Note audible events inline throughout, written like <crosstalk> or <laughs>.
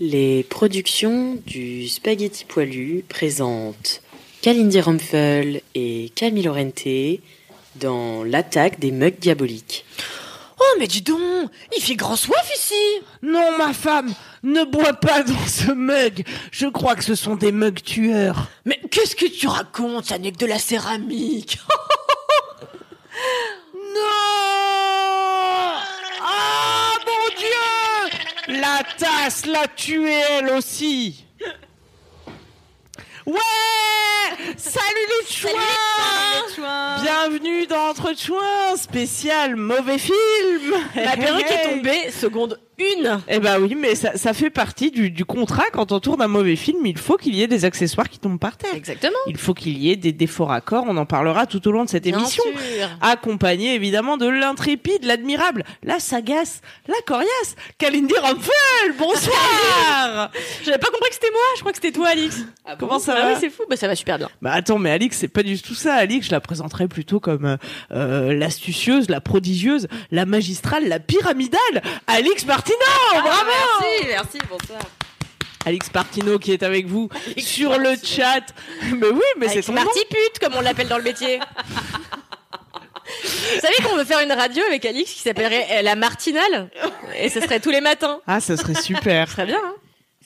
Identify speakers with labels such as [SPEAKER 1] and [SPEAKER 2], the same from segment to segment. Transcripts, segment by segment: [SPEAKER 1] Les productions du Spaghetti Poilu présentent Kalindi Rumpfel et Camille Laurenté dans l'attaque des mugs diaboliques.
[SPEAKER 2] Oh, mais dis donc, il fait grand soif ici
[SPEAKER 3] Non, ma femme, ne bois pas dans ce mug. Je crois que ce sont des mugs tueurs.
[SPEAKER 2] Mais qu'est-ce que tu racontes Ça n'est que de la céramique
[SPEAKER 3] Non Ah, mon Dieu La tasse l'a tué elle aussi Ouais Salut les chouins Bienvenue dans Entre Chouins, spécial mauvais film
[SPEAKER 2] La perruque
[SPEAKER 3] Hey,
[SPEAKER 2] est
[SPEAKER 3] hey.
[SPEAKER 2] tombée, seconde une
[SPEAKER 3] Eh ben oui, mais ça, ça fait partie du, du contrat. Quand on tourne un mauvais film, il faut qu'il y ait des accessoires qui tombent par terre.
[SPEAKER 2] Exactement
[SPEAKER 3] Il faut qu'il y ait des, des faux raccords. On en parlera tout au long de cette émission. Accompagné évidemment de l'intrépide, l'admirable, la sagace, la coriace, Kalindi Rumpfel. Bonsoir.
[SPEAKER 2] <laughs> J'avais pas compris que c'était moi, je crois que c'était toi, Alix.
[SPEAKER 3] Comment ça
[SPEAKER 2] Ah
[SPEAKER 3] va
[SPEAKER 2] oui, c'est fou, bah ça va super bien.
[SPEAKER 3] Bah attends, mais Alix, c'est pas du tout ça. Alix, je la présenterais plutôt comme euh, euh, l'astucieuse, la prodigieuse, la magistrale, la pyramidale, Alix Martino.
[SPEAKER 2] Ah.
[SPEAKER 3] Bravo.
[SPEAKER 2] Merci, merci, bonsoir.
[SPEAKER 3] Alix Martino qui est avec vous sur le chat. Mais oui, mais c'est
[SPEAKER 2] Avec
[SPEAKER 3] son nom.
[SPEAKER 2] Marty pute, comme on l'appelle dans le <laughs> métier. Vous savez qu'on veut faire une radio avec Alix qui s'appellerait euh, La Martinale Et ce serait tous les matins.
[SPEAKER 3] Ah, ça serait super.
[SPEAKER 2] <laughs> Très bien, hein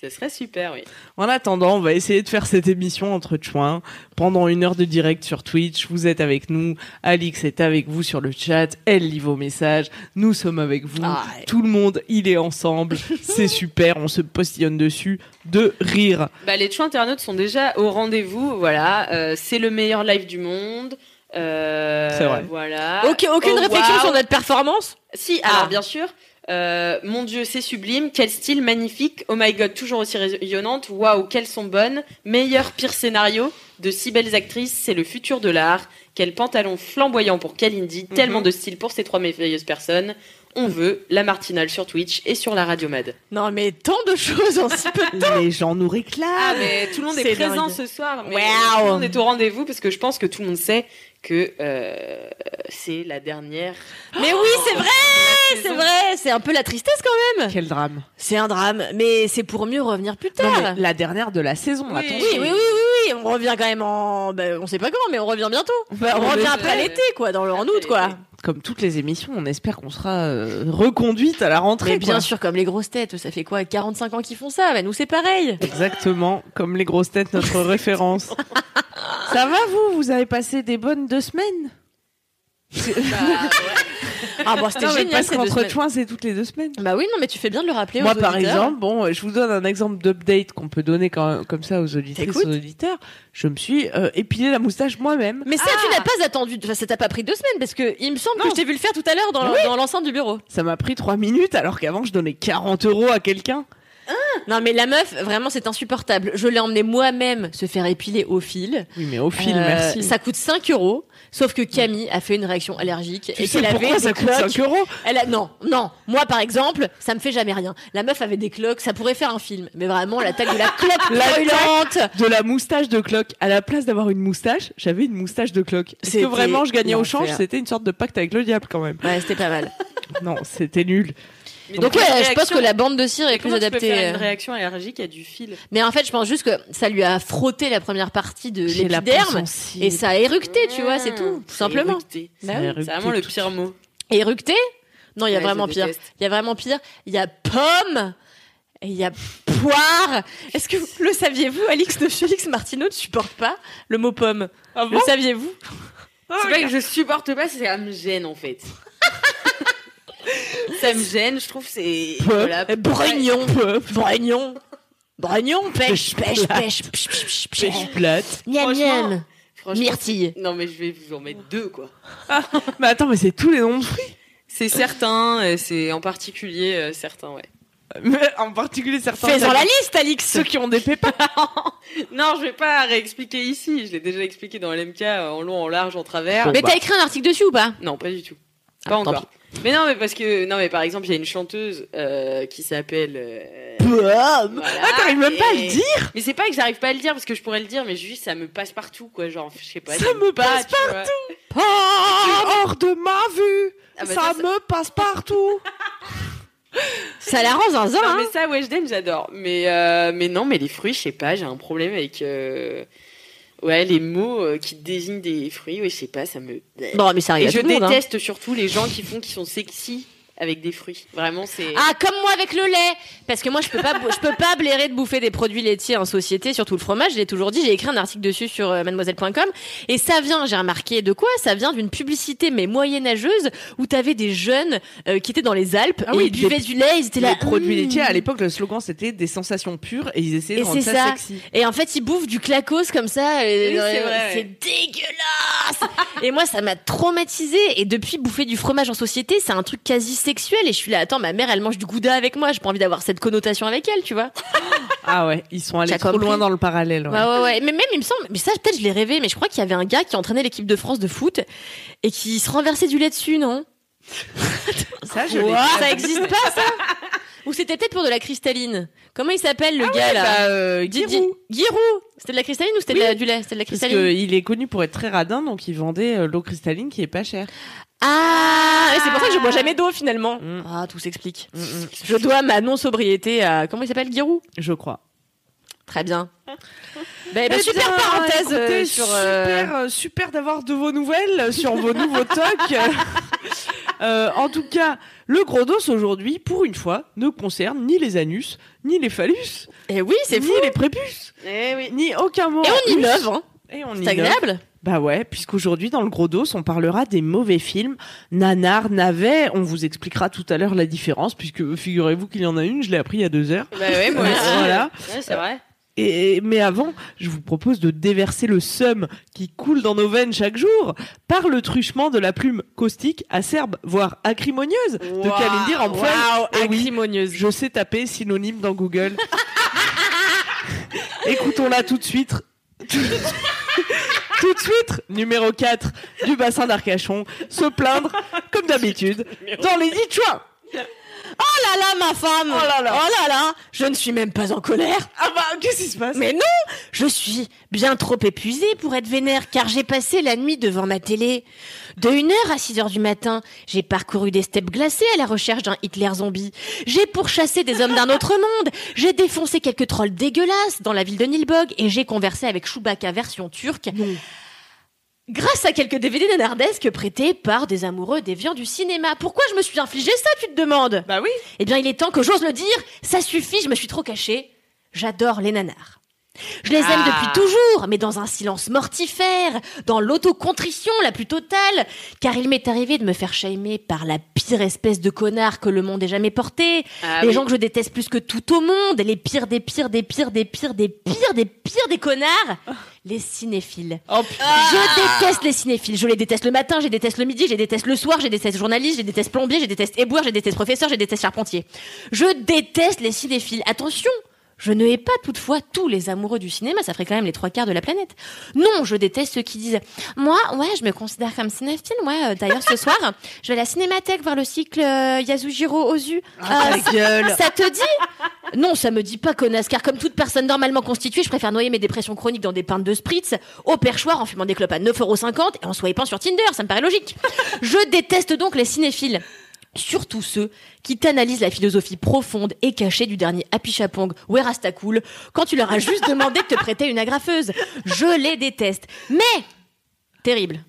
[SPEAKER 1] Ce serait super, oui.
[SPEAKER 3] En attendant, on va essayer de faire cette émission entre chouins pendant une heure de direct sur Twitch. Vous êtes avec nous, Alix est avec vous sur le chat, elle lit vos messages, nous sommes avec vous,
[SPEAKER 2] Ah,
[SPEAKER 3] tout le monde, il est ensemble, c'est super, on se postillonne dessus de rire.
[SPEAKER 1] Bah, les chouins internautes sont déjà au rendez-vous, voilà. Euh, c'est le meilleur live du monde. Euh,
[SPEAKER 3] C'est vrai.
[SPEAKER 1] Voilà.
[SPEAKER 2] Ok, aucune
[SPEAKER 1] Oh,
[SPEAKER 2] réflexion
[SPEAKER 1] waouh.
[SPEAKER 2] sur notre performance
[SPEAKER 1] Si,
[SPEAKER 2] Ah.
[SPEAKER 1] alors bien sûr. Euh, mon dieu, c'est sublime. Quel style magnifique. Oh my god, toujours aussi rayonnante. Waouh, qu'elles sont bonnes. Meilleur pire scénario. De si belles actrices, c'est le futur de l'art. Quel pantalon flamboyant pour Kalindi. Tellement de style pour ces trois merveilleuses personnes. On veut la matinale sur Twitch et sur la Radio Mad.
[SPEAKER 2] Non, mais tant de choses en si peu de temps
[SPEAKER 3] Les gens nous réclament.
[SPEAKER 1] Ah, mais tout le monde est,
[SPEAKER 2] C'est
[SPEAKER 1] présent
[SPEAKER 2] dingue.
[SPEAKER 1] ce soir. Mais
[SPEAKER 2] Waouh.
[SPEAKER 1] Tout le monde est au rendez-vous parce que je pense que tout le monde sait que euh, c'est la dernière.
[SPEAKER 2] Mais oui, c'est vrai, Ah, c'est
[SPEAKER 1] saison.
[SPEAKER 2] vrai, c'est un peu la tristesse quand même.
[SPEAKER 3] Quel drame.
[SPEAKER 2] C'est un drame, mais c'est pour mieux revenir plus
[SPEAKER 3] Non,
[SPEAKER 2] tard.
[SPEAKER 3] mais la dernière de la saison,
[SPEAKER 1] Oui.
[SPEAKER 3] attention.
[SPEAKER 2] Ah. Oui, oui, oui, oui, oui, on revient quand même en, ben, on sait pas quand, mais on revient bientôt.
[SPEAKER 3] Bah,
[SPEAKER 2] on
[SPEAKER 3] on
[SPEAKER 2] revient
[SPEAKER 3] le-
[SPEAKER 2] après
[SPEAKER 1] Ouais.
[SPEAKER 2] l'été, quoi, dans le en
[SPEAKER 1] Après
[SPEAKER 2] août, quoi.
[SPEAKER 1] l'été.
[SPEAKER 3] Comme toutes les émissions, on espère qu'on sera euh, reconduite à la rentrée.
[SPEAKER 2] Mais bien
[SPEAKER 3] quoi.
[SPEAKER 2] sûr, comme les grosses têtes, ça fait quoi, 45 ans qu'ils font ça Ben nous c'est pareil.
[SPEAKER 3] Exactement, comme les grosses têtes, notre référence. Ça va vous Vous avez passé des bonnes deux semaines
[SPEAKER 2] Bah, Ah bon, c'était
[SPEAKER 3] Non, mais
[SPEAKER 2] génial.
[SPEAKER 3] parce
[SPEAKER 2] ces deux
[SPEAKER 3] qu'entre
[SPEAKER 2] semaines.
[SPEAKER 3] juin, c'est toutes les deux semaines.
[SPEAKER 2] Bah oui, non, mais tu fais bien de le rappeler.
[SPEAKER 3] Moi,
[SPEAKER 2] aux
[SPEAKER 3] par
[SPEAKER 2] auditeurs.
[SPEAKER 3] exemple, bon, euh, je vous donne un exemple d'update qu'on peut donner quand- comme ça aux auditrices,
[SPEAKER 2] T'écoutes
[SPEAKER 3] aux auditeurs. Je me suis euh, épilé la moustache moi-même.
[SPEAKER 2] Mais ça, tu n'as pas attendu. Enfin, ça t'a pas pris deux semaines parce que il me semble que je t'ai vu le faire tout à l'heure dans dans l'enceinte du bureau.
[SPEAKER 3] Ça m'a pris trois minutes, alors qu'avant, je donnais 40 euros à quelqu'un.
[SPEAKER 2] Non, mais la meuf, vraiment, c'est insupportable. Je l'ai emmenée moi-même se faire épiler au fil.
[SPEAKER 3] Oui, mais au fil,
[SPEAKER 2] Euh,
[SPEAKER 3] merci.
[SPEAKER 2] Ça coûte 5 euros. Sauf que Camille a fait une réaction allergique
[SPEAKER 3] tu
[SPEAKER 2] et
[SPEAKER 3] sais
[SPEAKER 2] qu'elle avait
[SPEAKER 3] pourquoi
[SPEAKER 2] des
[SPEAKER 3] ça coûte
[SPEAKER 2] cloques.
[SPEAKER 3] 5 euros
[SPEAKER 2] Elle a- non, non. Moi, par exemple, ça me fait jamais rien. La meuf avait des cloques, ça pourrait faire un film. Mais vraiment, l'attaque de la
[SPEAKER 3] <laughs>
[SPEAKER 2] cloque brûlante.
[SPEAKER 3] de la moustache de cloque. À la place d'avoir une moustache, j'avais une moustache de cloque. Est-ce
[SPEAKER 2] C'était
[SPEAKER 3] que vraiment je gagnais au change
[SPEAKER 2] l'enfer.
[SPEAKER 3] C'était une sorte de pacte avec le diable quand même.
[SPEAKER 2] Ouais, c'était pas mal.
[SPEAKER 3] Non, c'était nul.
[SPEAKER 2] Euh,
[SPEAKER 1] Mais
[SPEAKER 2] Donc,
[SPEAKER 1] quelle
[SPEAKER 2] ouais, je pense
[SPEAKER 1] réaction
[SPEAKER 2] que la bande de cire est
[SPEAKER 1] Mais
[SPEAKER 2] plus
[SPEAKER 1] comment tu peux faire
[SPEAKER 2] adaptée. euh,
[SPEAKER 1] une réaction allergique à du fil
[SPEAKER 2] Mais en fait, je pense juste que ça lui a frotté la première partie de l'épiderme. Et ça a éructé, tu vois, c'est tout, tout
[SPEAKER 1] C'est
[SPEAKER 2] simplement.
[SPEAKER 1] éructé.
[SPEAKER 2] Bah
[SPEAKER 3] oui.
[SPEAKER 1] C'est vraiment le pire mot.
[SPEAKER 2] Éructé Non, il y a
[SPEAKER 1] Ouais,
[SPEAKER 2] vraiment
[SPEAKER 1] je
[SPEAKER 2] pire.
[SPEAKER 1] déteste.
[SPEAKER 2] Il y a vraiment pire. Il y a pomme et il y a poire. Est-ce que vous le saviez-vous, Alix de Félix Martineau ne supporte pas le mot pomme
[SPEAKER 3] Ah
[SPEAKER 2] Le saviez-vous
[SPEAKER 1] C'est pas que je supporte pas, c'est que ça me gêne en
[SPEAKER 2] <laughs>
[SPEAKER 1] fait. ça me gêne, je trouve c'est
[SPEAKER 3] Peu.
[SPEAKER 1] voilà.
[SPEAKER 2] Eh, Brugnon Brugnon Brugnon Pêche, pêche, pêche psh, psh, psh, psh.
[SPEAKER 3] Pêche plate.
[SPEAKER 2] Miam,
[SPEAKER 1] Franchement,
[SPEAKER 2] miam
[SPEAKER 1] Franchement,
[SPEAKER 2] Myrtille
[SPEAKER 1] Non mais je vais vous en mettre deux quoi.
[SPEAKER 3] Mais attends, mais c'est tous les noms de fruits.
[SPEAKER 1] C'est certains, et c'est en particulier euh, certains, ouais.
[SPEAKER 3] <laughs> Mais en particulier certains.
[SPEAKER 2] Fais-en la liste, Alix
[SPEAKER 3] Ceux qui ont des pépins.
[SPEAKER 1] Non, je vais pas réexpliquer ici. Je l'ai déjà expliqué dans LMK euh, en long, en large, en travers.
[SPEAKER 3] Bon.
[SPEAKER 2] Mais
[SPEAKER 3] bah.
[SPEAKER 2] t'as écrit un article dessus ou pas
[SPEAKER 1] Non, pas du tout.
[SPEAKER 2] Ah,
[SPEAKER 1] Pas
[SPEAKER 2] tant
[SPEAKER 1] encore. Mais non, mais parce que non, mais par exemple, il y a une chanteuse euh, qui s'appelle. euh,
[SPEAKER 3] Pomme.
[SPEAKER 1] voilà,
[SPEAKER 3] Ah, t'arrives même pas à
[SPEAKER 1] et-
[SPEAKER 3] le dire
[SPEAKER 1] Mais c'est pas que j'arrive pas à le dire parce que je pourrais le dire, mais juste ça me passe partout, quoi. Genre, je sais pas.
[SPEAKER 3] Ça me passe
[SPEAKER 1] partout.
[SPEAKER 3] Hors de ma vue
[SPEAKER 1] Ah, bah,
[SPEAKER 3] Ça
[SPEAKER 1] ça, ça-
[SPEAKER 3] me passe
[SPEAKER 2] <laughs>
[SPEAKER 3] partout
[SPEAKER 2] Ça la rend zinzin,
[SPEAKER 1] Non,
[SPEAKER 2] hein
[SPEAKER 1] mais ça, ouais, je l'aime, j'adore. Mais, euh, mais non, mais les fruits, je sais pas, j'ai un problème avec. euh, Ouais, les mots euh, qui désignent des fruits, ouais, je sais pas, ça
[SPEAKER 3] Bah,
[SPEAKER 1] me.
[SPEAKER 2] Bon, mais ça arrive
[SPEAKER 1] Et
[SPEAKER 2] à
[SPEAKER 1] je
[SPEAKER 2] tout le monde, hein.
[SPEAKER 1] déteste surtout les gens qui font qui sont sexy avec des fruits. Vraiment, c'est.
[SPEAKER 2] Ah, comme moi avec le lait Parce que moi, je peux pas, je peux pas blairer de bouffer des produits laitiers en société, surtout le fromage. Je l'ai toujours dit, j'ai écrit un article dessus sur euh, mademoiselle.com. Et ça vient, j'ai remarqué de quoi Ça vient d'une publicité, mais moyenâgeuse, où t'avais des jeunes euh, qui étaient dans les Alpes
[SPEAKER 3] Ah
[SPEAKER 2] et
[SPEAKER 3] oui,
[SPEAKER 2] ils buvaient du lait, ils étaient là...
[SPEAKER 3] Les produits
[SPEAKER 2] Mmh.
[SPEAKER 3] laitiers, à l'époque, le slogan c'était des sensations pures et ils essayaient
[SPEAKER 2] Et
[SPEAKER 3] de rendre
[SPEAKER 2] c'est
[SPEAKER 3] ça,
[SPEAKER 2] ça.
[SPEAKER 3] sexy.
[SPEAKER 2] Et en fait, ils bouffent du clacos comme ça. euh,
[SPEAKER 1] Oui,
[SPEAKER 2] dans
[SPEAKER 1] c'est
[SPEAKER 2] les-
[SPEAKER 1] vrai,
[SPEAKER 2] c'est
[SPEAKER 1] ouais.
[SPEAKER 2] dégueulasse. <laughs> et moi, ça m'a traumatisé. Et depuis, bouffer du fromage en société, c'est un truc quasi sexuel. Et je suis là, attends, ma mère, elle mange du gouda avec moi. J'ai pas envie d'avoir cette connotation avec elle, tu vois.
[SPEAKER 3] Ah ouais, ils sont allés
[SPEAKER 2] T'as
[SPEAKER 3] trop
[SPEAKER 2] compris Bah
[SPEAKER 3] loin dans le parallèle. ouais.
[SPEAKER 2] Ouais, ouais, ouais. Mais même, il me semble, mais ça, peut-être, je l'ai rêvé, mais je crois qu'il y avait un gars qui entraînait l'équipe de France de foot et qui se renversait du lait dessus, non
[SPEAKER 3] <laughs> Ça, je l'ai
[SPEAKER 2] Quoi
[SPEAKER 3] pas.
[SPEAKER 2] Ça existe pas, ça Ou c'était peut-être pour de la cristalline. Comment il s'appelle, le gars, là
[SPEAKER 3] Bah, euh,
[SPEAKER 2] Di- di-
[SPEAKER 3] Giroud.
[SPEAKER 2] Giroud. C'était de la cristalline ou c'était de la- du lait C'était de la
[SPEAKER 3] Parce
[SPEAKER 2] cristalline.
[SPEAKER 3] qu'il est connu pour être très radin, donc il vendait euh, l'eau cristalline qui est pas chère.
[SPEAKER 2] Ah, et c'est pour ça que je bois jamais d'eau finalement.
[SPEAKER 3] Mm.
[SPEAKER 2] Ah, tout s'explique.
[SPEAKER 3] Mm, mm,
[SPEAKER 2] Je dois ma non-sobriété à. Comment il s'appelle Giroud
[SPEAKER 3] Je crois.
[SPEAKER 2] Très bien. Bah, bah,
[SPEAKER 3] Eh
[SPEAKER 2] super
[SPEAKER 3] bien,
[SPEAKER 2] parenthèse euh,
[SPEAKER 3] écoutez,
[SPEAKER 2] sur. euh,
[SPEAKER 3] Super, euh, super d'avoir de vos nouvelles euh, sur vos nouveaux
[SPEAKER 2] <laughs>
[SPEAKER 3] tocs. Euh, en tout cas, le gros dos aujourd'hui, pour une fois, ne concerne ni les anus, ni les phallus,
[SPEAKER 2] Eh oui, c'est
[SPEAKER 3] ni
[SPEAKER 2] fou.
[SPEAKER 3] les prépuces,
[SPEAKER 1] Eh oui.
[SPEAKER 3] ni aucun mot.
[SPEAKER 2] Et
[SPEAKER 3] en
[SPEAKER 2] on
[SPEAKER 3] plus.
[SPEAKER 2] innove, hein.
[SPEAKER 3] Et on
[SPEAKER 2] C'est
[SPEAKER 3] innove.
[SPEAKER 2] agréable.
[SPEAKER 3] Bah ouais, puisqu'aujourd'hui, dans le gros dos, on parlera des mauvais films, nanars, navets. On vous expliquera tout à l'heure la différence, puisque figurez-vous qu'il y en a une, je l'ai appris il y a deux heures.
[SPEAKER 1] Bah ouais, moi aussi.
[SPEAKER 3] <laughs> Voilà.
[SPEAKER 1] Ouais, c'est vrai.
[SPEAKER 3] Et, mais avant, je vous propose de déverser le seum qui coule dans nos veines chaque jour par le truchement de la plume caustique, acerbe, voire acrimonieuse de
[SPEAKER 1] Waouh,
[SPEAKER 3] Kalindi Rampal. Et oui,
[SPEAKER 2] acrimonieuse.
[SPEAKER 3] je sais taper synonyme dans Google. Écoutons-la tout de suite. Tout tout de suite, numéro 4 du bassin d'Arcachon, se plaindre, comme d'habitude, dans les dix choix.
[SPEAKER 2] Oh là là, ma femme
[SPEAKER 3] Oh là là.
[SPEAKER 2] Oh là là Je ne suis même pas en colère
[SPEAKER 3] Ah bah, qu'est-ce qui se passe
[SPEAKER 2] Mais non Je suis bien trop épuisée pour être vénère car j'ai passé la nuit devant ma télé. De 1h à 6h du matin, j'ai parcouru des steppes glacées à la recherche d'un Hitler zombie. J'ai pourchassé des hommes d'un autre monde. J'ai défoncé quelques trolls dégueulasses dans la ville de Nilbog et j'ai conversé avec Chewbacca version turque. Grâce à quelques DVD nanardesques prêtés par des amoureux déviants du cinéma. Pourquoi je me suis infligé ça, tu te demandes
[SPEAKER 3] Bah oui.
[SPEAKER 2] eh bien, il est temps que j'ose le dire. Ça suffit, je me suis trop cachée. J'adore les nanars. Je les aime
[SPEAKER 1] Ah.
[SPEAKER 2] depuis toujours, mais dans un silence mortifère, dans l'autocontrition la plus totale, car il m'est arrivé de me faire shamer par la pire espèce de connard que le monde ait jamais porté,
[SPEAKER 1] Ah
[SPEAKER 2] les
[SPEAKER 1] oui.
[SPEAKER 2] gens que je déteste plus que tout au monde, les pires des pires des pires des pires des pires des pires des connards,
[SPEAKER 1] Ah.
[SPEAKER 2] les cinéphiles.
[SPEAKER 3] Oh, putain.
[SPEAKER 2] Je déteste les cinéphiles. Je les déteste le matin, je les déteste le midi, je les déteste le soir, je les déteste journaliste, je les déteste plombier, je les déteste éboueur, je les déteste professeur, je les déteste charpentier. Je déteste les cinéphiles. Attention je ne hais pas toutefois tous les amoureux du cinéma, ça ferait quand même les trois quarts de la planète. Non, je déteste ceux qui disent « Moi, ouais, je me considère comme cinéphile, moi. euh, D'ailleurs, ce soir, je vais à la Cinémathèque voir le cycle euh, Yasujiro Ozu. Euh,
[SPEAKER 3] Ta gueule.
[SPEAKER 2] ça te dit Non, ça me dit pas, connasse, car comme toute personne normalement constituée, je préfère noyer mes dépressions chroniques dans des pintes de spritz, au perchoir en fumant des clopes à 9,50€ et en swipant sur Tinder, ça me paraît logique. Je déteste donc les cinéphiles. Surtout ceux qui t'analysent la philosophie profonde et cachée du dernier Happy Chapong ou Erastacool quand tu leur as juste demandé de te prêter une agrafeuse. Je les déteste. Mais, terrible.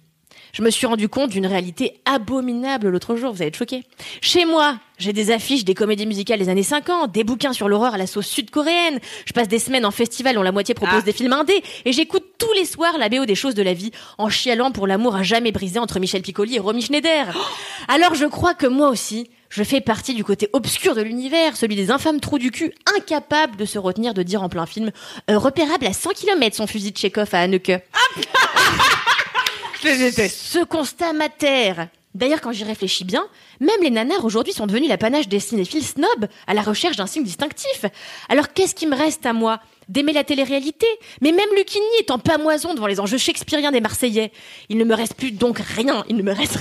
[SPEAKER 2] Je me suis rendu compte d'une réalité abominable l'autre jour, vous allez être choqués. Chez moi, j'ai des affiches des comédies musicales des années 50, des bouquins sur l'horreur à la sauce sud-coréenne. Je passe des semaines en festival dont la moitié propose des films indés et j'écoute tous les soirs la BO des choses de la vie en chialant pour l'amour à jamais brisé entre Michel Piccoli et Romy Schneider. <gasps> Alors je crois que moi aussi, je fais partie du côté obscur de l'univers, celui des infâmes trous du cul, incapables de se retenir de dire en plein film euh, repérable à 100 km son fusil de Chekhov à Haneke.
[SPEAKER 3] Je les déteste.
[SPEAKER 2] Ce constat m'atterre. D'ailleurs, quand j'y réfléchis bien, même les nanars aujourd'hui sont devenus l'apanage des cinéphiles snobs à la recherche d'un signe distinctif. Alors qu'est-ce qui me reste à moi D'aimer la télé-réalité Mais même Lucini est en pamoison devant les enjeux shakespeariens des Marseillais. Il ne me reste plus donc rien. Il ne me reste...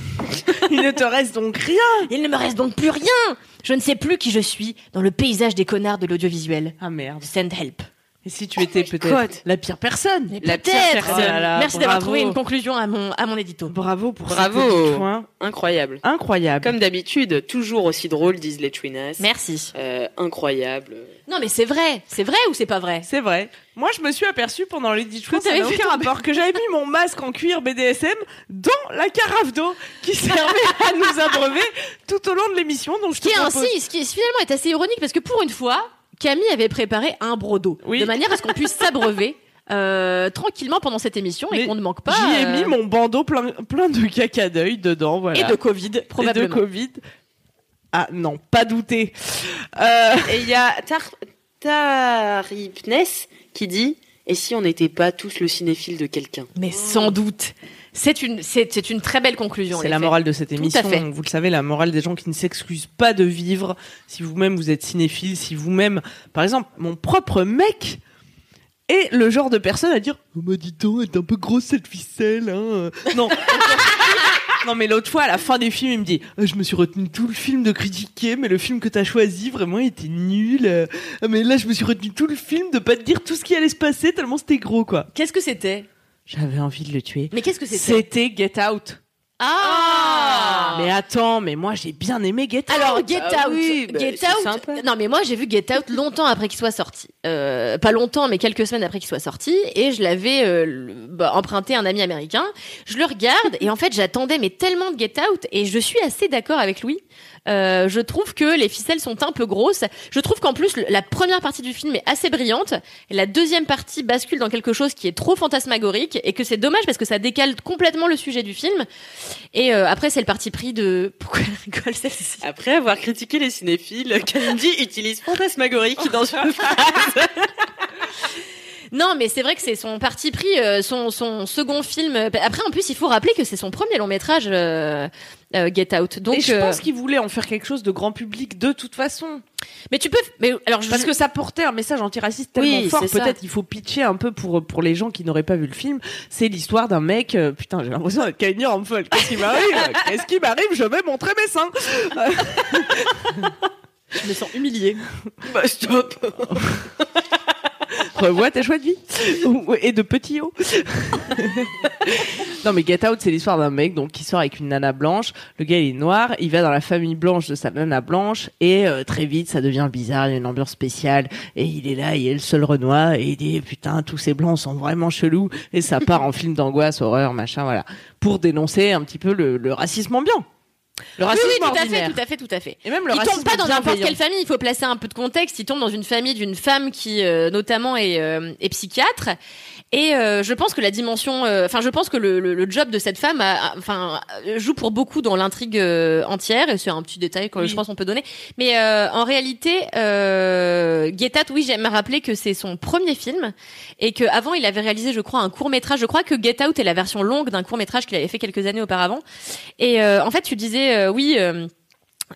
[SPEAKER 2] <laughs>
[SPEAKER 3] Il ne te reste donc rien
[SPEAKER 2] Il ne me reste donc plus rien Je ne sais plus qui je suis dans le paysage des connards de l'audiovisuel.
[SPEAKER 3] Ah merde.
[SPEAKER 2] Send help.
[SPEAKER 3] Et si
[SPEAKER 2] Oh
[SPEAKER 3] tu étais
[SPEAKER 1] God.
[SPEAKER 3] peut-être la pire personne
[SPEAKER 1] La pire
[SPEAKER 2] Peut-être.
[SPEAKER 1] personne.
[SPEAKER 3] Oh là là,
[SPEAKER 2] Merci d'avoir
[SPEAKER 3] bravo.
[SPEAKER 2] trouvé une conclusion à mon, à mon édito.
[SPEAKER 3] Bravo pour
[SPEAKER 1] Bravo.
[SPEAKER 3] ce petit point
[SPEAKER 1] Incroyable.
[SPEAKER 3] incroyable.
[SPEAKER 1] Comme d'habitude, toujours aussi drôle, disent les Twinas.
[SPEAKER 2] Merci.
[SPEAKER 1] Euh, incroyable.
[SPEAKER 2] Non mais c'est vrai, c'est vrai ou c'est pas vrai
[SPEAKER 3] C'est vrai. Moi, je me suis aperçue pendant les 10 jours,
[SPEAKER 2] Quand
[SPEAKER 3] ça
[SPEAKER 2] t'avais
[SPEAKER 3] n'a
[SPEAKER 2] fait
[SPEAKER 3] aucun
[SPEAKER 2] ton-
[SPEAKER 3] rapport, que j'avais mis mon masque en cuir BDSM dans la carafe d'eau qui servait à nous abreuver tout au long de l'émission. Donc, je
[SPEAKER 2] Ce qui est
[SPEAKER 3] te
[SPEAKER 2] un
[SPEAKER 3] propose...
[SPEAKER 2] signe, ce qui finalement est assez ironique parce que pour une fois, Camille avait préparé un brodo
[SPEAKER 3] Oui.
[SPEAKER 2] de manière à ce
[SPEAKER 3] <laughs>
[SPEAKER 2] qu'on puisse s'abreuver euh, tranquillement pendant cette émission et
[SPEAKER 3] Mais
[SPEAKER 2] qu'on ne manque pas.
[SPEAKER 3] J'y ai
[SPEAKER 2] euh,
[SPEAKER 3] mis mon bandeau plein, plein de caca d'œil dedans, voilà.
[SPEAKER 2] et de Covid
[SPEAKER 3] Et de
[SPEAKER 2] probablement.
[SPEAKER 3] Covid. Ah non, pas douter. Euh,
[SPEAKER 1] Et il y a Tar Taripnes qui dit Et si on n'était pas tous le cinéphile de quelqu'un
[SPEAKER 2] Mais sans doute, c'est une c'est c'est une très belle conclusion. en
[SPEAKER 3] C'est la
[SPEAKER 2] effet.
[SPEAKER 3] morale de cette
[SPEAKER 2] à
[SPEAKER 3] émission.
[SPEAKER 2] fait.
[SPEAKER 3] Vous le savez, la morale des gens qui ne s'excusent pas de vivre. Si vous-même vous êtes cinéphile, si vous-même, par exemple, mon propre mec est le genre de personne à dire Oh, bah, dis donc, elle est un peu grosse cette ficelle, hein. Non. <laughs> Non mais l'autre fois à la fin des films il me dit Ah, je me suis retenu tout le film de critiquer mais le film que t'as choisi vraiment il était nul euh. Ah, mais là je me suis retenu tout le film de pas te dire tout ce qui allait se passer tellement c'était gros quoi
[SPEAKER 2] Qu'est-ce que c'était
[SPEAKER 3] j'avais envie de le tuer
[SPEAKER 2] Mais qu'est-ce que c'était
[SPEAKER 3] c'était Get Out
[SPEAKER 2] Ah
[SPEAKER 3] mais attends, mais moi j'ai bien aimé Get Out.
[SPEAKER 2] Alors Get
[SPEAKER 1] Ah
[SPEAKER 2] Out,
[SPEAKER 1] oui, bah,
[SPEAKER 2] Get
[SPEAKER 1] c'est
[SPEAKER 2] Out.
[SPEAKER 1] sympa.
[SPEAKER 2] Non mais moi j'ai vu Get Out longtemps après qu'il soit sorti. Euh, pas longtemps mais quelques semaines après qu'il soit sorti et je l'avais euh, le- bah, emprunté à un ami américain. Je le regarde et en fait j'attendais mais tellement de Get Out et je suis assez d'accord avec lui. Euh, je trouve que les ficelles sont un peu grosses. Je trouve qu'en plus le- la première partie du film est assez brillante et la deuxième partie bascule dans quelque chose qui est trop fantasmagorique et que c'est dommage parce que ça décale complètement le sujet du film. Et euh, après c'est le parti pris de <laughs> pourquoi elle rigole celle-ci.
[SPEAKER 1] Après avoir critiqué les cinéphiles, <laughs> Kalindi utilise fantasmagorie qui dans une
[SPEAKER 2] Non, mais c'est vrai que c'est son parti pris, euh, son, son second film. Après, en plus, il faut rappeler que c'est son premier long métrage euh, euh, Get Out. Donc,
[SPEAKER 3] Et je
[SPEAKER 2] euh,
[SPEAKER 3] pense qu'il voulait en faire quelque chose de grand public de toute façon.
[SPEAKER 2] mais tu peux. Mais alors, je-
[SPEAKER 3] Parce que ça portait un message antiraciste tellement
[SPEAKER 2] Oui,
[SPEAKER 3] fort.
[SPEAKER 2] c'est ça.
[SPEAKER 3] Peut-être il faut pitcher un peu pour, pour les gens qui n'auraient pas vu le film. C'est l'histoire d'un mec. euh, putain, j'ai l'impression d'être Kanye en folle. Qu'est-ce qui
[SPEAKER 2] <laughs>
[SPEAKER 3] m'arrive Qu'est-ce qui m'arrive Je vais montrer mes seins.
[SPEAKER 2] je me sens humiliée.
[SPEAKER 1] bah, stop
[SPEAKER 3] Revois tes choix de vie. Ou- Et de petits hauts. non, mais Get Out, c'est l'histoire d'un mec donc qui sort avec une nana blanche. Le gars, il est noir. Il va dans la famille blanche de sa nana blanche. Et euh, très vite, ça devient bizarre. Il y a une ambiance spéciale. Et il est là, il est le seul Renoir. Et il dit, putain, tous ces blancs sont vraiment chelous. Et ça part en film d'angoisse, horreur, machin, voilà. Pour dénoncer un petit peu le, le racisme ambiant. Le
[SPEAKER 2] oui,
[SPEAKER 3] racisme
[SPEAKER 2] oui, tout à
[SPEAKER 3] ordinaire.
[SPEAKER 2] fait, tout à fait, tout à fait.
[SPEAKER 3] Et même le
[SPEAKER 2] il
[SPEAKER 3] racisme
[SPEAKER 2] tombe pas dans n'importe
[SPEAKER 3] bienveillant.
[SPEAKER 2] quelle famille. Il faut placer un peu de contexte. Il tombe dans une famille d'une femme qui, euh, notamment, est, euh, est psychiatre. Et euh, je pense que la dimension, euh, enfin, je pense que le, le- le job de cette femme, a- a- enfin, euh, joue pour beaucoup dans l'intrigue euh, entière. Et c'est un petit détail que
[SPEAKER 3] Oui.
[SPEAKER 2] je pense qu'on peut donner. Mais euh, en réalité, euh, Get Out, oui, j'aime rappeler que c'est son premier film et que avant, il avait réalisé, je crois, un court métrage. Je crois que Get Out est la version longue d'un court métrage qu'il avait fait quelques années auparavant. Et euh, en fait, tu disais, euh, oui. euh,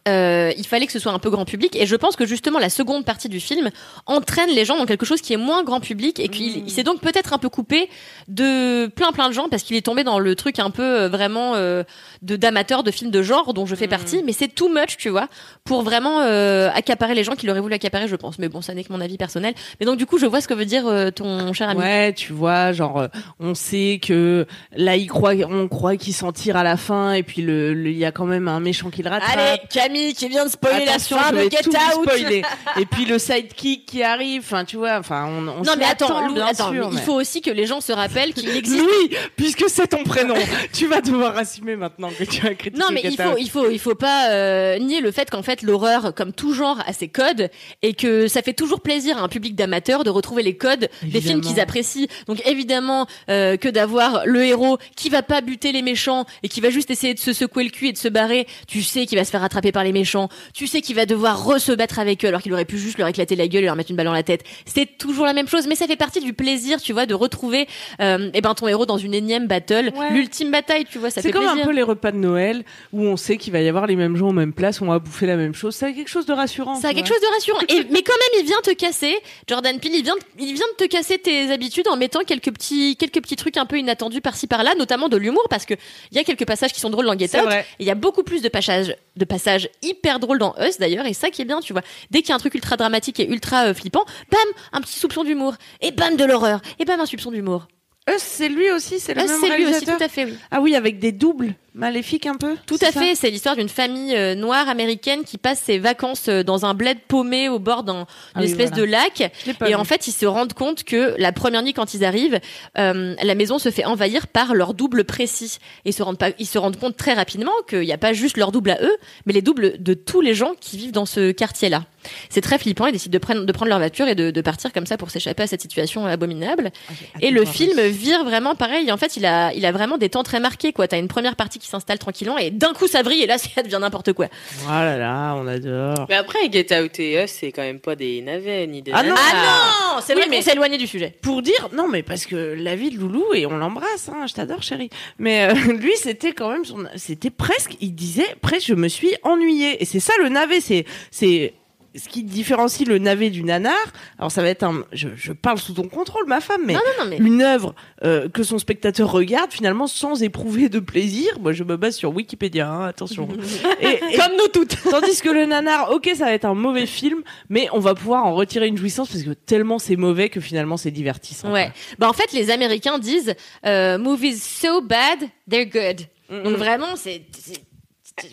[SPEAKER 2] euh, il fallait que ce soit un peu grand public et je pense que justement la seconde partie du film entraîne les gens dans quelque chose qui est moins grand public et qu'il il s'est donc peut-être un peu coupé de plein plein de gens parce qu'il est tombé dans le truc un peu euh, vraiment euh, de d'amateurs de films de genre dont je fais partie mais c'est too much tu vois pour vraiment euh, accaparer les gens qui l'auraient voulu accaparer je pense mais bon ça n'est que mon avis personnel mais donc du coup je vois ce que veut dire euh, ton cher ami
[SPEAKER 3] Ouais, tu vois, genre euh, on sait que là il croit, on croit qu'il s'en tire à la fin, et puis le, le- il y a quand même un méchant qui le rattrape.
[SPEAKER 2] Camille qui vient de spoiler
[SPEAKER 3] Attention, je vais tout vous spoiler. Et puis le sidekick qui arrive, enfin tu vois, enfin on, on
[SPEAKER 2] non
[SPEAKER 3] s'y
[SPEAKER 2] mais attends,
[SPEAKER 3] attend,
[SPEAKER 2] Lou,
[SPEAKER 3] bien
[SPEAKER 2] attends,
[SPEAKER 3] sûr,
[SPEAKER 2] mais il
[SPEAKER 3] mais-
[SPEAKER 2] faut aussi que les gens se
[SPEAKER 3] <laughs>
[SPEAKER 2] rappellent qu'il existe
[SPEAKER 3] Louis, puisque c'est ton prénom, <laughs> tu vas devoir assumer maintenant que tu as critiqué.
[SPEAKER 2] Non, mais il
[SPEAKER 3] Get
[SPEAKER 2] faut,
[SPEAKER 3] Out.
[SPEAKER 2] il faut, il faut pas euh, nier le fait qu'en fait l'horreur, comme tout genre, a ses codes et que ça fait toujours plaisir à un public d'amateurs de retrouver les codes des films
[SPEAKER 3] Évidemment.
[SPEAKER 2] qu'ils apprécient. Donc évidemment euh, que d'avoir le héros qui va pas buter les méchants et qui va juste essayer de se secouer le cul et de se barrer, tu sais qu'il va se faire rattraper par les méchants, tu sais qu'il va devoir re se battre avec eux alors qu'il aurait pu juste leur éclater la gueule et leur mettre une balle dans la tête. C'est toujours la même chose, mais ça fait partie du plaisir, tu vois, de retrouver euh, eh ben ton héros dans une énième battle,
[SPEAKER 3] Ouais.
[SPEAKER 2] l'ultime bataille, tu vois, ça fait
[SPEAKER 3] C'est comme
[SPEAKER 2] plaisir.
[SPEAKER 3] un peu les repas de Noël où on sait qu'il va y avoir les mêmes gens aux mêmes places, on va bouffer la même chose. Ça a quelque chose de rassurant.
[SPEAKER 2] Ça a
[SPEAKER 3] tu
[SPEAKER 2] quelque
[SPEAKER 3] vois.
[SPEAKER 2] chose de rassurant. Et, mais quand même, il vient te casser. Jordan Peele, il vient, de- il vient de te casser tes habitudes en mettant quelques petits, quelques petits trucs un peu inattendus par-ci par-là, notamment de l'humour, parce que il y a quelques passages qui sont drôles dans Get
[SPEAKER 3] C'est
[SPEAKER 2] Out.
[SPEAKER 3] vrai.
[SPEAKER 2] Et Il y a beaucoup plus de passages, de passages hyper drôles dans Us d'ailleurs, et ça qui est bien, tu vois. Dès qu'il y a un truc ultra dramatique et ultra euh, flippant, bam, un petit soupçon d'humour, et bam de l'horreur, et bam un soupçon d'humour.
[SPEAKER 3] Us, c'est lui aussi, c'est le
[SPEAKER 2] Us,
[SPEAKER 3] même
[SPEAKER 2] c'est lui aussi,
[SPEAKER 3] réalisateur.
[SPEAKER 2] tout à fait, oui.
[SPEAKER 3] Ah oui, avec des doubles maléfiques un peu.
[SPEAKER 2] Tout
[SPEAKER 3] c'est
[SPEAKER 2] à
[SPEAKER 3] ça
[SPEAKER 2] fait, c'est l'histoire d'une famille euh, noire américaine qui passe ses vacances euh, dans un bled paumé au bord d'une
[SPEAKER 3] Ah oui,
[SPEAKER 2] espèce
[SPEAKER 3] voilà.
[SPEAKER 2] de lac.
[SPEAKER 3] Je l'ai pas
[SPEAKER 2] Et
[SPEAKER 3] vu.
[SPEAKER 2] en fait, ils se rendent compte que la première nuit, quand ils arrivent, euh, la maison se fait envahir par leur double précis. Et ils se rendent, pas, ils se rendent compte très rapidement qu'il n'y a pas juste leur double à eux, mais les doubles de tous les gens qui vivent dans ce quartier-là. C'est très flippant. Ils décident de prendre, de prendre leur voiture et de, de partir comme ça pour s'échapper à cette situation abominable.
[SPEAKER 3] Ah,
[SPEAKER 2] Et le film vire vraiment pareil. En fait, il a, il a vraiment des temps très marqués, quoi. T'as une première partie qui s'installe tranquillement et d'un coup ça brille et là <laughs> ça devient n'importe quoi.
[SPEAKER 3] Oh là là, on adore.
[SPEAKER 1] Mais après, Get Out et Us, c'est quand même pas des navets ni des.
[SPEAKER 3] Ah non.
[SPEAKER 1] nanas.
[SPEAKER 2] Ah non! C'est
[SPEAKER 3] Oui,
[SPEAKER 2] vrai
[SPEAKER 3] mais-
[SPEAKER 2] qu'on s'est éloigné du sujet.
[SPEAKER 3] Pour dire, non mais parce que la vie de Loulou et on l'embrasse, hein, je t'adore chérie. Mais euh, <laughs> lui c'était quand même son, c'était presque, il disait presque je me suis ennuyé et c'est ça le navet, c'est c'est ce qui différencie le navet du nanar. Alors ça va être un, je, je parle sous ton contrôle ma femme, mais
[SPEAKER 2] Non, non, non, mais.
[SPEAKER 3] une œuvre euh, que son spectateur regarde finalement sans éprouver de plaisir. Moi, je me base sur Wikipédia, hein,
[SPEAKER 2] <laughs>
[SPEAKER 3] attention. Comme nous toutes. Tandis que le nanar, ok, ça va être un mauvais film, mais on va pouvoir en retirer une jouissance parce que tellement c'est mauvais que finalement c'est divertissant.
[SPEAKER 2] Ouais. Bah en fait, les Américains disent euh, movies so bad they're good. Donc vraiment, c'est c'est- c'est-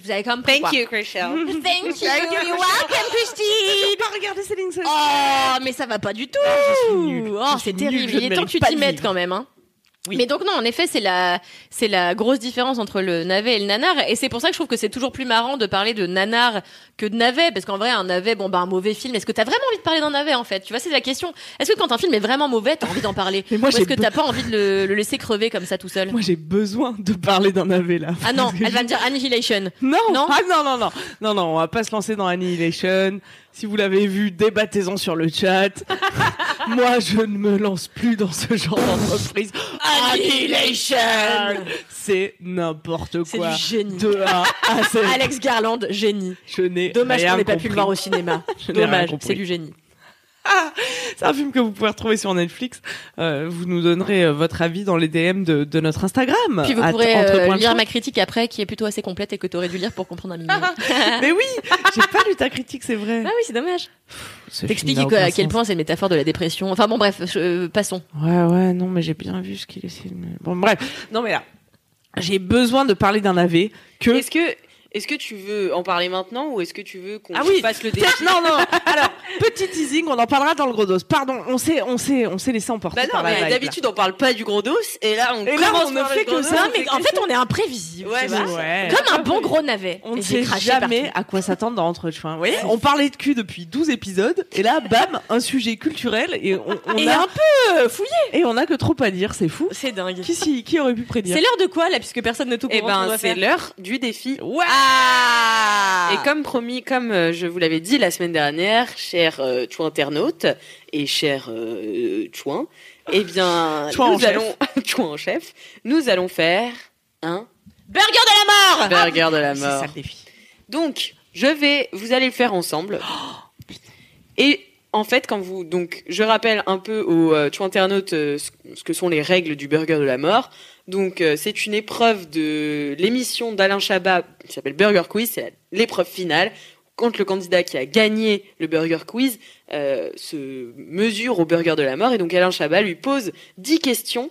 [SPEAKER 2] vous avez compris. quoi.
[SPEAKER 1] you, Chrishell.
[SPEAKER 2] <laughs> Thank you. You're welcome,
[SPEAKER 3] J'ai
[SPEAKER 2] Christine.
[SPEAKER 3] pas regardé Céline Sciamma.
[SPEAKER 2] Oh, mais ça va pas du tout.
[SPEAKER 3] suis nulle.
[SPEAKER 2] Oh,
[SPEAKER 3] Je suis
[SPEAKER 2] c'est
[SPEAKER 3] nulle,
[SPEAKER 2] terrible.
[SPEAKER 3] je
[SPEAKER 2] Il
[SPEAKER 3] ne
[SPEAKER 2] est temps que tu
[SPEAKER 3] mérite pas
[SPEAKER 2] t'y
[SPEAKER 3] de
[SPEAKER 2] mettes
[SPEAKER 3] vivre.
[SPEAKER 2] quand même. Hein.
[SPEAKER 3] Oui.
[SPEAKER 2] Mais donc non, en effet, c'est la c'est la grosse différence entre le navet et le nanar, et c'est pour ça que je trouve que c'est toujours plus marrant de parler de nanar que de navet, parce qu'en vrai, un navet, bon bah un mauvais film, est-ce que t'as vraiment envie de parler d'un navet en fait Tu vois, c'est la question. Est-ce que quand un film est vraiment mauvais, t'as envie d'en parler
[SPEAKER 3] Mais moi,
[SPEAKER 2] Ou est-ce
[SPEAKER 3] j'ai
[SPEAKER 2] que
[SPEAKER 3] be-
[SPEAKER 2] t'as pas envie de le, le laisser crever comme ça tout seul
[SPEAKER 3] Moi j'ai besoin de parler d'un navet là.
[SPEAKER 2] Ah non,
[SPEAKER 3] Parce que
[SPEAKER 2] elle
[SPEAKER 3] je-
[SPEAKER 2] va me dire Annihilation.
[SPEAKER 3] Non,
[SPEAKER 2] Non.
[SPEAKER 3] ah non, non, non, non, non, on va pas se lancer dans Annihilation. Si vous l'avez vu, débattez-en sur le chat. <laughs> Moi, je ne me lance plus dans ce genre d'entreprise. Annihilation C'est n'importe
[SPEAKER 2] C'est
[SPEAKER 3] quoi.
[SPEAKER 2] du génie.
[SPEAKER 3] De A <laughs> à Z.
[SPEAKER 2] Alex Garland, génie.
[SPEAKER 3] Je n'ai
[SPEAKER 2] Dommage
[SPEAKER 3] rien
[SPEAKER 2] qu'on n'ait pas
[SPEAKER 3] compris.
[SPEAKER 2] pu le voir au <laughs> cinéma.
[SPEAKER 3] Je n'ai rien
[SPEAKER 2] Dommage,
[SPEAKER 3] compris.
[SPEAKER 2] c'est du génie.
[SPEAKER 3] C'est un film que vous pouvez retrouver sur Netflix. Euh, vous nous donnerez euh, votre avis dans les DM de, de notre Instagram.
[SPEAKER 2] Puis vous
[SPEAKER 3] At-
[SPEAKER 2] pourrez
[SPEAKER 3] entre
[SPEAKER 2] euh,
[SPEAKER 3] points de
[SPEAKER 2] lire
[SPEAKER 3] chou.
[SPEAKER 2] ma critique après, qui est plutôt assez complète et que t'aurais dû lire pour comprendre un
[SPEAKER 1] Hmm.
[SPEAKER 2] <laughs> minimum.
[SPEAKER 3] Mais oui, j'ai pas lu ta critique, c'est vrai.
[SPEAKER 2] Ah oui, c'est dommage.
[SPEAKER 3] Ce
[SPEAKER 2] T'expliques
[SPEAKER 3] film n'a
[SPEAKER 2] quoi- euh, à
[SPEAKER 3] aucun
[SPEAKER 2] quel
[SPEAKER 3] sens.
[SPEAKER 2] point c'est une métaphore de la dépression. Enfin bon, bref, je- euh, passons.
[SPEAKER 3] Ouais, ouais, non, mais j'ai bien vu ce qu'il essayait de me- Bon, bref. Non, mais là, j'ai besoin de parler d'un AV que.
[SPEAKER 1] Est-ce que, est-ce que tu veux en parler maintenant ou est-ce que tu veux qu'on
[SPEAKER 3] Ah oui,
[SPEAKER 1] fasse le débat
[SPEAKER 3] Peut-être- Non, non. Alors, petit teasing, on en parlera dans le gros dos. Pardon, on s'est, on s'est, on s'est laissé emporter
[SPEAKER 1] Bah non,
[SPEAKER 3] par la
[SPEAKER 1] mais
[SPEAKER 3] vibe,
[SPEAKER 1] d'habitude on parle pas du gros dos et là on
[SPEAKER 3] Et là,
[SPEAKER 1] commence
[SPEAKER 3] on ne
[SPEAKER 1] par le
[SPEAKER 3] fait que
[SPEAKER 1] gros dos.
[SPEAKER 3] ça,
[SPEAKER 2] mais en fait, on est imprévisible.
[SPEAKER 1] Ouais,
[SPEAKER 2] tu
[SPEAKER 1] c'est
[SPEAKER 2] vois.
[SPEAKER 3] là. Ouais.
[SPEAKER 2] Comme un bon gros navet.
[SPEAKER 3] On
[SPEAKER 2] Et
[SPEAKER 3] ne sait
[SPEAKER 2] j'ai craché
[SPEAKER 3] jamais
[SPEAKER 2] partout.
[SPEAKER 3] à quoi s'attendre dans Entre Vous voyez, on parlait de cul depuis 12 épisodes, et là, bam, un sujet culturel, et on, on
[SPEAKER 2] Et
[SPEAKER 3] a,
[SPEAKER 2] un peu euh, fouillé.
[SPEAKER 3] et on a que trop à dire, c'est fou.
[SPEAKER 2] C'est dingue.
[SPEAKER 3] Qui, s'y- qui aurait pu prédire
[SPEAKER 2] C'est l'heure de quoi là, puisque personne ne tout
[SPEAKER 1] Et
[SPEAKER 2] comprend. ce qu'on
[SPEAKER 1] ben
[SPEAKER 2] va
[SPEAKER 1] c'est
[SPEAKER 2] faire.
[SPEAKER 1] l'heure du défi.
[SPEAKER 3] Ouais.
[SPEAKER 2] Ah.
[SPEAKER 1] Et comme promis, comme euh, je vous l'avais dit la semaine dernière, chers euh, chouins internautes et chers euh, chouins, eh bien
[SPEAKER 3] Chouins en
[SPEAKER 1] nous
[SPEAKER 3] chef.
[SPEAKER 1] allons <laughs> chouins en chef, nous allons faire un
[SPEAKER 2] Burger de la mort.
[SPEAKER 1] burger de la
[SPEAKER 3] C'est
[SPEAKER 1] mort.
[SPEAKER 3] ça le défi.
[SPEAKER 1] Donc, je vais, vous allez le faire ensemble. Et en fait, quand vous, donc, je rappelle un peu aux euh, tu internautes euh, ce ce que sont les règles du burger de la mort. Donc, euh, c'est une épreuve de l'émission d'Alain Chabat qui s'appelle Burger Quiz. C'est la- l'épreuve finale. Quand le candidat qui a gagné le burger quiz euh, se mesure au burger de la mort. Et donc, Alain Chabat lui pose 10 questions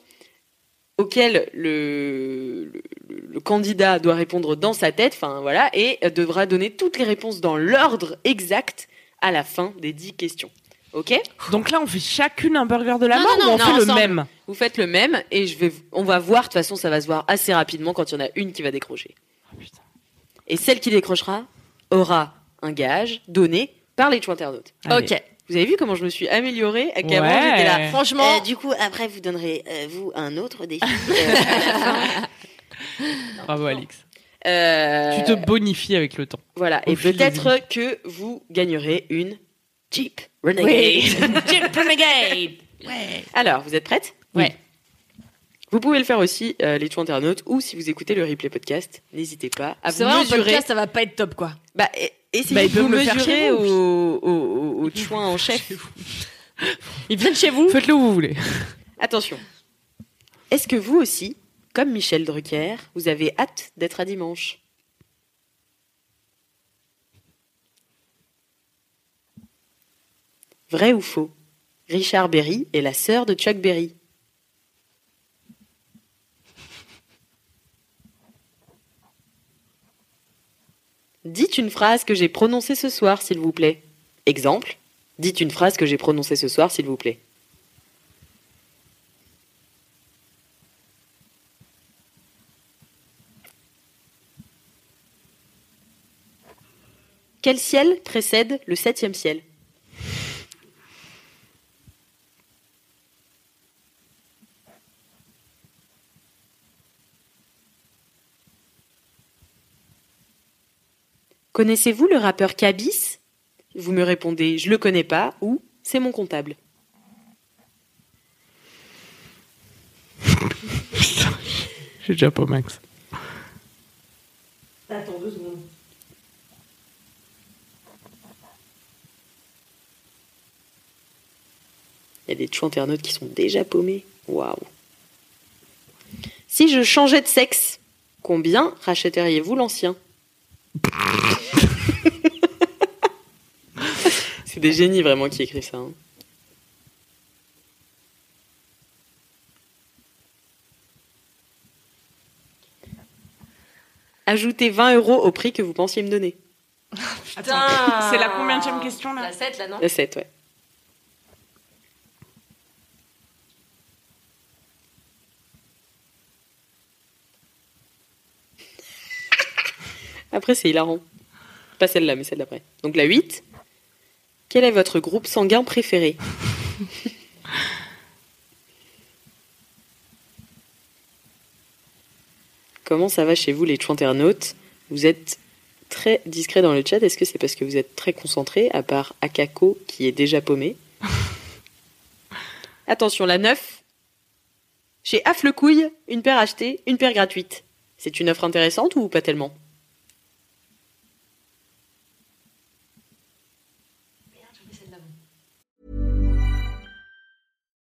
[SPEAKER 1] auxquelles le, le- le candidat doit répondre dans sa tête, enfin voilà, et euh, devra donner toutes les réponses dans l'ordre exact à la fin des 10 questions. Ok
[SPEAKER 3] Donc là, on fait chacune un burger de la
[SPEAKER 2] Non,
[SPEAKER 3] mort
[SPEAKER 2] non,
[SPEAKER 3] ou
[SPEAKER 2] non,
[SPEAKER 3] on
[SPEAKER 2] non,
[SPEAKER 3] fait le
[SPEAKER 2] ensemble.
[SPEAKER 3] même
[SPEAKER 1] Vous faites le même et je vais, on va voir, de toute façon ça va se voir assez rapidement quand il y en a une qui va décrocher.
[SPEAKER 3] Ah, putain.
[SPEAKER 1] Et celle qui décrochera aura un gage donné par les internautes.
[SPEAKER 3] Allez.
[SPEAKER 2] Ok.
[SPEAKER 1] Vous avez vu comment je me suis améliorée à quel
[SPEAKER 3] Ouais.
[SPEAKER 1] moment j'étais là
[SPEAKER 2] Franchement,
[SPEAKER 1] Euh, du coup, après, vous euh, donnerez, euh, vous, un autre défi.
[SPEAKER 3] Bravo, Alix.
[SPEAKER 1] Euh,
[SPEAKER 3] Tu te bonifies avec le temps.
[SPEAKER 1] Voilà,
[SPEAKER 3] au
[SPEAKER 1] et
[SPEAKER 3] fil des
[SPEAKER 1] peut-être que vous gagnerez une Jeep Renegade.
[SPEAKER 2] <laughs> Jeep Renegade.
[SPEAKER 1] <laughs> Alors, vous êtes prête
[SPEAKER 2] Ouais.
[SPEAKER 1] Vous pouvez le faire aussi, euh, les tout internautes, ou si vous écoutez le replay podcast, n'hésitez pas à vous
[SPEAKER 2] C'est vrai, en
[SPEAKER 1] mesurer.
[SPEAKER 2] podcast, ça va pas être top, quoi.
[SPEAKER 1] Bah, e- essayez
[SPEAKER 3] Bah, ils
[SPEAKER 1] de
[SPEAKER 3] peuvent
[SPEAKER 1] vous
[SPEAKER 3] le faire
[SPEAKER 1] mesurer
[SPEAKER 3] chez vous,
[SPEAKER 1] au, au,
[SPEAKER 3] <laughs>
[SPEAKER 1] au, au chouin en chef.
[SPEAKER 2] Ils viennent chez vous.
[SPEAKER 3] Faites-le où vous voulez.
[SPEAKER 1] Attention. Est-ce que vous aussi, comme Michel Drucker, vous avez hâte d'être à dimanche Vrai ou faux Richard Berry est la sœur de Chuck Berry. Dites une phrase que j'ai prononcée ce soir, s'il vous plaît. Exemple. Dites une phrase que j'ai prononcée ce soir, s'il vous plaît. Quel ciel précède le septième ciel Connaissez-vous le rappeur Cabis Vous me répondez je le connais pas ou c'est mon comptable.
[SPEAKER 3] <laughs> J'ai déjà pas max.
[SPEAKER 1] Il y a des tchou internautes qui sont déjà paumés. Waouh. Si je changeais de sexe, combien rachèteriez-vous l'ancien <laughs> C'est des génies vraiment qui écrivent ça. hein. Ajoutez 20 euros au prix que vous pensiez me donner.
[SPEAKER 3] c'est la combienième question, là
[SPEAKER 2] La 7, là, non
[SPEAKER 1] La 7, ouais. Après, c'est hilarant. Pas celle-là, mais celle d'après. Donc la 8. Quel est votre groupe sanguin préféré <laughs> Comment ça va chez vous, les internautes Vous êtes très discret dans le chat. Est-ce que c'est parce que vous êtes très concentré, à part Akako qui est déjà paumé <laughs> Attention, la 9. Chez Afflecouille, une paire achetée, une paire gratuite. C'est une offre intéressante ou pas tellement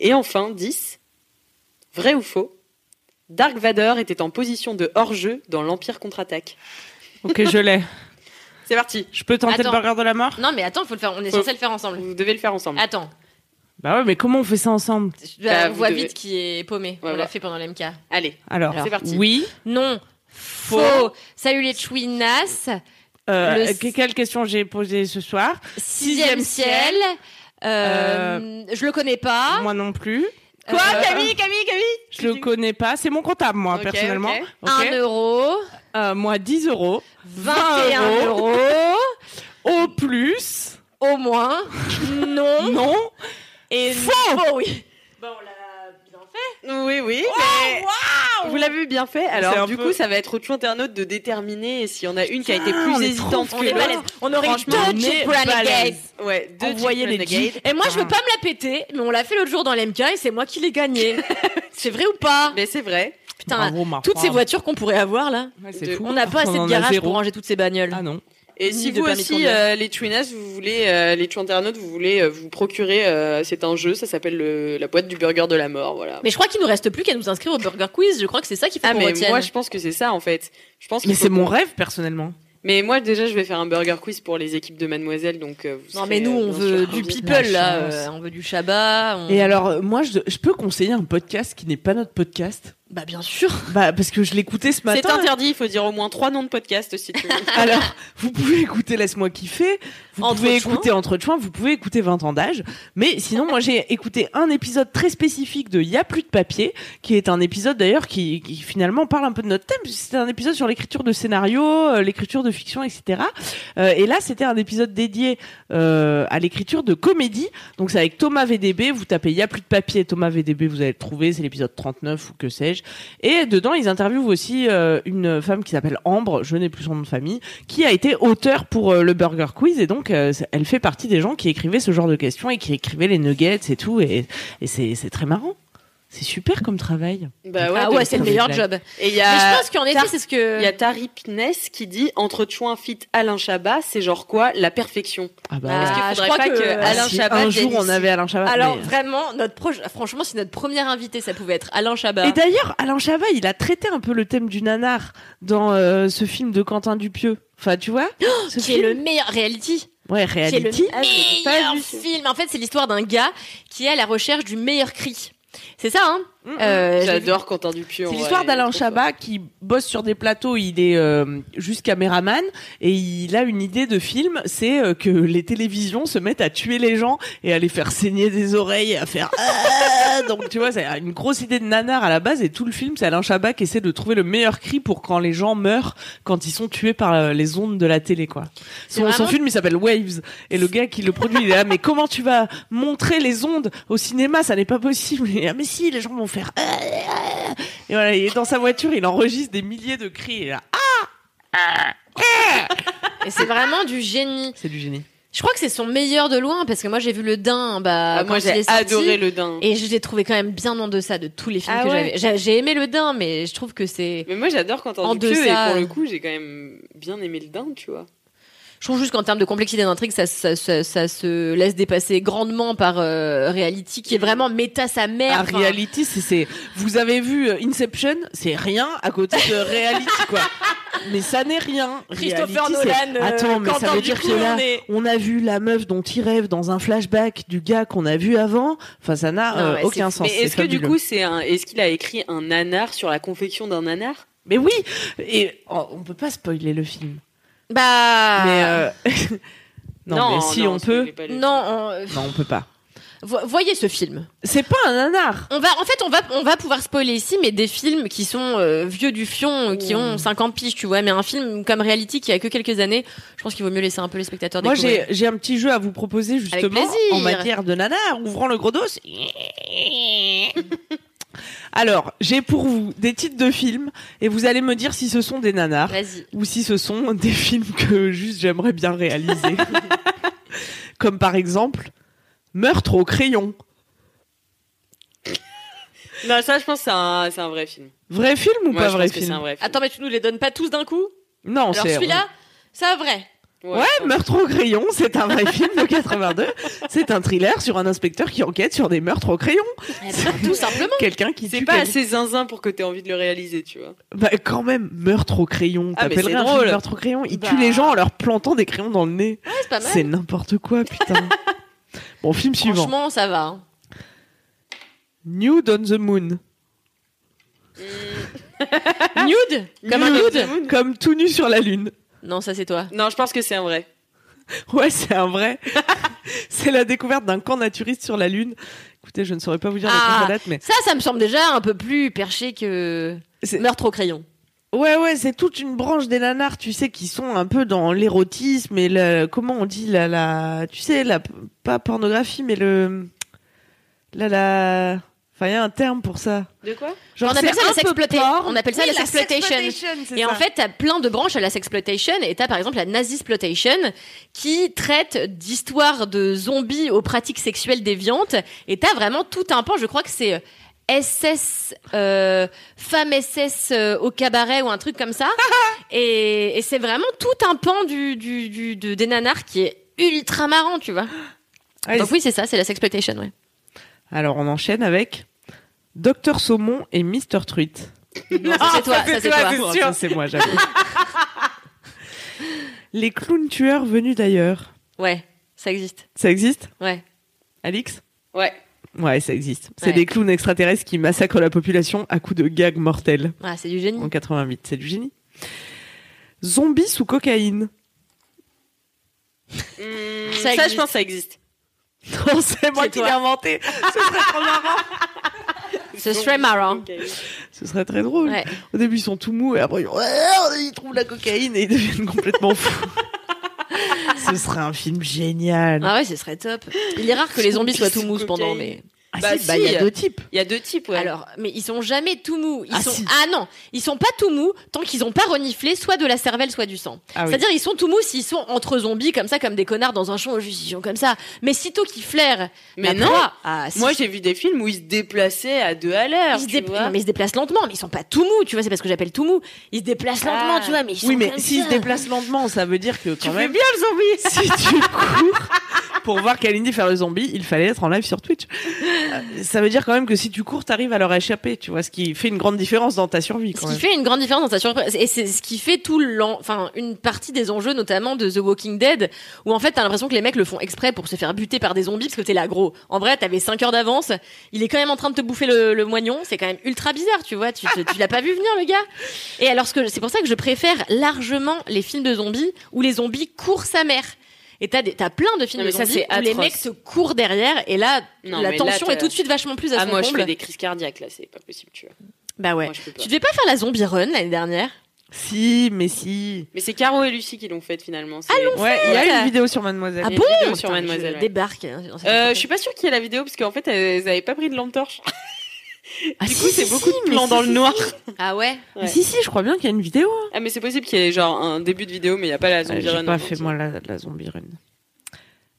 [SPEAKER 1] Et enfin, 10. Vrai ou faux Dark Vador était en position de hors-jeu dans l'Empire contre-attaque.
[SPEAKER 3] Ok, je l'ai.
[SPEAKER 1] C'est parti,
[SPEAKER 3] Je peux tenter
[SPEAKER 2] Attends.
[SPEAKER 3] le burger de la mort
[SPEAKER 2] Non, mais attends, faut le faire. on est
[SPEAKER 1] Faut- Hmm.
[SPEAKER 2] censé le faire ensemble.
[SPEAKER 1] vous devez le faire ensemble.
[SPEAKER 2] Attends,
[SPEAKER 3] Bah ouais, mais comment on fait ça ensemble
[SPEAKER 2] je-
[SPEAKER 1] Bah,
[SPEAKER 2] on
[SPEAKER 1] vous
[SPEAKER 2] voit
[SPEAKER 1] devez-
[SPEAKER 2] vite qui est paumé.
[SPEAKER 1] Ouais,
[SPEAKER 2] on
[SPEAKER 1] voilà.
[SPEAKER 2] l'a fait pendant l'MK.
[SPEAKER 1] Allez,
[SPEAKER 3] Alors,
[SPEAKER 1] c'est parti.
[SPEAKER 3] oui.
[SPEAKER 2] Non. Faux. Salut les chouinas.
[SPEAKER 3] Euh,
[SPEAKER 2] Le-
[SPEAKER 3] que- Quelle question j'ai posée ce soir
[SPEAKER 2] Sixième ciel. Euh, Je le connais pas.
[SPEAKER 3] Moi non plus.
[SPEAKER 1] Quoi,
[SPEAKER 2] Euh,
[SPEAKER 1] Camille, Camille, Camille
[SPEAKER 3] Je le connais pas. C'est mon comptable, moi,
[SPEAKER 1] Ok,
[SPEAKER 3] personnellement.
[SPEAKER 1] ok.
[SPEAKER 3] Ok.
[SPEAKER 2] Un euro.
[SPEAKER 3] Euh, moi, 10 euros.
[SPEAKER 2] 21 euros.
[SPEAKER 3] Au plus.
[SPEAKER 2] Au moins. Non.
[SPEAKER 3] Non.
[SPEAKER 2] Oh. Et
[SPEAKER 3] Faux.
[SPEAKER 2] Faux, oui.
[SPEAKER 1] Oui, oui.
[SPEAKER 2] Oh,
[SPEAKER 1] mais Vous l'avez bien fait.
[SPEAKER 3] C'est un
[SPEAKER 1] Alors, du
[SPEAKER 3] peu-
[SPEAKER 1] coup, ça va être au tout internaute de déterminer s'il y en a une qui a été plus
[SPEAKER 3] on est
[SPEAKER 1] hésitante
[SPEAKER 3] trop
[SPEAKER 1] que
[SPEAKER 3] fort.
[SPEAKER 2] Ah, On est
[SPEAKER 1] l'autre.
[SPEAKER 2] balèze. On aurait eu
[SPEAKER 3] Franchement,
[SPEAKER 2] deux
[SPEAKER 3] on est
[SPEAKER 2] Jeep
[SPEAKER 3] balèze.
[SPEAKER 2] Renegades.
[SPEAKER 1] Ouais, deux
[SPEAKER 3] Envoyez
[SPEAKER 1] Jeep
[SPEAKER 3] les
[SPEAKER 1] Renegade.
[SPEAKER 3] Jeeps.
[SPEAKER 2] Et moi, je veux
[SPEAKER 3] Ah.
[SPEAKER 2] pas me la péter, mais on l'a fait l'autre jour dans l'MK et c'est moi qui l'ai gagné. c'est vrai ou pas
[SPEAKER 1] Mais Ben, c'est vrai.
[SPEAKER 2] Putain,
[SPEAKER 3] Bravo, Marc.
[SPEAKER 2] toutes ces
[SPEAKER 3] Bravo.
[SPEAKER 2] voitures qu'on pourrait avoir là,
[SPEAKER 3] Ouais,
[SPEAKER 1] de-
[SPEAKER 3] c'est fou.
[SPEAKER 2] on n'a pas assez
[SPEAKER 3] en
[SPEAKER 2] de
[SPEAKER 3] a
[SPEAKER 2] garage
[SPEAKER 3] zéro.
[SPEAKER 2] pour ranger toutes ces bagnoles.
[SPEAKER 3] Ah non.
[SPEAKER 1] Et
[SPEAKER 2] Ni
[SPEAKER 1] si
[SPEAKER 2] de
[SPEAKER 1] vous
[SPEAKER 2] permis de
[SPEAKER 1] aussi,
[SPEAKER 2] conduire.
[SPEAKER 1] euh, les Twinas, vous voulez, euh, les tout internautes, vous voulez euh, vous procurer, euh, c'est un jeu, ça s'appelle le- la boîte du burger de la mort, voilà.
[SPEAKER 2] Mais je crois qu'il nous reste plus qu'à nous inscrire au Burger Quiz. Je crois que c'est ça qu'il faut
[SPEAKER 1] ah
[SPEAKER 2] qu'on
[SPEAKER 1] mais
[SPEAKER 2] retienne.
[SPEAKER 1] moi je pense que c'est ça en fait. Je pense qu'il
[SPEAKER 3] Mais
[SPEAKER 1] faut
[SPEAKER 3] c'est
[SPEAKER 1] qu'on-
[SPEAKER 3] mon rêve, personnellement.
[SPEAKER 1] Mais moi, déjà, je vais faire un burger quiz pour les équipes de Mademoiselle, donc. euh, vous
[SPEAKER 2] Non
[SPEAKER 1] serez,
[SPEAKER 2] mais nous
[SPEAKER 1] euh,
[SPEAKER 2] on
[SPEAKER 1] bien
[SPEAKER 2] veut
[SPEAKER 1] sûr
[SPEAKER 2] du
[SPEAKER 1] invité.
[SPEAKER 2] people
[SPEAKER 3] La
[SPEAKER 2] là,
[SPEAKER 3] chance.
[SPEAKER 2] euh, on veut du Shabbat. on-
[SPEAKER 3] Et alors, euh, moi, je, je peux conseiller un podcast qui n'est pas notre podcast
[SPEAKER 2] Bah bien sûr.
[SPEAKER 3] bah, Parce que je l'écoutais ce
[SPEAKER 1] C'est
[SPEAKER 3] matin.
[SPEAKER 1] interdit, il faut dire au moins trois noms de podcast si tu veux.
[SPEAKER 3] <laughs> Alors, vous pouvez écouter Laisse-moi kiffer, vous
[SPEAKER 2] Entre
[SPEAKER 3] pouvez
[SPEAKER 2] Chouins.
[SPEAKER 3] écouter Entre Chouins, vous pouvez écouter 20 ans d'âge. Mais sinon, moi, j'ai écouté un épisode très spécifique de Y a plus de papier, qui est un épisode d'ailleurs qui, qui, finalement parle un peu de notre thème, puisque c'était un épisode sur l'écriture de scénarios, euh, l'écriture de fiction, etc. Euh, et là, c'était un épisode dédié euh, à l'écriture de comédie. Donc, c'est avec Thomas VDB, vous tapez Y a plus de papier, Thomas VDB, vous allez le trouver, c'est l'épisode 39 ou que sais-je. Et dedans, ils interviewent aussi euh, une femme qui s'appelle Ambre, je n'ai plus son nom de famille, qui a été auteur pour euh, le Burger Quiz. Et donc, euh, elle fait partie des gens qui écrivaient ce genre de questions et qui écrivaient les nuggets et tout. Et, et c'est c'est très marrant. C'est super comme travail.
[SPEAKER 1] bah
[SPEAKER 2] ah
[SPEAKER 1] donc-
[SPEAKER 2] ouais, c'est le meilleur
[SPEAKER 3] blague.
[SPEAKER 2] job.
[SPEAKER 1] Et il y
[SPEAKER 2] Mais je
[SPEAKER 1] a,
[SPEAKER 2] pense qu'en effet
[SPEAKER 1] Tar-
[SPEAKER 2] c'est ce
[SPEAKER 1] il y
[SPEAKER 2] que.
[SPEAKER 1] a Tarip Ness qui dit entre Chouin fit Alain Chabat, c'est genre quoi La perfection.
[SPEAKER 3] Ah bah,
[SPEAKER 2] Ah,
[SPEAKER 3] ouais.
[SPEAKER 1] Parce
[SPEAKER 2] je
[SPEAKER 1] qu'il faudrait
[SPEAKER 2] crois
[SPEAKER 1] pas
[SPEAKER 2] que-
[SPEAKER 1] que, Alain
[SPEAKER 3] Si
[SPEAKER 1] Chabat.
[SPEAKER 3] un jour
[SPEAKER 1] vienne
[SPEAKER 3] on
[SPEAKER 1] ici.
[SPEAKER 3] avait Alain Chabat.
[SPEAKER 2] Alors
[SPEAKER 3] mais- euh,
[SPEAKER 2] vraiment notre proche, franchement si notre premier invité ça pouvait être Alain Chabat.
[SPEAKER 3] Et d'ailleurs, Alain Chabat, il a traité un peu le thème du nanar dans euh, ce film de Quentin Dupieux. Enfin, tu vois ce
[SPEAKER 2] Oh, Qui est le meilleur reality.
[SPEAKER 3] Ouais,
[SPEAKER 2] qui est le
[SPEAKER 3] reality.
[SPEAKER 1] Ah,
[SPEAKER 2] meilleur film. En fait, c'est l'histoire d'un gars qui est à la recherche du meilleur cri. C'est ça, hein
[SPEAKER 3] Mm, mm.
[SPEAKER 2] Euh, j'ai vu-
[SPEAKER 1] J'adore Quentin Dupieux. en
[SPEAKER 3] C'est
[SPEAKER 1] vrai,
[SPEAKER 3] l'histoire
[SPEAKER 1] il est
[SPEAKER 3] d'Alain
[SPEAKER 1] trop
[SPEAKER 3] Chabat qui bosse sur des plateaux, il est euh, juste caméraman et il a une idée de film, c'est euh, que les télévisions se mettent à tuer les gens et à les faire saigner des oreilles et à faire Ah <laughs> donc tu vois c'est une grosse idée de nanar à la base et tout le film c'est Alain Chabat qui essaie de trouver le meilleur cri pour quand les gens meurent quand ils sont tués par euh, les ondes de la télé quoi.
[SPEAKER 2] C'est
[SPEAKER 3] Son, son
[SPEAKER 2] vraiment-
[SPEAKER 3] film il s'appelle Waves et le gars qui le produit il est là mais comment tu vas montrer les ondes au cinéma ça n'est pas possible Il est là, mais si les gens vont faire Ah Ah et voilà, il est dans sa voiture, il enregistre des milliers de cris. Et là, ah,
[SPEAKER 2] Et c'est vraiment du génie.
[SPEAKER 3] c'est du génie.
[SPEAKER 2] Je crois que c'est son meilleur de loin parce que moi j'ai vu le Dain. Bah,
[SPEAKER 1] Ah, moi
[SPEAKER 2] quand il est
[SPEAKER 1] j'ai
[SPEAKER 2] sorti,
[SPEAKER 1] adoré le din.
[SPEAKER 2] Et je l'ai trouvé quand même bien en deçà de tous les films
[SPEAKER 1] Ah
[SPEAKER 2] que
[SPEAKER 1] ouais.
[SPEAKER 2] j'avais. J'a- J'ai aimé le Dain, mais je trouve que c'est.
[SPEAKER 1] Mais moi j'adore Quentin
[SPEAKER 2] En
[SPEAKER 1] Dupieux
[SPEAKER 2] deçà.
[SPEAKER 1] et pour le coup j'ai quand même bien aimé le din, tu vois.
[SPEAKER 2] Je trouve juste qu'en termes de complexité d'intrigue, ça, ça, ça, ça se laisse dépasser grandement par euh, Reality, qui est vraiment méta sa mère.
[SPEAKER 3] Ah,
[SPEAKER 2] enfin.
[SPEAKER 3] reality, c'est, c'est, vous avez vu euh, Inception, c'est rien à côté de reality, quoi. Mais ça n'est rien.
[SPEAKER 2] Christopher
[SPEAKER 3] Reality, c'est-
[SPEAKER 2] Nolan, euh,
[SPEAKER 3] Attends, mais
[SPEAKER 2] Quentin
[SPEAKER 3] ça veut dire que
[SPEAKER 2] Dupieux,
[SPEAKER 3] là,
[SPEAKER 2] on est-
[SPEAKER 3] on a vu la meuf dont il rêve dans un flashback du gars qu'on a vu avant. Enfin, ça n'a
[SPEAKER 2] Non,
[SPEAKER 3] euh,
[SPEAKER 2] ouais,
[SPEAKER 3] aucun
[SPEAKER 2] c'est-
[SPEAKER 3] sens.
[SPEAKER 1] Mais
[SPEAKER 3] c'est
[SPEAKER 1] est-ce que du
[SPEAKER 3] fabuleux.
[SPEAKER 1] coup c'est un est-ce qu'il a écrit un nanar sur la confection d'un nanar
[SPEAKER 3] Mais oui! Et oh, on peut pas spoiler le film.
[SPEAKER 2] Bah.
[SPEAKER 3] Mais, euh, <laughs> non, mais si on peut.
[SPEAKER 1] spoilez pas le-
[SPEAKER 2] Non, on-
[SPEAKER 3] Non, on peut pas.
[SPEAKER 2] Vo- voyez ce film.
[SPEAKER 3] C'est pas un nanar!
[SPEAKER 2] On va, en fait, on va, on va pouvoir spoiler ici, mais des films qui sont euh, vieux du fion, euh, qui ont 50 piges, tu vois. Mais un film comme Reality qui a que quelques années, je pense qu'il vaut mieux laisser un peu les spectateurs
[SPEAKER 3] Moi,
[SPEAKER 2] découvrir.
[SPEAKER 3] j'ai, j'ai un petit jeu à vous proposer, justement,
[SPEAKER 2] plaisir.
[SPEAKER 3] en matière de nana, ouvrant le gros dos. Alors, j'ai pour vous des titres de films, et vous allez me dire si ce sont des nanars
[SPEAKER 2] Vas-y.
[SPEAKER 3] ou si ce sont des films que juste j'aimerais
[SPEAKER 1] <laughs>
[SPEAKER 3] bien réaliser. Comme par exemple, Meurtre au crayon.
[SPEAKER 1] Non, Bah, ça je pense que c'est un c'est un vrai film.
[SPEAKER 3] Vrai film ou
[SPEAKER 1] Moi,
[SPEAKER 3] pas
[SPEAKER 1] je
[SPEAKER 3] vrai
[SPEAKER 1] pense que c'est
[SPEAKER 3] film
[SPEAKER 1] un vrai film.
[SPEAKER 2] Attends, mais tu nous les donnes pas tous d'un coup
[SPEAKER 3] Non,
[SPEAKER 2] Alors
[SPEAKER 3] c'est
[SPEAKER 2] celui-là, c'est vrai.
[SPEAKER 3] Ouais, Meurtre au crayon, c'est un vrai film de 82.
[SPEAKER 1] <laughs>
[SPEAKER 3] C'est un thriller sur un inspecteur qui enquête sur des meurtres au crayon.
[SPEAKER 2] Eh ben, tout simplement.
[SPEAKER 3] Quelqu'un qui
[SPEAKER 1] C'est
[SPEAKER 3] tue
[SPEAKER 1] pas
[SPEAKER 3] quelqu'un.
[SPEAKER 1] assez zinzin pour que t'aies envie de le réaliser, tu vois.
[SPEAKER 3] Bah quand même, meurtre au crayon.
[SPEAKER 1] Ah, mais
[SPEAKER 3] T'appellerais
[SPEAKER 1] c'est
[SPEAKER 3] un
[SPEAKER 1] drôle.
[SPEAKER 3] film meurtre au crayon. Ils
[SPEAKER 2] Bah.
[SPEAKER 3] tuent les gens en leur plantant des crayons dans le nez.
[SPEAKER 2] c'est pas mal.
[SPEAKER 3] C'est n'importe quoi,
[SPEAKER 2] <laughs>
[SPEAKER 3] putain. bon, film suivant.
[SPEAKER 2] Franchement, ça va. <laughs> hein.
[SPEAKER 3] Nude on the Moon.
[SPEAKER 2] Nude Comme un
[SPEAKER 3] Nude,
[SPEAKER 2] nude
[SPEAKER 3] Comme tout nu sur la lune.
[SPEAKER 2] Non, ça c'est toi.
[SPEAKER 1] Non, je pense que c'est un vrai.
[SPEAKER 3] Ouais, c'est un
[SPEAKER 2] <laughs>
[SPEAKER 3] vrai. <laughs> c'est la découverte d'un camp naturiste sur la lune. Écoutez, je ne saurais pas vous dire
[SPEAKER 2] Ah.
[SPEAKER 3] la la date, mais...
[SPEAKER 2] Ça, ça me semble déjà un peu plus perché que
[SPEAKER 3] C'est-
[SPEAKER 2] meurtre au crayon.
[SPEAKER 3] Ouais, ouais, c'est toute une branche des nanars, tu sais, qui sont un peu dans l'érotisme et le... Comment on dit la... la tu sais, la... Pas pornographie, mais le... La... la... Enfin, il y a un terme pour ça.
[SPEAKER 1] De quoi
[SPEAKER 3] Genre,
[SPEAKER 2] On appelle
[SPEAKER 3] c'est
[SPEAKER 2] ça la
[SPEAKER 3] un peu
[SPEAKER 2] sexploita-
[SPEAKER 3] porn.
[SPEAKER 2] on appelle ça
[SPEAKER 3] Oui,
[SPEAKER 2] la sexploitation.
[SPEAKER 3] sexploitation, c'est
[SPEAKER 2] Et
[SPEAKER 3] ça.
[SPEAKER 2] en fait, t'as plein de branches à la sexploitation, et t'as par exemple la nazisploitation, qui traite d'histoires de zombies aux pratiques sexuelles déviantes, et t'as vraiment tout un pan, je crois que c'est euh, SS, euh, femme SS euh, au cabaret ou un truc
[SPEAKER 3] <laughs>
[SPEAKER 2] comme ça, et, et c'est vraiment tout un pan du, du, du- de- des nanars qui est ultra marrant, tu vois.
[SPEAKER 3] Ouais,
[SPEAKER 2] Donc oui, c'est ça, c'est la
[SPEAKER 3] <laughs>
[SPEAKER 2] sexploitation, ouais.
[SPEAKER 3] Alors, on enchaîne avec Docteur Saumon et Mister Truite.
[SPEAKER 2] Non, ça c'est Ah, toi, ça c'est toi. <laughs>
[SPEAKER 3] Ah, ça, c'est moi, j'avoue. Les clowns tueurs venus d'ailleurs.
[SPEAKER 1] Ouais, ça existe.
[SPEAKER 3] Ça existe
[SPEAKER 1] Ouais.
[SPEAKER 3] Alix
[SPEAKER 1] Ouais.
[SPEAKER 3] Ouais, ça existe. C'est
[SPEAKER 1] Ouais.
[SPEAKER 3] des clowns extraterrestres qui massacrent la population à coups de gags mortels
[SPEAKER 2] Ah, c'est
[SPEAKER 3] <laughs>
[SPEAKER 2] du génie.
[SPEAKER 3] en 88. C'est du génie. Zombies sous cocaïne.
[SPEAKER 1] Hmm,
[SPEAKER 2] Ça
[SPEAKER 1] ça, je
[SPEAKER 2] existe.
[SPEAKER 1] pense que ça existe.
[SPEAKER 3] Non, c'est moi
[SPEAKER 1] C'est
[SPEAKER 3] qui
[SPEAKER 1] toi.
[SPEAKER 3] l'ai inventé.
[SPEAKER 2] Ce serait marrant.
[SPEAKER 3] Ce serait très drôle.
[SPEAKER 2] Ouais.
[SPEAKER 3] Au début, ils sont tout mous et après, ils, Ouais, ils <laughs> trouvent la cocaïne et ils deviennent complètement fous. Ce serait un film génial.
[SPEAKER 2] Ah ouais, ce serait top. Il est rare que les zombies soient tout mous pendant, mais.
[SPEAKER 3] Ah,
[SPEAKER 1] bah
[SPEAKER 3] si, bah, il y
[SPEAKER 1] si.
[SPEAKER 3] a deux types.
[SPEAKER 1] Il y a deux types, ouais.
[SPEAKER 2] Alors, mais ils sont jamais tout mous. Ils
[SPEAKER 3] Ah,
[SPEAKER 2] sont...
[SPEAKER 3] si.
[SPEAKER 2] ah non, ils sont pas tout mous tant qu'ils ont pas reniflé soit de la cervelle, soit du sang.
[SPEAKER 3] Ah oui.
[SPEAKER 2] C'est-à-dire, ils sont tout mous s'ils sont entre zombies, comme ça, comme des connards dans un champ aux juges, comme ça. Mais sitôt qu'ils flairent.
[SPEAKER 1] mais
[SPEAKER 2] la
[SPEAKER 1] non,
[SPEAKER 2] proie- Ah, si.
[SPEAKER 1] moi j'ai vu des films où ils se déplaçaient à deux à l'heure.
[SPEAKER 2] Ils se,
[SPEAKER 1] tu
[SPEAKER 2] dé-
[SPEAKER 1] vois.
[SPEAKER 2] non, mais ils se déplacent lentement, mais ils sont pas tout mous, tu vois, c'est parce que j'appelle tout mou. Ils se déplacent
[SPEAKER 1] Ah.
[SPEAKER 2] lentement, tu vois, mais ils sont
[SPEAKER 3] Oui, mais
[SPEAKER 2] comme
[SPEAKER 3] s'ils
[SPEAKER 2] ça.
[SPEAKER 3] se déplacent lentement, ça veut dire que quand même,
[SPEAKER 1] bien le zombie
[SPEAKER 3] si tu cours pour voir Kalindi faire le zombie, il fallait être en live sur Twitch. Euh, Ça veut dire quand même que si tu cours, t'arrives à leur échapper, tu vois, ce qui fait une grande différence dans ta survie
[SPEAKER 2] Ce
[SPEAKER 3] quand
[SPEAKER 2] qui
[SPEAKER 3] même.
[SPEAKER 2] fait une grande différence dans sa surprise. Et c'est ce qui fait tout l'en, enfin, une partie des enjeux, notamment de The Walking Dead, où en fait, t'as l'impression que les mecs le font exprès pour se faire buter par des zombies, parce que t'es là, gros. En vrai, t'avais 5 heures d'avance. Il est quand même en train de te bouffer le, le moignon. C'est quand même ultra bizarre, tu vois. Tu, tu- tu l'as pas vu venir, le gars. Et alors, ce que, c'est pour ça que je préfère largement les films de zombies, où les zombies courent sa mère. Et t'as, des- t'as plein de films
[SPEAKER 1] Non, mais
[SPEAKER 2] de
[SPEAKER 1] ça,
[SPEAKER 2] zombies
[SPEAKER 1] c'est
[SPEAKER 2] où les
[SPEAKER 1] atroce.
[SPEAKER 2] mecs se courent derrière, et là,
[SPEAKER 1] Non,
[SPEAKER 2] la
[SPEAKER 1] mais là,
[SPEAKER 2] tension
[SPEAKER 1] t'as-
[SPEAKER 2] est tout de suite vachement plus à
[SPEAKER 1] Ah,
[SPEAKER 2] son
[SPEAKER 1] moi je
[SPEAKER 2] comble.
[SPEAKER 1] fais des crises cardiaques là, c'est pas possible, tu vois.
[SPEAKER 2] Bah ouais.
[SPEAKER 1] Moi, je peux pas.
[SPEAKER 2] Tu devais pas faire la zombie run l'année dernière?
[SPEAKER 3] Si, mais si.
[SPEAKER 1] Mais c'est Caro et Lucie qui l'ont faite finalement. c'est-
[SPEAKER 3] Ouais, il y
[SPEAKER 2] fait.
[SPEAKER 3] a une vidéo sur Mademoiselle.
[SPEAKER 2] Ah
[SPEAKER 1] Il y a
[SPEAKER 2] bon
[SPEAKER 1] une vidéo sur
[SPEAKER 2] Putain,
[SPEAKER 1] Mademoiselle,
[SPEAKER 2] je
[SPEAKER 1] ouais.
[SPEAKER 2] débarque. hein, dans cette
[SPEAKER 1] Euh,
[SPEAKER 2] affaire.
[SPEAKER 1] je suis pas sûre qu'il y ait la vidéo parce qu'en fait elles avaient pas pris de lampe torche.
[SPEAKER 3] Ah,
[SPEAKER 1] du
[SPEAKER 3] si,
[SPEAKER 1] coup,
[SPEAKER 3] si,
[SPEAKER 1] c'est
[SPEAKER 3] si,
[SPEAKER 1] beaucoup de
[SPEAKER 3] mais
[SPEAKER 1] plans
[SPEAKER 3] si,
[SPEAKER 1] dans
[SPEAKER 3] si,
[SPEAKER 1] le noir.
[SPEAKER 2] Ah ouais
[SPEAKER 3] si. Mais Si, si, je crois bien qu'il y a une vidéo. hein.
[SPEAKER 1] Ah mais c'est possible qu'il y ait genre un début de vidéo mais il y a pas la
[SPEAKER 3] Ouais,
[SPEAKER 1] zombie
[SPEAKER 3] Ah, J'ai
[SPEAKER 1] run
[SPEAKER 3] pas
[SPEAKER 1] en
[SPEAKER 3] fait
[SPEAKER 1] entier.
[SPEAKER 3] moi la, la zombie run.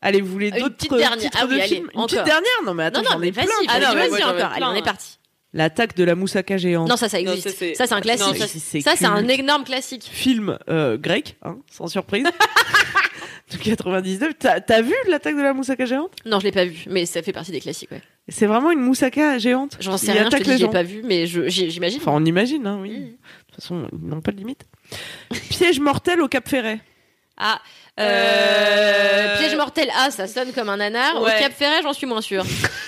[SPEAKER 3] Allez, vous voulez
[SPEAKER 2] Une
[SPEAKER 3] d'autres
[SPEAKER 2] petite dernière.
[SPEAKER 3] titres
[SPEAKER 2] Ah
[SPEAKER 3] de
[SPEAKER 2] oui, allez,
[SPEAKER 3] films Une petite
[SPEAKER 2] encore.
[SPEAKER 3] dernière Non, mais attends,
[SPEAKER 2] Non, non,
[SPEAKER 3] j'en ai
[SPEAKER 2] mais
[SPEAKER 3] plein.
[SPEAKER 2] vas-y,
[SPEAKER 1] Ah
[SPEAKER 2] vas-y,
[SPEAKER 1] non, mais
[SPEAKER 2] vas-y
[SPEAKER 1] moi, j'en ai
[SPEAKER 2] encore. Allez,
[SPEAKER 1] plein,
[SPEAKER 2] on est
[SPEAKER 1] hein.
[SPEAKER 2] parti.
[SPEAKER 3] L'attaque de la moussaka géante.
[SPEAKER 2] Non, ça, ça
[SPEAKER 1] Non,
[SPEAKER 2] existe.
[SPEAKER 1] ça, c'est-
[SPEAKER 2] ça, c'est un
[SPEAKER 1] non,
[SPEAKER 2] classique.
[SPEAKER 1] ça,
[SPEAKER 2] ça, c'est un
[SPEAKER 3] culte.
[SPEAKER 2] énorme classique.
[SPEAKER 3] film euh, grec, hein, sans surprise, <laughs> de 99. T'as t'as vu l'attaque de la moussaka géante
[SPEAKER 2] Non, je l'ai pas vu, mais ça fait partie des classiques, ouais.
[SPEAKER 3] C'est vraiment une moussaka géante.
[SPEAKER 2] J'en sais
[SPEAKER 3] Il
[SPEAKER 2] rien, je te
[SPEAKER 3] attaque
[SPEAKER 2] dis,
[SPEAKER 3] les
[SPEAKER 2] je l'ai
[SPEAKER 3] gens.
[SPEAKER 2] pas vu, mais je- j'ai- j'imagine.
[SPEAKER 3] Enfin, on imagine, hein, oui.
[SPEAKER 2] Mm.
[SPEAKER 3] De toute façon, ils n'ont pas de limite. <laughs> Piège mortel au Cap Ferret.
[SPEAKER 2] Ah, euh,
[SPEAKER 1] Euh,
[SPEAKER 2] piège mortel. Ah, ça sonne comme un nanar.
[SPEAKER 1] Ouais.
[SPEAKER 2] Au Cap Ferret, j'en suis moins sûre.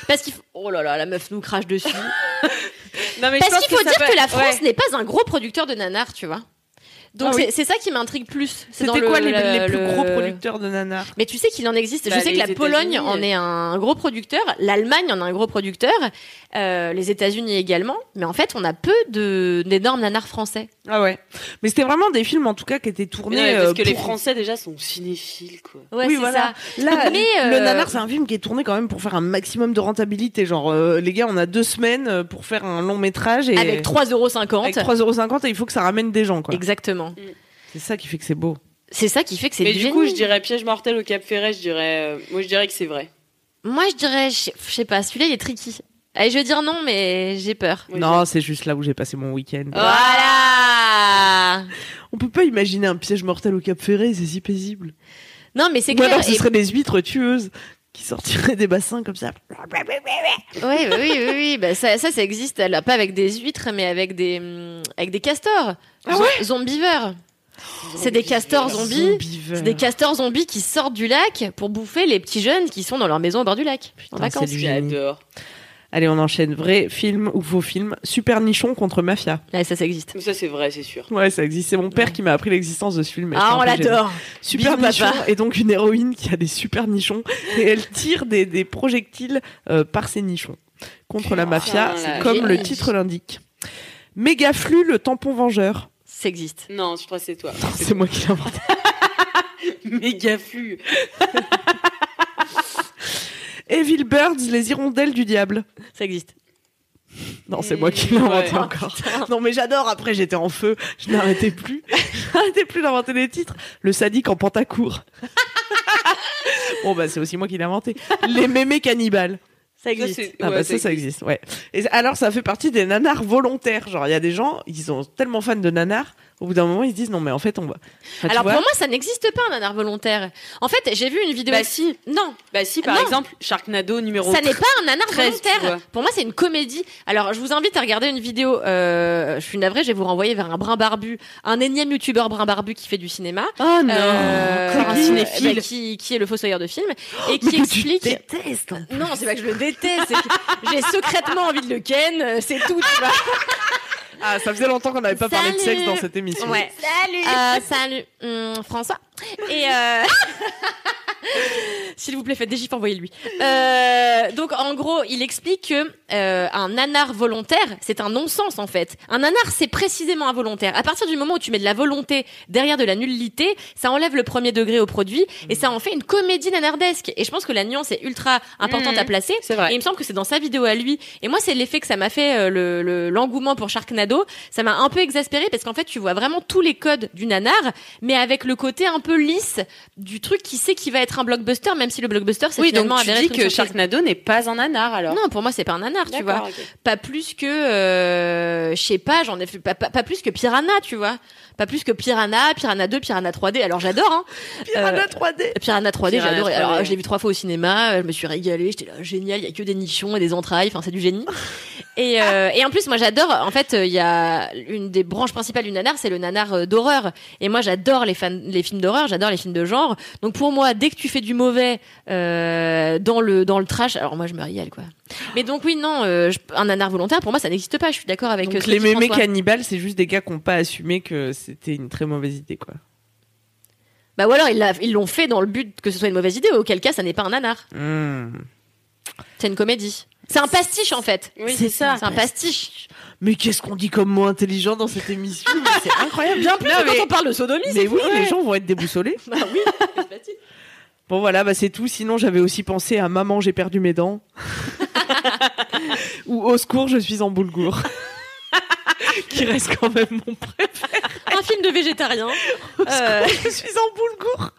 [SPEAKER 2] Parce qu'il faut... Oh là là, la meuf nous crache dessus.
[SPEAKER 1] Non, mais je
[SPEAKER 2] Parce
[SPEAKER 1] pense
[SPEAKER 2] qu'il faut
[SPEAKER 1] ça
[SPEAKER 2] dire
[SPEAKER 1] peut-
[SPEAKER 2] que la France
[SPEAKER 1] Ouais.
[SPEAKER 2] n'est pas un gros producteur de nanars, tu vois. Donc
[SPEAKER 3] Ah oui.
[SPEAKER 2] c'est- c'est ça qui m'intrigue plus. C'est dans
[SPEAKER 3] C'était
[SPEAKER 2] le-
[SPEAKER 3] quoi les,
[SPEAKER 2] le-
[SPEAKER 3] les plus
[SPEAKER 2] le-
[SPEAKER 3] gros producteurs de nanar
[SPEAKER 2] Mais tu sais qu'il en existe.
[SPEAKER 1] Bah,
[SPEAKER 2] je sais
[SPEAKER 1] les
[SPEAKER 2] que la Pologne
[SPEAKER 1] États-Unis, euh.
[SPEAKER 2] en est un gros producteur, l'Allemagne en a un gros producteur, euh, les États-Unis également. Mais en fait, on a peu de d'énormes nanars français.
[SPEAKER 3] Ah ouais. Mais c'était vraiment des films, en tout cas, qui étaient
[SPEAKER 1] Mais
[SPEAKER 3] tournés.
[SPEAKER 1] non, mais parce
[SPEAKER 3] euh,
[SPEAKER 1] que les
[SPEAKER 3] pour-
[SPEAKER 1] Français déjà sont cinéphiles quoi.
[SPEAKER 2] Ouais,
[SPEAKER 3] oui,
[SPEAKER 2] c'est
[SPEAKER 3] voilà. Là,
[SPEAKER 2] ça. Mais euh,
[SPEAKER 3] Le nanar, c'est un film qui est tourné quand même pour faire un maximum de rentabilité. Genre, euh, les gars, on a deux semaines euh, pour faire un long métrage et
[SPEAKER 2] avec 3,50
[SPEAKER 3] avec 3,50 et il faut que ça ramène des gens, quoi.
[SPEAKER 2] Exactement.
[SPEAKER 3] C'est ça qui fait que c'est beau.
[SPEAKER 2] C'est ça qui fait que c'est
[SPEAKER 1] Mais
[SPEAKER 2] du
[SPEAKER 1] du
[SPEAKER 2] génie.
[SPEAKER 1] coup, je dirais piège mortel au Cap Ferret, je dirais euh, moi je dirais que c'est vrai.
[SPEAKER 2] Moi, je dirais, je sais- je sais pas, celui-là, il est tricky. Allez, je vais dire non, mais j'ai peur.
[SPEAKER 1] Moi, je
[SPEAKER 3] non, c'est juste là où j'ai passé mon week-end.
[SPEAKER 2] Ah. Voilà.
[SPEAKER 3] On peut pas imaginer un piège mortel au Cap Ferré, c'est si paisible.
[SPEAKER 2] Non, mais c'est
[SPEAKER 3] Ou
[SPEAKER 2] clair.
[SPEAKER 3] alors ce
[SPEAKER 2] Et-
[SPEAKER 3] seraient des huîtres tueuses qui sortiraient des bassins comme ça.
[SPEAKER 2] <laughs> Ouais, bah oui, oui, oui. Bah, ça, ça, ça existe. Alors, pas avec des huîtres, mais avec des, hum, avec des castors.
[SPEAKER 3] Ah
[SPEAKER 2] ouais Zombiveurs. C'est des castors zombies. C'est des
[SPEAKER 3] Zombivores.
[SPEAKER 2] castors zombies qui sortent du lac pour bouffer les petits jeunes qui sont dans leur maison au bord du lac. en
[SPEAKER 3] Putain,
[SPEAKER 2] vacances.
[SPEAKER 3] c'est du génie.
[SPEAKER 1] J'adore.
[SPEAKER 3] Allez, on enchaîne. Vrai film ou faux film Super nichon contre mafia.
[SPEAKER 2] Là, ça, ça existe.
[SPEAKER 1] Ça c'est vrai, c'est sûr.
[SPEAKER 3] Ouais, ça existe. C'est mon père qui m'a appris l'existence de ce film. et j'étais
[SPEAKER 2] Ah,
[SPEAKER 3] un
[SPEAKER 2] on
[SPEAKER 3] peu gênée.
[SPEAKER 2] l'adore.
[SPEAKER 3] Super
[SPEAKER 2] Bisous,
[SPEAKER 3] Nichon
[SPEAKER 2] papa.
[SPEAKER 3] est donc une héroïne qui a des super nichons et elle tire des, des projectiles euh, par ses nichons contre la mafia,
[SPEAKER 1] Putain, la
[SPEAKER 3] comme le
[SPEAKER 2] vache.
[SPEAKER 3] titre l'indique. Mégaflu, le tampon vengeur.
[SPEAKER 2] Ça existe.
[SPEAKER 1] Non, je crois que c'est toi.
[SPEAKER 3] C'est moi qui l'ai inventé.
[SPEAKER 1] <laughs> Méga flux.
[SPEAKER 3] <laughs> Evil Birds, les hirondelles du diable.
[SPEAKER 2] Ça existe.
[SPEAKER 3] Non, c'est moi qui
[SPEAKER 1] Mm,
[SPEAKER 3] l'ai inventé
[SPEAKER 1] ouais.
[SPEAKER 3] encore. Non, mais j'adore. Après, j'étais en feu. Je n'arrêtais plus. Je n'arrêtais plus d'inventer les titres. Le sadique en pantacourt. <laughs> bon, bah, c'est aussi moi qui l'ai inventé. Les mémés cannibales.
[SPEAKER 2] Ça
[SPEAKER 1] Ça,
[SPEAKER 2] existe.
[SPEAKER 1] c'est-
[SPEAKER 3] Ah
[SPEAKER 1] ouais,
[SPEAKER 3] bah ça, ça existe, ouais. Et alors, ça fait partie des nanars volontaires. Genre, il y a des gens, ils sont tellement fans de nanars, au bout d'un moment, ils se disent non, mais en fait, on va. Enfin, tu
[SPEAKER 2] Alors
[SPEAKER 3] vois,
[SPEAKER 2] pour moi, ça n'existe pas un nanar volontaire. En fait, j'ai vu une vidéo.
[SPEAKER 1] Bah si.
[SPEAKER 2] Non,
[SPEAKER 1] Bah si, par
[SPEAKER 2] Non.
[SPEAKER 1] exemple, Sharknado numéro
[SPEAKER 2] ça n'est pas un nanar
[SPEAKER 1] 13, tu
[SPEAKER 2] volontaire.
[SPEAKER 1] vois.
[SPEAKER 2] Pour moi, c'est une comédie. Alors, je vous invite à regarder une vidéo. euh, je suis navrée, je vais vous renvoyer vers un brin barbu, un énième youtubeur brin barbu qui fait du cinéma.
[SPEAKER 3] Oh non
[SPEAKER 2] Euh,
[SPEAKER 3] Encore un
[SPEAKER 2] qui-
[SPEAKER 3] cinéphile.
[SPEAKER 2] bah, qui, qui est le fossoyeur de films et
[SPEAKER 3] Mais
[SPEAKER 2] qui
[SPEAKER 3] que tu
[SPEAKER 2] explique.
[SPEAKER 3] détestes, en
[SPEAKER 2] Non, c'est pas que je le déteste, c'est que j'ai secrètement envie de le ken, euh, c'est tout, tu vois.
[SPEAKER 3] Ah, ça faisait longtemps qu'on n'avait pas parlé de
[SPEAKER 2] Salut.
[SPEAKER 3] sexe dans cette émission.
[SPEAKER 2] Ouais. Salut. Euh, salut, Hum, François. Et euh, <laughs> s'il vous plaît, faites des gifs, envoyez-lui. Euh, donc en gros, il explique que euh, un nanar volontaire, c'est un non-sens en fait. Un nanar, c'est précisément involontaire. À partir du moment où tu mets de la volonté derrière de la nullité, ça enlève le premier degré au produit et ça en fait une comédie nanardesque. Et je pense que la nuance est ultra importante
[SPEAKER 1] Mhm.
[SPEAKER 2] à placer.
[SPEAKER 1] C'est vrai.
[SPEAKER 2] Et il me semble que c'est dans sa vidéo à lui. Et moi, c'est l'effet que ça m'a fait euh, le- le- l'engouement pour Sharknado. Ça m'a un peu exaspéré parce qu'en fait, tu vois vraiment tous les codes du nanar, mais avec le côté un peu lisse du truc qui sait qui va être un blockbuster, même si le blockbuster, c'est
[SPEAKER 1] Oui, donc
[SPEAKER 2] finalement
[SPEAKER 1] tu
[SPEAKER 2] avéré
[SPEAKER 1] dis
[SPEAKER 2] être une
[SPEAKER 1] que
[SPEAKER 2] surprise.
[SPEAKER 1] Sharknado n'est pas un nanar alors.
[SPEAKER 2] Non, pour moi, c'est pas un nanar, tu vois.
[SPEAKER 1] D'accord, ok.
[SPEAKER 2] Pas plus que, euh, je sais pas, j'en ai fait, pas, pas, pas plus que Piranha, tu vois. Pas plus que Piranha, Piranha 2, Piranha 3D. Alors j'adore, hein.
[SPEAKER 3] Piranha 3D
[SPEAKER 2] Piranha 3D, j'ai
[SPEAKER 1] Piranha
[SPEAKER 2] adoré. Alors,
[SPEAKER 1] 3D.
[SPEAKER 2] je l'ai vu trois fois au cinéma, euh, je me suis régalée, j'étais là, génial, il y a que des nichons et des entrailles, enfin, c'est du génie. Et, euh, et en plus, moi, j'adore, en fait, euh, il y a une des branches principales du nanar, c'est le nanar euh, d'horreur. Et moi, j'adore les, fans- les films d'horreur, j'adore les films de genre. Donc, pour moi, dès que tu fais du mauvais euh, dans, le, dans le trash, alors moi, je me régale, quoi. Mais donc, oui, non, euh, je- un nanar volontaire, pour moi, ça n'existe pas, je suis d'accord avec euh,
[SPEAKER 3] Donc
[SPEAKER 2] ce que
[SPEAKER 3] les
[SPEAKER 2] dit
[SPEAKER 3] mémés
[SPEAKER 2] François.
[SPEAKER 3] cannibales, c'est juste des gars qui n'ont pas assumé que c'était une très mauvaise idée, quoi.
[SPEAKER 2] Bah, ou alors, ils l'a- ils l'ont fait dans le but que ce soit une mauvaise idée, auquel cas, ça n'est pas un nanar.
[SPEAKER 3] Hmm.
[SPEAKER 2] C'est une comédie. C'est un pastiche en fait.
[SPEAKER 1] Oui, c'est ça.
[SPEAKER 2] C'est un pastiche.
[SPEAKER 3] Mais qu'est-ce qu'on dit comme mots intelligents dans cette émission Mais C'est incroyable.
[SPEAKER 2] Bien plus
[SPEAKER 3] Non,
[SPEAKER 2] que
[SPEAKER 3] mais-
[SPEAKER 2] quand on parle de sodomie,
[SPEAKER 3] Mais
[SPEAKER 2] c'est
[SPEAKER 3] oui,
[SPEAKER 2] fou, ouais.
[SPEAKER 3] les gens vont être déboussolés.
[SPEAKER 2] Bah oui, c'est facile.
[SPEAKER 3] Bon voilà, bah c'est tout. Sinon, j'avais aussi pensé à Maman, j'ai perdu mes
[SPEAKER 2] <laughs>
[SPEAKER 3] dents. Ou Au secours, je suis en
[SPEAKER 2] <laughs>
[SPEAKER 3] boulgour. Qui reste quand même mon prénom.
[SPEAKER 2] <laughs> Un film de végétarien. Euh,
[SPEAKER 3] <laughs> Je suis en boulgour.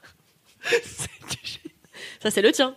[SPEAKER 3] C'est du génie.
[SPEAKER 2] ça c'est le tien.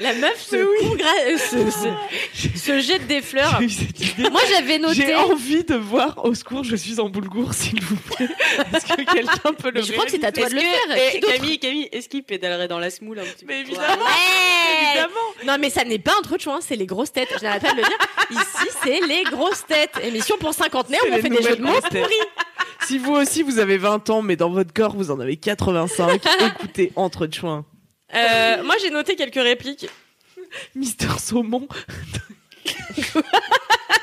[SPEAKER 2] La meuf se,
[SPEAKER 3] Mais oui.
[SPEAKER 2] congra- euh, se- se- se jette des fleurs.
[SPEAKER 3] J'ai eu cette idée.
[SPEAKER 2] Moi j'avais noté.
[SPEAKER 3] J'ai envie de voir Au secours, je suis en boulgour, s'il vous plaît. Est-ce que quelqu'un peut le
[SPEAKER 2] Mais je crois que c'est à toi
[SPEAKER 1] Est-ce
[SPEAKER 2] de le
[SPEAKER 1] que-
[SPEAKER 2] faire.
[SPEAKER 1] eh,
[SPEAKER 2] Qui d'autre
[SPEAKER 1] Camille, Camille, est-ce qu'il pédalerait dans la smoule un petit peu
[SPEAKER 3] Mais évidemment,
[SPEAKER 2] <laughs> Ouais.
[SPEAKER 3] évidemment.
[SPEAKER 2] Non mais ça n'est pas un truc hein, c'est les grosses têtes. Je n'arrête pas de le dire. Ici c'est les grosses têtes. Émission pour cinquantenaire
[SPEAKER 3] C'est
[SPEAKER 2] où on
[SPEAKER 3] les
[SPEAKER 2] fait des jeux
[SPEAKER 3] nouvelles
[SPEAKER 2] de mots
[SPEAKER 3] grosses têtes.
[SPEAKER 2] pourris.
[SPEAKER 3] Si vous aussi vous avez 20 ans, mais dans votre corps vous en avez 85,
[SPEAKER 2] <laughs>
[SPEAKER 3] écoutez Entre Chouin.
[SPEAKER 2] Euh, moi j'ai noté quelques répliques.
[SPEAKER 3] Mister Saumon,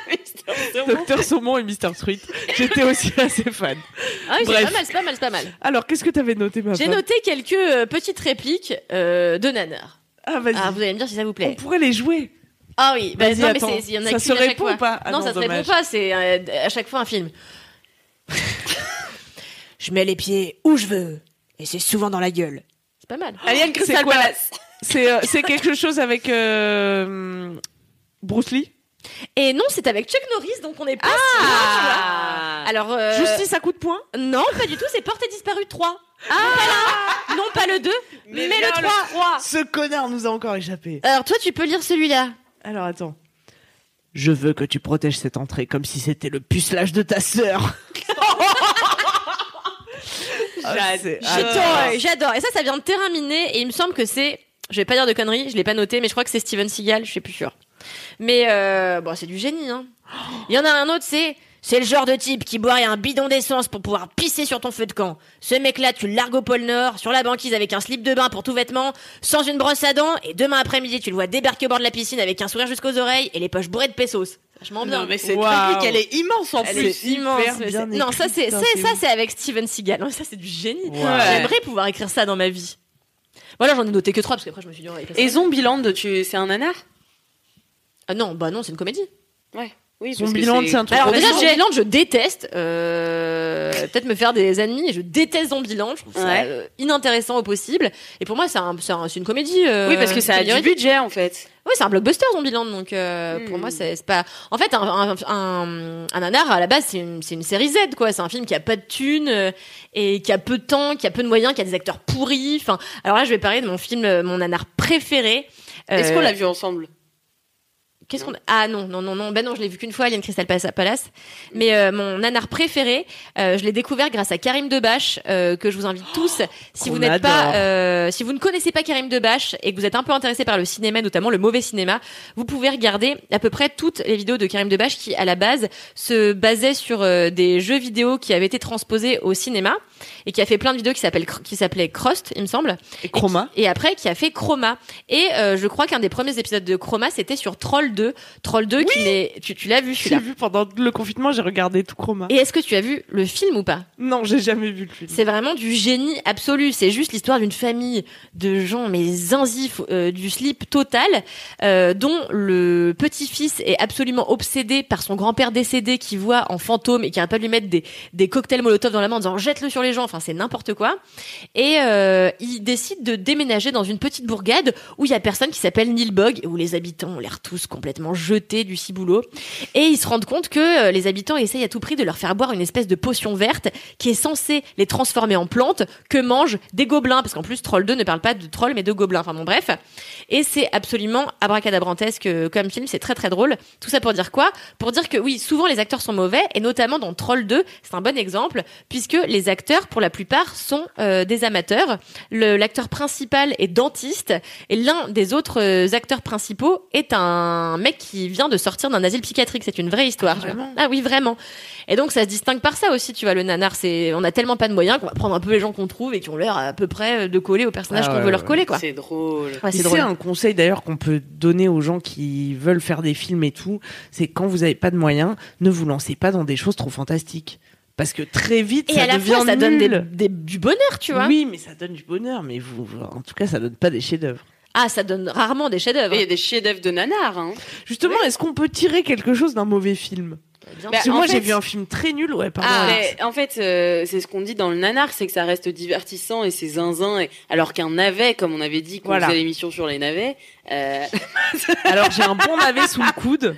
[SPEAKER 1] Voilà.
[SPEAKER 3] Docteur Saumon et Mister Sweet. J'étais aussi assez fan.
[SPEAKER 2] Ah oui, c'est
[SPEAKER 3] Bref.
[SPEAKER 2] pas mal, c'est pas mal, c'est pas mal.
[SPEAKER 3] Alors qu'est-ce que t'avais noté, ma
[SPEAKER 2] J'ai
[SPEAKER 3] femme
[SPEAKER 2] noté quelques euh, petites répliques euh, de nanar.
[SPEAKER 3] Ah vas-y.
[SPEAKER 2] Ah, vous allez me dire si ça vous
[SPEAKER 3] On
[SPEAKER 2] plaît.
[SPEAKER 3] pourrait les jouer.
[SPEAKER 2] Ah oui, bah,
[SPEAKER 3] Vas-y,
[SPEAKER 2] non, mais
[SPEAKER 3] attends.
[SPEAKER 2] c'est- il y en a
[SPEAKER 3] Ça
[SPEAKER 2] qu'une
[SPEAKER 3] se
[SPEAKER 2] à chaque
[SPEAKER 3] répond
[SPEAKER 2] fois.
[SPEAKER 3] ou pas Ah
[SPEAKER 2] non,
[SPEAKER 3] non,
[SPEAKER 2] ça se
[SPEAKER 3] dommage.
[SPEAKER 2] répond pas, c'est euh, à chaque fois un film. <laughs> je mets les pieds où je veux, et c'est souvent dans la gueule. C'est pas mal.
[SPEAKER 1] Alien
[SPEAKER 3] C'est
[SPEAKER 1] Crystal
[SPEAKER 3] quoi
[SPEAKER 1] Palace.
[SPEAKER 3] C'est euh, c'est quelque chose avec euh, Bruce Lee.
[SPEAKER 2] Et non, c'est avec Chuck Norris, donc on est pas si loin, tu vois. Alors, euh,
[SPEAKER 3] Justice à coup de poing.
[SPEAKER 2] non, pas du tout, c'est Portée disparue 3. Ah non, pas le 2, mais,
[SPEAKER 1] bien
[SPEAKER 2] le 3.
[SPEAKER 3] Ce connard nous a encore échappé.
[SPEAKER 2] Alors, toi, tu peux lire celui-là.
[SPEAKER 3] Alors attends. Je veux que tu protèges cette entrée comme si c'était le pucelage de ta
[SPEAKER 2] <laughs>
[SPEAKER 3] sœur. Ah, c'est-
[SPEAKER 2] J'adore, j'adore. Et ça, ça vient de terrain miné. Et il me semble que c'est, je vais pas dire de conneries, je l'ai pas noté, mais je crois que c'est Steven Seagal, je suis plus sûre. Mais euh, bon, c'est du génie. Hein. Il y en a un autre, c'est. C'est le genre de type qui boirait un bidon d'essence pour pouvoir pisser sur ton feu de camp. Ce mec-là, tu le largues au pôle Nord, sur la banquise avec un slip de bain pour tout vêtement, sans une brosse à dents, et demain après-midi, tu le vois débarquer au bord de la piscine avec un sourire jusqu'aux oreilles et les poches bourrées de pesos. Vachement bien.
[SPEAKER 1] Non, mais cette
[SPEAKER 3] Waouh.
[SPEAKER 1] réplique, elle est immense en
[SPEAKER 2] Elle
[SPEAKER 1] plus.
[SPEAKER 2] est immense.
[SPEAKER 3] hyper
[SPEAKER 2] mais
[SPEAKER 3] bien
[SPEAKER 2] c'est- non,
[SPEAKER 3] écrit,
[SPEAKER 2] ça c'est
[SPEAKER 3] putain,
[SPEAKER 2] c'est-
[SPEAKER 3] c'est
[SPEAKER 2] ça
[SPEAKER 3] ouf.
[SPEAKER 2] c'est avec Steven Seagal. Non, ça c'est du génie.
[SPEAKER 3] Wow.
[SPEAKER 2] J'aimerais pouvoir écrire ça dans ma vie. Voilà, j'en ai noté que trois parce qu'après je me suis dit on va écrire
[SPEAKER 1] Et
[SPEAKER 2] ça.
[SPEAKER 1] Zombieland, tu... c'est un nanar
[SPEAKER 2] Ah non, bah non, c'est une comédie.
[SPEAKER 1] Ouais. Oui, parce que
[SPEAKER 3] Zombieland, c'est un truc.
[SPEAKER 2] Alors
[SPEAKER 1] Bah,
[SPEAKER 2] déjà
[SPEAKER 1] non.
[SPEAKER 2] Zombieland, je déteste euh, peut-être me faire des ennemis et je déteste Zombieland, je trouve ça
[SPEAKER 1] Ouais.
[SPEAKER 2] euh, inintéressant au possible et pour moi c'est un, c'est un- c'est une comédie euh,
[SPEAKER 1] Oui, parce que ça a du
[SPEAKER 2] seniorite.
[SPEAKER 1] budget en fait.
[SPEAKER 2] Oui, c'est un blockbuster Zombieland, donc euh,
[SPEAKER 1] Hmm.
[SPEAKER 2] pour moi c'est c'est pas. En fait, un, un, un, un nanar à la base c'est une, c'est une série Z quoi. C'est un film qui a pas de thunes euh, et qui a peu de temps, qui a peu de moyens, qui a des acteurs pourris. Enfin, alors là je vais parler de mon film, euh, mon nanar préféré.
[SPEAKER 1] Est-ce qu'on
[SPEAKER 2] euh,
[SPEAKER 1] l'a vu ensemble
[SPEAKER 2] Qu'est-ce qu'on Ah non non non non ben non je l'ai vu qu'une fois Alien Crystal Palace- Palace
[SPEAKER 3] Mm.
[SPEAKER 2] mais euh, mon nanar préféré euh, je l'ai découvert grâce à Karim Debache euh, que je vous invite tous si
[SPEAKER 3] Oh, qu'on
[SPEAKER 2] vous n'êtes pas
[SPEAKER 3] adore.
[SPEAKER 2] euh, si vous ne connaissez pas Karim Debache et que vous êtes un peu intéressé par le cinéma notamment le mauvais cinéma vous pouvez regarder à peu près toutes les vidéos de Karim Debache qui à la base se basait sur euh, des jeux vidéo qui avaient été transposés au cinéma et qui a fait plein de vidéos qui s'appellent qui s'appelait Crust il me semble
[SPEAKER 3] Et Chroma.
[SPEAKER 2] et après qui a fait Chroma. Et euh, je crois qu'un des premiers épisodes de Chroma c'était sur Troll 2. Troll 2 qui n'est tu, tu l'as vu
[SPEAKER 3] Je l'ai
[SPEAKER 2] celui-là.
[SPEAKER 3] vu pendant le confinement, j'ai regardé tout Chroma.
[SPEAKER 2] Et est-ce que tu as vu le film ou pas
[SPEAKER 3] Non, j'ai jamais vu le film.
[SPEAKER 2] C'est vraiment du génie absolu. C'est juste l'histoire d'une famille de gens mais zinzifs euh, du slip total, euh, dont le petit-fils est absolument obsédé par son grand-père décédé qui voit en fantôme et qui arrête pas de lui mettre des, des cocktails Molotov dans la main en disant jette-le sur les gens. Enfin c'est n'importe quoi. Et euh, il décide de déménager dans une petite bourgade où il y a personne qui s'appelle Nilbog et où les habitants ont l'air tous complètement jetés du ciboulot. Et ils se rendent compte que euh, les habitants essayent à tout prix de leur faire boire une espèce de potion verte qui est censée les transformer en plantes que mangent des gobelins. Parce qu'en plus, Troll 2 ne parle pas de troll mais de gobelins. Enfin bon, bref. Et c'est absolument abracadabrantesque euh, comme film. C'est très très drôle. Tout ça pour dire quoi Pour dire que oui, souvent les acteurs sont mauvais et notamment dans Troll 2, c'est un bon exemple puisque les acteurs, pour la plupart, sont euh, des amateurs. Le- L'acteur principal est dentiste et l'un des autres euh, acteurs principaux est un mec qui vient de sortir d'un asile psychiatrique. C'est une vraie histoire. tu vois. ah oui, vraiment. Et donc ça se distingue par ça aussi, tu vois. Le nanar, c'est on a tellement pas de moyens qu'on va prendre un peu les gens qu'on trouve et qui ont l'air à peu près euh, de coller au personnage
[SPEAKER 3] Ah
[SPEAKER 2] qu'on
[SPEAKER 3] ouais,
[SPEAKER 2] veut leur
[SPEAKER 3] ouais.
[SPEAKER 2] coller, quoi.
[SPEAKER 1] C'est drôle.
[SPEAKER 2] Ouais,
[SPEAKER 3] Et
[SPEAKER 2] c'est
[SPEAKER 3] c'est
[SPEAKER 2] drôle.
[SPEAKER 3] un conseil d'ailleurs qu'on peut donner aux gens qui veulent faire des films et tout, c'est quand vous n'avez pas de moyens, ne vous lancez pas dans des choses trop fantastiques. Parce que très vite,
[SPEAKER 2] Et
[SPEAKER 3] ça
[SPEAKER 2] à la
[SPEAKER 3] devient
[SPEAKER 2] fois, ça donne des-
[SPEAKER 3] nul.
[SPEAKER 2] des- du bonheur, tu vois.
[SPEAKER 3] Oui, mais ça donne du bonheur, mais vous, vous- en tout cas, ça donne pas des chefs-d'œuvre.
[SPEAKER 2] Ah, ça donne rarement des chefs-d'œuvre.
[SPEAKER 1] Il y a des chefs-d'œuvre de nanar. Hein.
[SPEAKER 3] Justement, est-ce qu'on peut tirer quelque chose d'un mauvais film
[SPEAKER 2] Bien
[SPEAKER 1] Bah,
[SPEAKER 3] Parce que
[SPEAKER 1] en
[SPEAKER 3] moi,
[SPEAKER 1] fait-
[SPEAKER 3] j'ai vu un film très nul, ouais, pardon.
[SPEAKER 1] Ah,
[SPEAKER 3] Alex.
[SPEAKER 1] mais en fait, euh, c'est ce qu'on dit dans le nanar, c'est que ça reste divertissant et c'est zinzin. Et... Alors qu'un navet, comme on avait dit quand
[SPEAKER 3] Voilà.
[SPEAKER 1] on faisait l'émission sur les navets, euh,
[SPEAKER 3] Alors, j'ai un bon navet sous le
[SPEAKER 2] <laughs>
[SPEAKER 3] coude.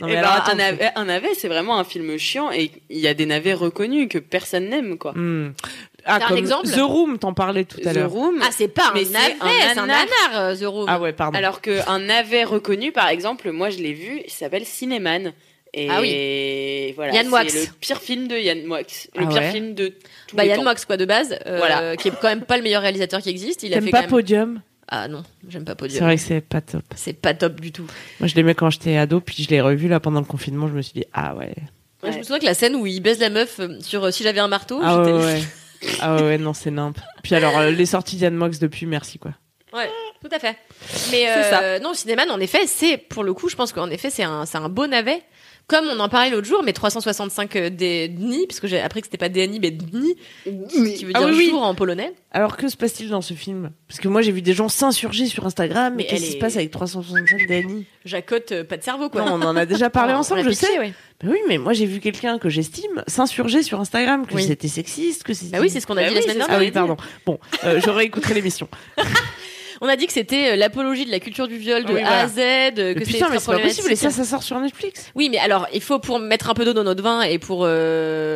[SPEAKER 3] Non, mais
[SPEAKER 1] eh ben,
[SPEAKER 3] alors, attends,
[SPEAKER 1] un, navet, un navet, c'est vraiment un film chiant et il y a des navets reconnus que personne n'aime, quoi.
[SPEAKER 3] Hmm. Ah,
[SPEAKER 2] T'as un
[SPEAKER 3] comme
[SPEAKER 2] exemple
[SPEAKER 3] The Room, t'en parlais tout à
[SPEAKER 1] The
[SPEAKER 3] l'heure.
[SPEAKER 1] Room.
[SPEAKER 2] Ah, c'est pas
[SPEAKER 1] Mais
[SPEAKER 2] un
[SPEAKER 1] c'est
[SPEAKER 2] navet,
[SPEAKER 1] un
[SPEAKER 2] c'est un
[SPEAKER 1] nanar.
[SPEAKER 2] nanar, euh, The Room.
[SPEAKER 3] Ah ouais, pardon.
[SPEAKER 1] Alors qu'un navet reconnu, par exemple, moi je l'ai vu, il s'appelle Cinéman. Et
[SPEAKER 2] Ah
[SPEAKER 1] voilà,
[SPEAKER 2] Yann Moix.
[SPEAKER 1] c'est le pire film de Yann Moix. Le
[SPEAKER 3] Ah
[SPEAKER 1] pire
[SPEAKER 3] ouais.
[SPEAKER 1] film de tous
[SPEAKER 2] bah,
[SPEAKER 1] les
[SPEAKER 2] Yann
[SPEAKER 1] temps.
[SPEAKER 2] Mox, quoi, de base. euh,
[SPEAKER 1] Voilà.
[SPEAKER 2] Qui est quand même pas le meilleur réalisateur qui existe. Il a
[SPEAKER 3] T'aimes
[SPEAKER 2] fait
[SPEAKER 3] pas
[SPEAKER 2] quand même...
[SPEAKER 3] Podium
[SPEAKER 2] Ah non, j'aime pas
[SPEAKER 3] C'est
[SPEAKER 2] Podium.
[SPEAKER 3] vrai que c'est pas top.
[SPEAKER 2] C'est pas top du tout.
[SPEAKER 3] Moi, je l'aimais quand j'étais ado, puis je l'ai revu là pendant le confinement. Je me suis dit, ah ouais.
[SPEAKER 2] Moi, je
[SPEAKER 1] Ouais.
[SPEAKER 2] me souviens que la scène où il baise la meuf euh, sur euh, Si j'avais un marteau,
[SPEAKER 3] Ah ouais,
[SPEAKER 2] j'étais-
[SPEAKER 3] ouais.
[SPEAKER 2] <laughs>
[SPEAKER 3] ah ouais, ouais, non, c'est nimp. Puis alors, euh, les sorties d'Anne Mox depuis, merci quoi.
[SPEAKER 2] Ouais, tout à fait. Mais euh, non, Cinéman, en effet, c'est pour le coup, je pense qu'en effet, c'est un, c'est un beau navet. Comme on en parlait l'autre jour, mais 365 euh, des dni, parce que j'ai appris que c'était pas DNI, mais dni, qui veut
[SPEAKER 3] Ah
[SPEAKER 2] dire
[SPEAKER 3] oui, oui.
[SPEAKER 2] jour en polonais.
[SPEAKER 3] Alors, que se passe-t-il dans ce film Parce que moi, j'ai vu des gens s'insurger sur Instagram. Mais
[SPEAKER 2] Mais
[SPEAKER 3] qu'est-ce
[SPEAKER 2] elle
[SPEAKER 3] qui se
[SPEAKER 2] est-
[SPEAKER 3] passe avec 365 Dani
[SPEAKER 2] Jacotte, euh, pas de cerveau, quoi.
[SPEAKER 3] Non, on en a
[SPEAKER 2] <laughs>
[SPEAKER 3] déjà parlé
[SPEAKER 2] On
[SPEAKER 3] ensemble, je
[SPEAKER 2] l'a pitché,
[SPEAKER 3] sais.
[SPEAKER 2] ouais.
[SPEAKER 3] Mais oui, mais moi, j'ai vu quelqu'un que j'estime s'insurger sur Instagram, que
[SPEAKER 2] Oui.
[SPEAKER 3] c'était sexiste, que c'était.
[SPEAKER 2] Bah oui, c'est ce qu'on a
[SPEAKER 1] Bah
[SPEAKER 2] dit
[SPEAKER 1] oui,
[SPEAKER 2] la semaine
[SPEAKER 1] c'est ce
[SPEAKER 2] dernière.
[SPEAKER 3] Ah oui, pardon. Bon, euh, je réécouterai l'émission.
[SPEAKER 2] On a dit que c'était euh, l'apologie de la culture du viol de
[SPEAKER 3] Ah Oui,
[SPEAKER 2] A à
[SPEAKER 3] voilà.
[SPEAKER 2] Z,
[SPEAKER 3] Mais
[SPEAKER 2] euh, <laughs> que
[SPEAKER 3] Putain, mais c'est pas
[SPEAKER 2] problématique.
[SPEAKER 3] possible. Et ça, ça sort sur Netflix.
[SPEAKER 2] Oui, mais alors, il faut pour mettre un peu d'eau dans notre vin et pour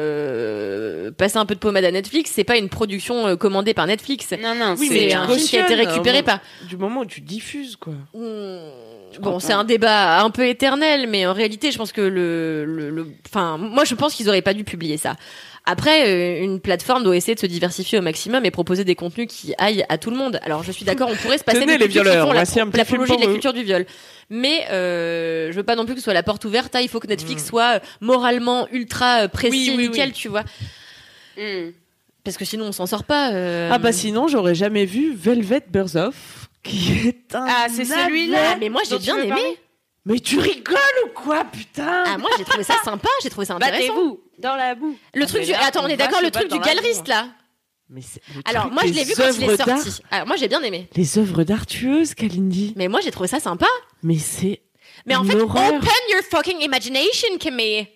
[SPEAKER 2] euh, passer un peu de pommade à Netflix, c'est pas une production euh, commandée par Netflix.
[SPEAKER 1] Non, non,
[SPEAKER 3] Oui, mais
[SPEAKER 1] c'est
[SPEAKER 2] c'est
[SPEAKER 3] tu
[SPEAKER 2] un
[SPEAKER 1] un...
[SPEAKER 2] film qui a été
[SPEAKER 3] cautionnes,
[SPEAKER 2] récupéré
[SPEAKER 1] hein,
[SPEAKER 3] euh,
[SPEAKER 2] par. Hmm,
[SPEAKER 3] Du moment où tu diffuses, quoi.
[SPEAKER 2] Bon,
[SPEAKER 3] crois
[SPEAKER 2] c'est
[SPEAKER 3] pas.
[SPEAKER 2] un débat un peu éternel, mais en réalité, je pense que le, le, le- enfin, moi, je pense qu'ils auraient pas dû publier ça. Après, euh, une plateforme doit essayer de se diversifier au maximum et proposer des contenus qui aillent à tout le monde. Alors, je suis d'accord, on pourrait se passer
[SPEAKER 3] Tenez, les
[SPEAKER 2] des contenus qui
[SPEAKER 3] violeurs,
[SPEAKER 2] font la-
[SPEAKER 3] voici un petit
[SPEAKER 2] l'apologie
[SPEAKER 3] film
[SPEAKER 2] de la
[SPEAKER 3] pour
[SPEAKER 2] culture du viol. Mais euh, je veux pas non plus que ce soit la porte ouverte. Ah, il faut que
[SPEAKER 3] Hmm.
[SPEAKER 2] Netflix soit euh, moralement ultra euh, précis,
[SPEAKER 3] Oui, oui,
[SPEAKER 2] nickel,
[SPEAKER 3] oui.
[SPEAKER 2] tu vois,
[SPEAKER 1] Hmm.
[SPEAKER 2] parce que sinon, on s'en sort pas. euh.
[SPEAKER 3] Ah bah sinon, j'aurais jamais vu Velvet Burzoff, qui est un.
[SPEAKER 1] Ah, c'est
[SPEAKER 3] navet.
[SPEAKER 1] celui-là
[SPEAKER 2] mais moi, j'ai
[SPEAKER 1] dont tu
[SPEAKER 2] bien
[SPEAKER 1] veux
[SPEAKER 2] aimé.
[SPEAKER 1] parler
[SPEAKER 3] Mais tu rigoles ou quoi, putain
[SPEAKER 2] Ah, moi, j'ai trouvé ça sympa, j'ai trouvé ça
[SPEAKER 3] Bah,
[SPEAKER 2] intéressant.
[SPEAKER 1] Battez-vous dans la boue.
[SPEAKER 2] Le truc
[SPEAKER 3] Ah, mais
[SPEAKER 2] du
[SPEAKER 3] là,
[SPEAKER 2] attends, on
[SPEAKER 3] on
[SPEAKER 2] est
[SPEAKER 3] va
[SPEAKER 2] d'accord
[SPEAKER 3] se
[SPEAKER 2] le truc
[SPEAKER 3] battre
[SPEAKER 2] du
[SPEAKER 3] dans la hein.
[SPEAKER 2] galeriste là.
[SPEAKER 3] Mais c'est- le
[SPEAKER 2] Alors
[SPEAKER 3] truc
[SPEAKER 2] moi je
[SPEAKER 3] des
[SPEAKER 2] l'ai vu quand il est
[SPEAKER 3] œuvres d'art-
[SPEAKER 2] sorti. Alors moi j'ai bien aimé.
[SPEAKER 3] Les œuvres d'art tueuses, Kalindi.
[SPEAKER 2] Mais moi j'ai trouvé ça sympa.
[SPEAKER 3] Mais c'est.
[SPEAKER 2] Mais en fait,
[SPEAKER 3] L'horreur.
[SPEAKER 2] open your fucking imagination, Camille.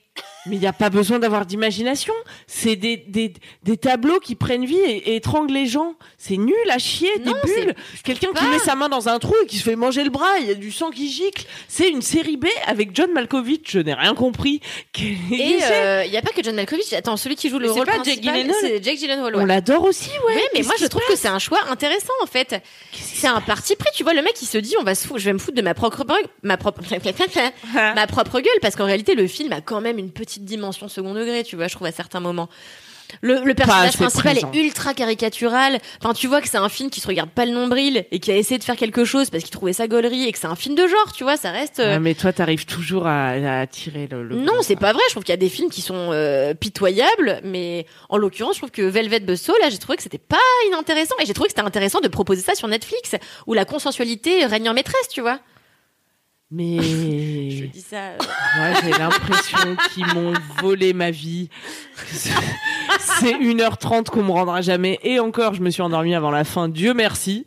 [SPEAKER 3] Mais il n'y a pas besoin d'avoir d'imagination. C'est des, des, des tableaux qui prennent vie et, et étranglent les gens. C'est nul à chier,
[SPEAKER 2] Non,
[SPEAKER 3] des bulles. Quelqu'un qui
[SPEAKER 2] pas.
[SPEAKER 3] met sa main dans un trou et qui se fait manger le bras, il y a du sang qui gicle. C'est une série B avec John Malkovich, je n'ai rien compris. <laughs> Quel
[SPEAKER 2] Et
[SPEAKER 3] est-
[SPEAKER 2] euh, il y a pas que John Malkovich. Attends, celui qui joue le
[SPEAKER 1] Mais c'est
[SPEAKER 2] rôle
[SPEAKER 1] pas Jake
[SPEAKER 2] principal,
[SPEAKER 1] Gyllenhaal
[SPEAKER 2] c'est Jake Gyllenhaal. ouais.
[SPEAKER 3] On l'adore aussi, ouais.
[SPEAKER 2] Oui, mais
[SPEAKER 3] Qu'est-ce
[SPEAKER 2] moi
[SPEAKER 3] qui
[SPEAKER 2] je
[SPEAKER 3] se
[SPEAKER 2] trouve que c'est un choix intéressant en fait. C'est un parti pris, tu vois. Le mec il se dit on va se fou- je vais me foutre de ma propre ma propre <laughs> ma propre gueule parce qu'en réalité le film a quand même une petite dimension second degré, tu vois. Je trouve à certains moments. Le, le personnage
[SPEAKER 3] assez
[SPEAKER 2] principal
[SPEAKER 3] présent.
[SPEAKER 2] est ultra caricatural. Enfin, tu vois que c'est un film qui se regarde pas le nombril et qui a essayé de faire quelque chose parce qu'il trouvait ça gaulerie et que c'est un film de genre, tu vois. Ça reste. euh,
[SPEAKER 3] Ouais, Ah, mais toi, t'arrives toujours à, à attirer le. le-
[SPEAKER 2] non, c'est pas vrai. Je trouve qu'il y a des films qui sont euh, pitoyables, mais en l'occurrence, je trouve que Velvet Buzzsaw, là, j'ai trouvé que c'était pas inintéressant. Et j'ai trouvé que c'était intéressant de proposer ça sur Netflix, où la consensualité règne en maîtresse, tu vois.
[SPEAKER 3] Mais
[SPEAKER 2] <laughs> Je dis ça. euh,
[SPEAKER 3] moi, j'ai l'impression qu'ils m'ont volé ma vie. C'est 1h30 qu'on me rendra jamais. Et encore, je me suis endormie avant la fin. Dieu merci.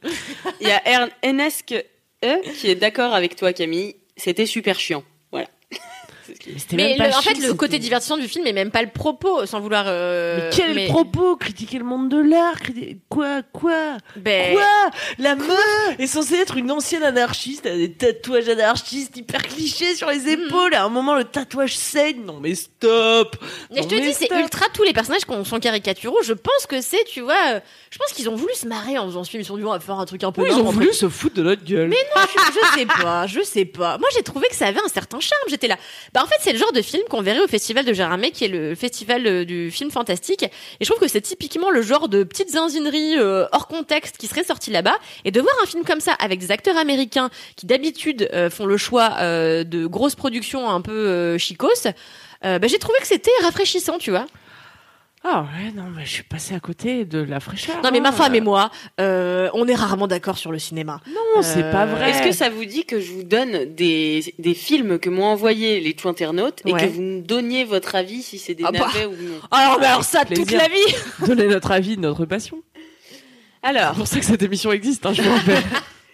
[SPEAKER 1] Il y a Ern- Enesque E qui est d'accord avec toi, Camille. C'était super chiant. Voilà.
[SPEAKER 3] Mais, c'était
[SPEAKER 2] Mais
[SPEAKER 3] même pas
[SPEAKER 2] le- en
[SPEAKER 3] chiant,
[SPEAKER 2] fait, le côté
[SPEAKER 3] c'était-
[SPEAKER 2] divertissant du film est même pas le propos, sans vouloir. euh,
[SPEAKER 3] Mais quel
[SPEAKER 2] mais-
[SPEAKER 3] propos Critiquer le monde de l'art critiquer- Quoi Quoi
[SPEAKER 2] Ben,
[SPEAKER 3] Quoi La meuf est censée être une ancienne anarchiste, elle a des tatouages anarchistes hyper clichés sur
[SPEAKER 2] Mm.
[SPEAKER 3] les épaules. À un moment, le tatouage saigne. Non mais stop
[SPEAKER 2] Mais je
[SPEAKER 3] Non,
[SPEAKER 2] te dis, c'est
[SPEAKER 3] stop.
[SPEAKER 2] ultra tous les personnages qui ont- sont caricaturaux. Je pense que c'est, tu vois, euh, je pense qu'ils ont voulu se marrer en faisant ce film. Ils se sont dit, on va faire un truc un peu.
[SPEAKER 3] Oui, ils
[SPEAKER 2] nimpe,
[SPEAKER 3] ont
[SPEAKER 2] un
[SPEAKER 3] voulu se foutre de notre gueule.
[SPEAKER 2] Mais non, je, je sais pas, je sais pas. Moi, j'ai trouvé que ça avait un certain charme. J'étais là. Bah, en fait, c'est le genre de film qu'on verrait au festival de Gérardmer, qui est le festival euh, du film fantastique. Et je trouve que c'est typiquement le genre de petites zinzineries euh, hors contexte qui serait sorti là-bas. Et de voir un film comme ça avec des acteurs américains qui d'habitude euh, font le choix euh, de grosses productions un peu euh, chicos. euh, bah, j'ai trouvé que c'était rafraîchissant, tu vois.
[SPEAKER 3] Ah ouais, non, mais je suis passée à côté de la fraîcheur.
[SPEAKER 2] Non, mais ma
[SPEAKER 3] hein.
[SPEAKER 2] femme et moi, euh, on est rarement d'accord sur le cinéma.
[SPEAKER 3] Non, c'est
[SPEAKER 2] Euh,
[SPEAKER 3] pas vrai.
[SPEAKER 1] Est-ce que ça vous dit que je vous donne des, des films que m'ont envoyé les internautes et
[SPEAKER 2] Ouais.
[SPEAKER 1] que vous me donniez votre avis si c'est des
[SPEAKER 2] Ah bah.
[SPEAKER 1] navets ou non
[SPEAKER 2] Alors, bah, alors ça, toute
[SPEAKER 3] Plaisir.
[SPEAKER 2] la vie.
[SPEAKER 3] Donner notre avis, notre passion.
[SPEAKER 2] Ah.
[SPEAKER 1] Alors,
[SPEAKER 3] C'est pour ça que cette émission existe, hein, je vous rappelle.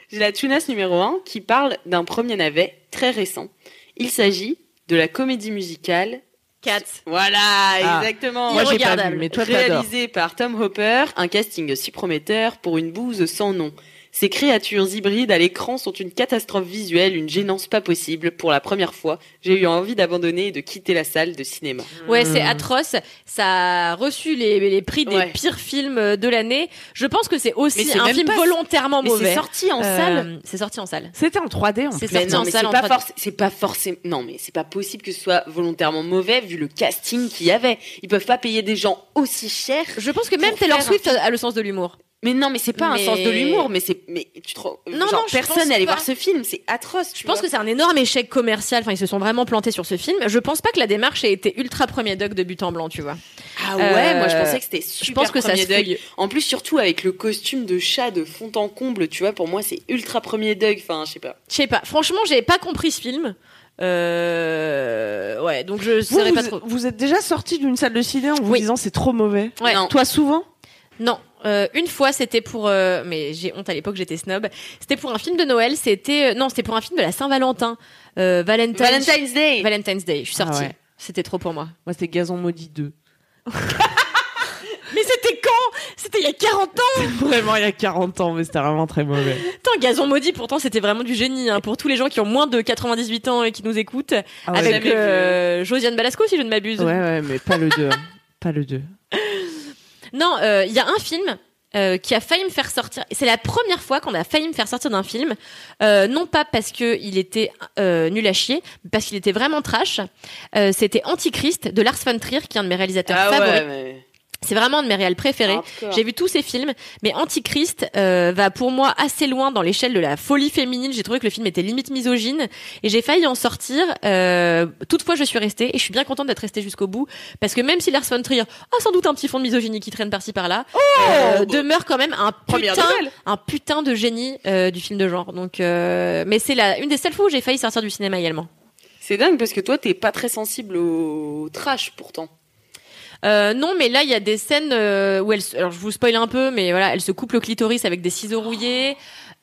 [SPEAKER 1] J'ai la Tunas numéro 1 qui parle d'un premier navet très récent. Il s'agit de la comédie musicale.
[SPEAKER 2] Quatre.
[SPEAKER 1] Voilà,
[SPEAKER 3] Ah.
[SPEAKER 1] exactement.
[SPEAKER 3] Moi, j'ai pas
[SPEAKER 2] Irregardable.
[SPEAKER 3] vu, mais toi, t'adores.
[SPEAKER 1] Réalisé par Tom Hopper, un casting si prometteur pour une bouse sans nom. Ces créatures hybrides à l'écran sont une catastrophe visuelle, une gênance pas possible. Pour la première fois, j'ai eu envie d'abandonner et de quitter la salle de cinéma.
[SPEAKER 2] Ouais,
[SPEAKER 3] Hmm.
[SPEAKER 2] c'est atroce. Ça a reçu les, les prix des
[SPEAKER 1] Ouais.
[SPEAKER 2] pires films euh, de l'année. Je pense que c'est
[SPEAKER 1] Mais
[SPEAKER 2] aussi
[SPEAKER 1] c'est
[SPEAKER 2] un
[SPEAKER 1] même
[SPEAKER 2] film
[SPEAKER 1] pas-
[SPEAKER 2] volontairement
[SPEAKER 1] Mais c'est
[SPEAKER 2] mauvais.
[SPEAKER 1] sorti en
[SPEAKER 2] Euh,
[SPEAKER 1] salle.
[SPEAKER 2] C'est sorti en salle.
[SPEAKER 3] C'était en 3D, en
[SPEAKER 2] C'est
[SPEAKER 3] plus.
[SPEAKER 1] Mais
[SPEAKER 2] sorti en
[SPEAKER 1] non, mais c'est
[SPEAKER 2] salle en
[SPEAKER 1] pas
[SPEAKER 2] 3D.
[SPEAKER 1] forc- c'est pas forcément. Non, mais c'est pas possible que ce soit volontairement mauvais vu le casting qu'il y avait. Ils peuvent pas payer des gens aussi cher.
[SPEAKER 2] Je pense que même
[SPEAKER 1] Pour
[SPEAKER 2] Taylor
[SPEAKER 1] faire
[SPEAKER 2] Swift a le sens de l'humour.
[SPEAKER 1] Mais non, mais c'est pas
[SPEAKER 2] Mais-
[SPEAKER 1] un sens de l'humour. Mais c'est. Mais tu te... rends-
[SPEAKER 2] Non,
[SPEAKER 1] genre,
[SPEAKER 2] non, je pense
[SPEAKER 1] personne allait
[SPEAKER 2] pas.
[SPEAKER 1] voir ce film. C'est atroce.
[SPEAKER 2] Je pense que c'est un énorme échec commercial. Enfin, ils se sont vraiment plantés sur ce film. Je pense pas que la démarche ait été ultra premier dog de but en blanc, tu vois.
[SPEAKER 1] Ah ouais,
[SPEAKER 2] Euh,
[SPEAKER 1] moi je pensais que c'était super.
[SPEAKER 2] Je pense que ça se
[SPEAKER 1] premier Doug.
[SPEAKER 2] fouille.
[SPEAKER 1] En plus, surtout avec le costume de chat de fond en comble, tu vois, pour moi c'est ultra premier Doug. Enfin, je sais pas.
[SPEAKER 2] Je sais pas. Franchement, j'ai pas compris ce film. Euh... Ouais, donc je
[SPEAKER 3] Vous,
[SPEAKER 2] saurais pas
[SPEAKER 3] vous-
[SPEAKER 2] trop.
[SPEAKER 3] vous êtes déjà sorti d'une salle de ciné en vous
[SPEAKER 2] Oui.
[SPEAKER 3] disant c'est trop mauvais.
[SPEAKER 2] Ouais.
[SPEAKER 1] Non.
[SPEAKER 3] Toi, souvent
[SPEAKER 2] Non, euh, une fois c'était pour euh, mais j'ai honte à l'époque j'étais snob. C'était pour un film de Noël, c'était euh, non, c'était pour un film de la Saint-Valentin. Euh, Valentine's,
[SPEAKER 1] Valentine's Day.
[SPEAKER 2] Valentine's Day, je suis
[SPEAKER 3] Ah
[SPEAKER 2] sortie.
[SPEAKER 3] ouais.
[SPEAKER 2] C'était trop pour moi.
[SPEAKER 3] Moi, c'était Gazon Maudit 2.
[SPEAKER 2] Mais c'était quand C'était il y a 40 ans.
[SPEAKER 3] <laughs> vraiment il y a 40 ans, mais c'était vraiment très mauvais.
[SPEAKER 2] Putain, Gazon maudit pourtant c'était vraiment du génie hein, pour tous les gens qui ont moins de 98 ans et qui nous écoutent
[SPEAKER 3] Ah ouais.
[SPEAKER 2] avec
[SPEAKER 1] Jamais vu.
[SPEAKER 2] euh, Josiane Balasco si je ne m'abuse.
[SPEAKER 3] Ouais, ouais, mais pas le 2. hein. Pas le 2.
[SPEAKER 2] Non, euh, il y a un film euh, qui a failli me faire sortir. C'est la première fois qu'on a failli me faire sortir d'un film, Euh, non pas parce que il était euh, nul à chier, mais parce qu'il était vraiment trash. Euh, C'était Antichrist de Lars von Trier, qui est un de mes réalisateurs
[SPEAKER 1] Ah
[SPEAKER 2] favoris.
[SPEAKER 1] ouais, mais.
[SPEAKER 2] C'est vraiment un de mes réals préférés.
[SPEAKER 1] hardcore.
[SPEAKER 2] J'ai vu tous ces films, mais Antichrist euh, va pour moi assez loin dans l'échelle de la folie féminine. J'ai trouvé que le film était limite misogyne et j'ai failli en sortir. Euh, toutefois, je suis restée et je suis bien contente d'être restée jusqu'au bout parce que même si Lars von Trier a sans doute un petit fond de misogynie qui traîne par-ci par-là, euh, demeure quand même un
[SPEAKER 1] Première
[SPEAKER 2] putain,
[SPEAKER 1] nouvelle.
[SPEAKER 2] un putain de génie euh, du film de genre. Donc, euh, mais c'est la une des seules fois où j'ai failli sortir du cinéma également.
[SPEAKER 1] C'est dingue parce que toi t'es pas très sensible au trash pourtant.
[SPEAKER 2] Euh, non, mais là, il y a des scènes euh, où elle. se- Alors, je vous spoil un peu, mais voilà, elle se coupe le clitoris avec des ciseaux rouillés.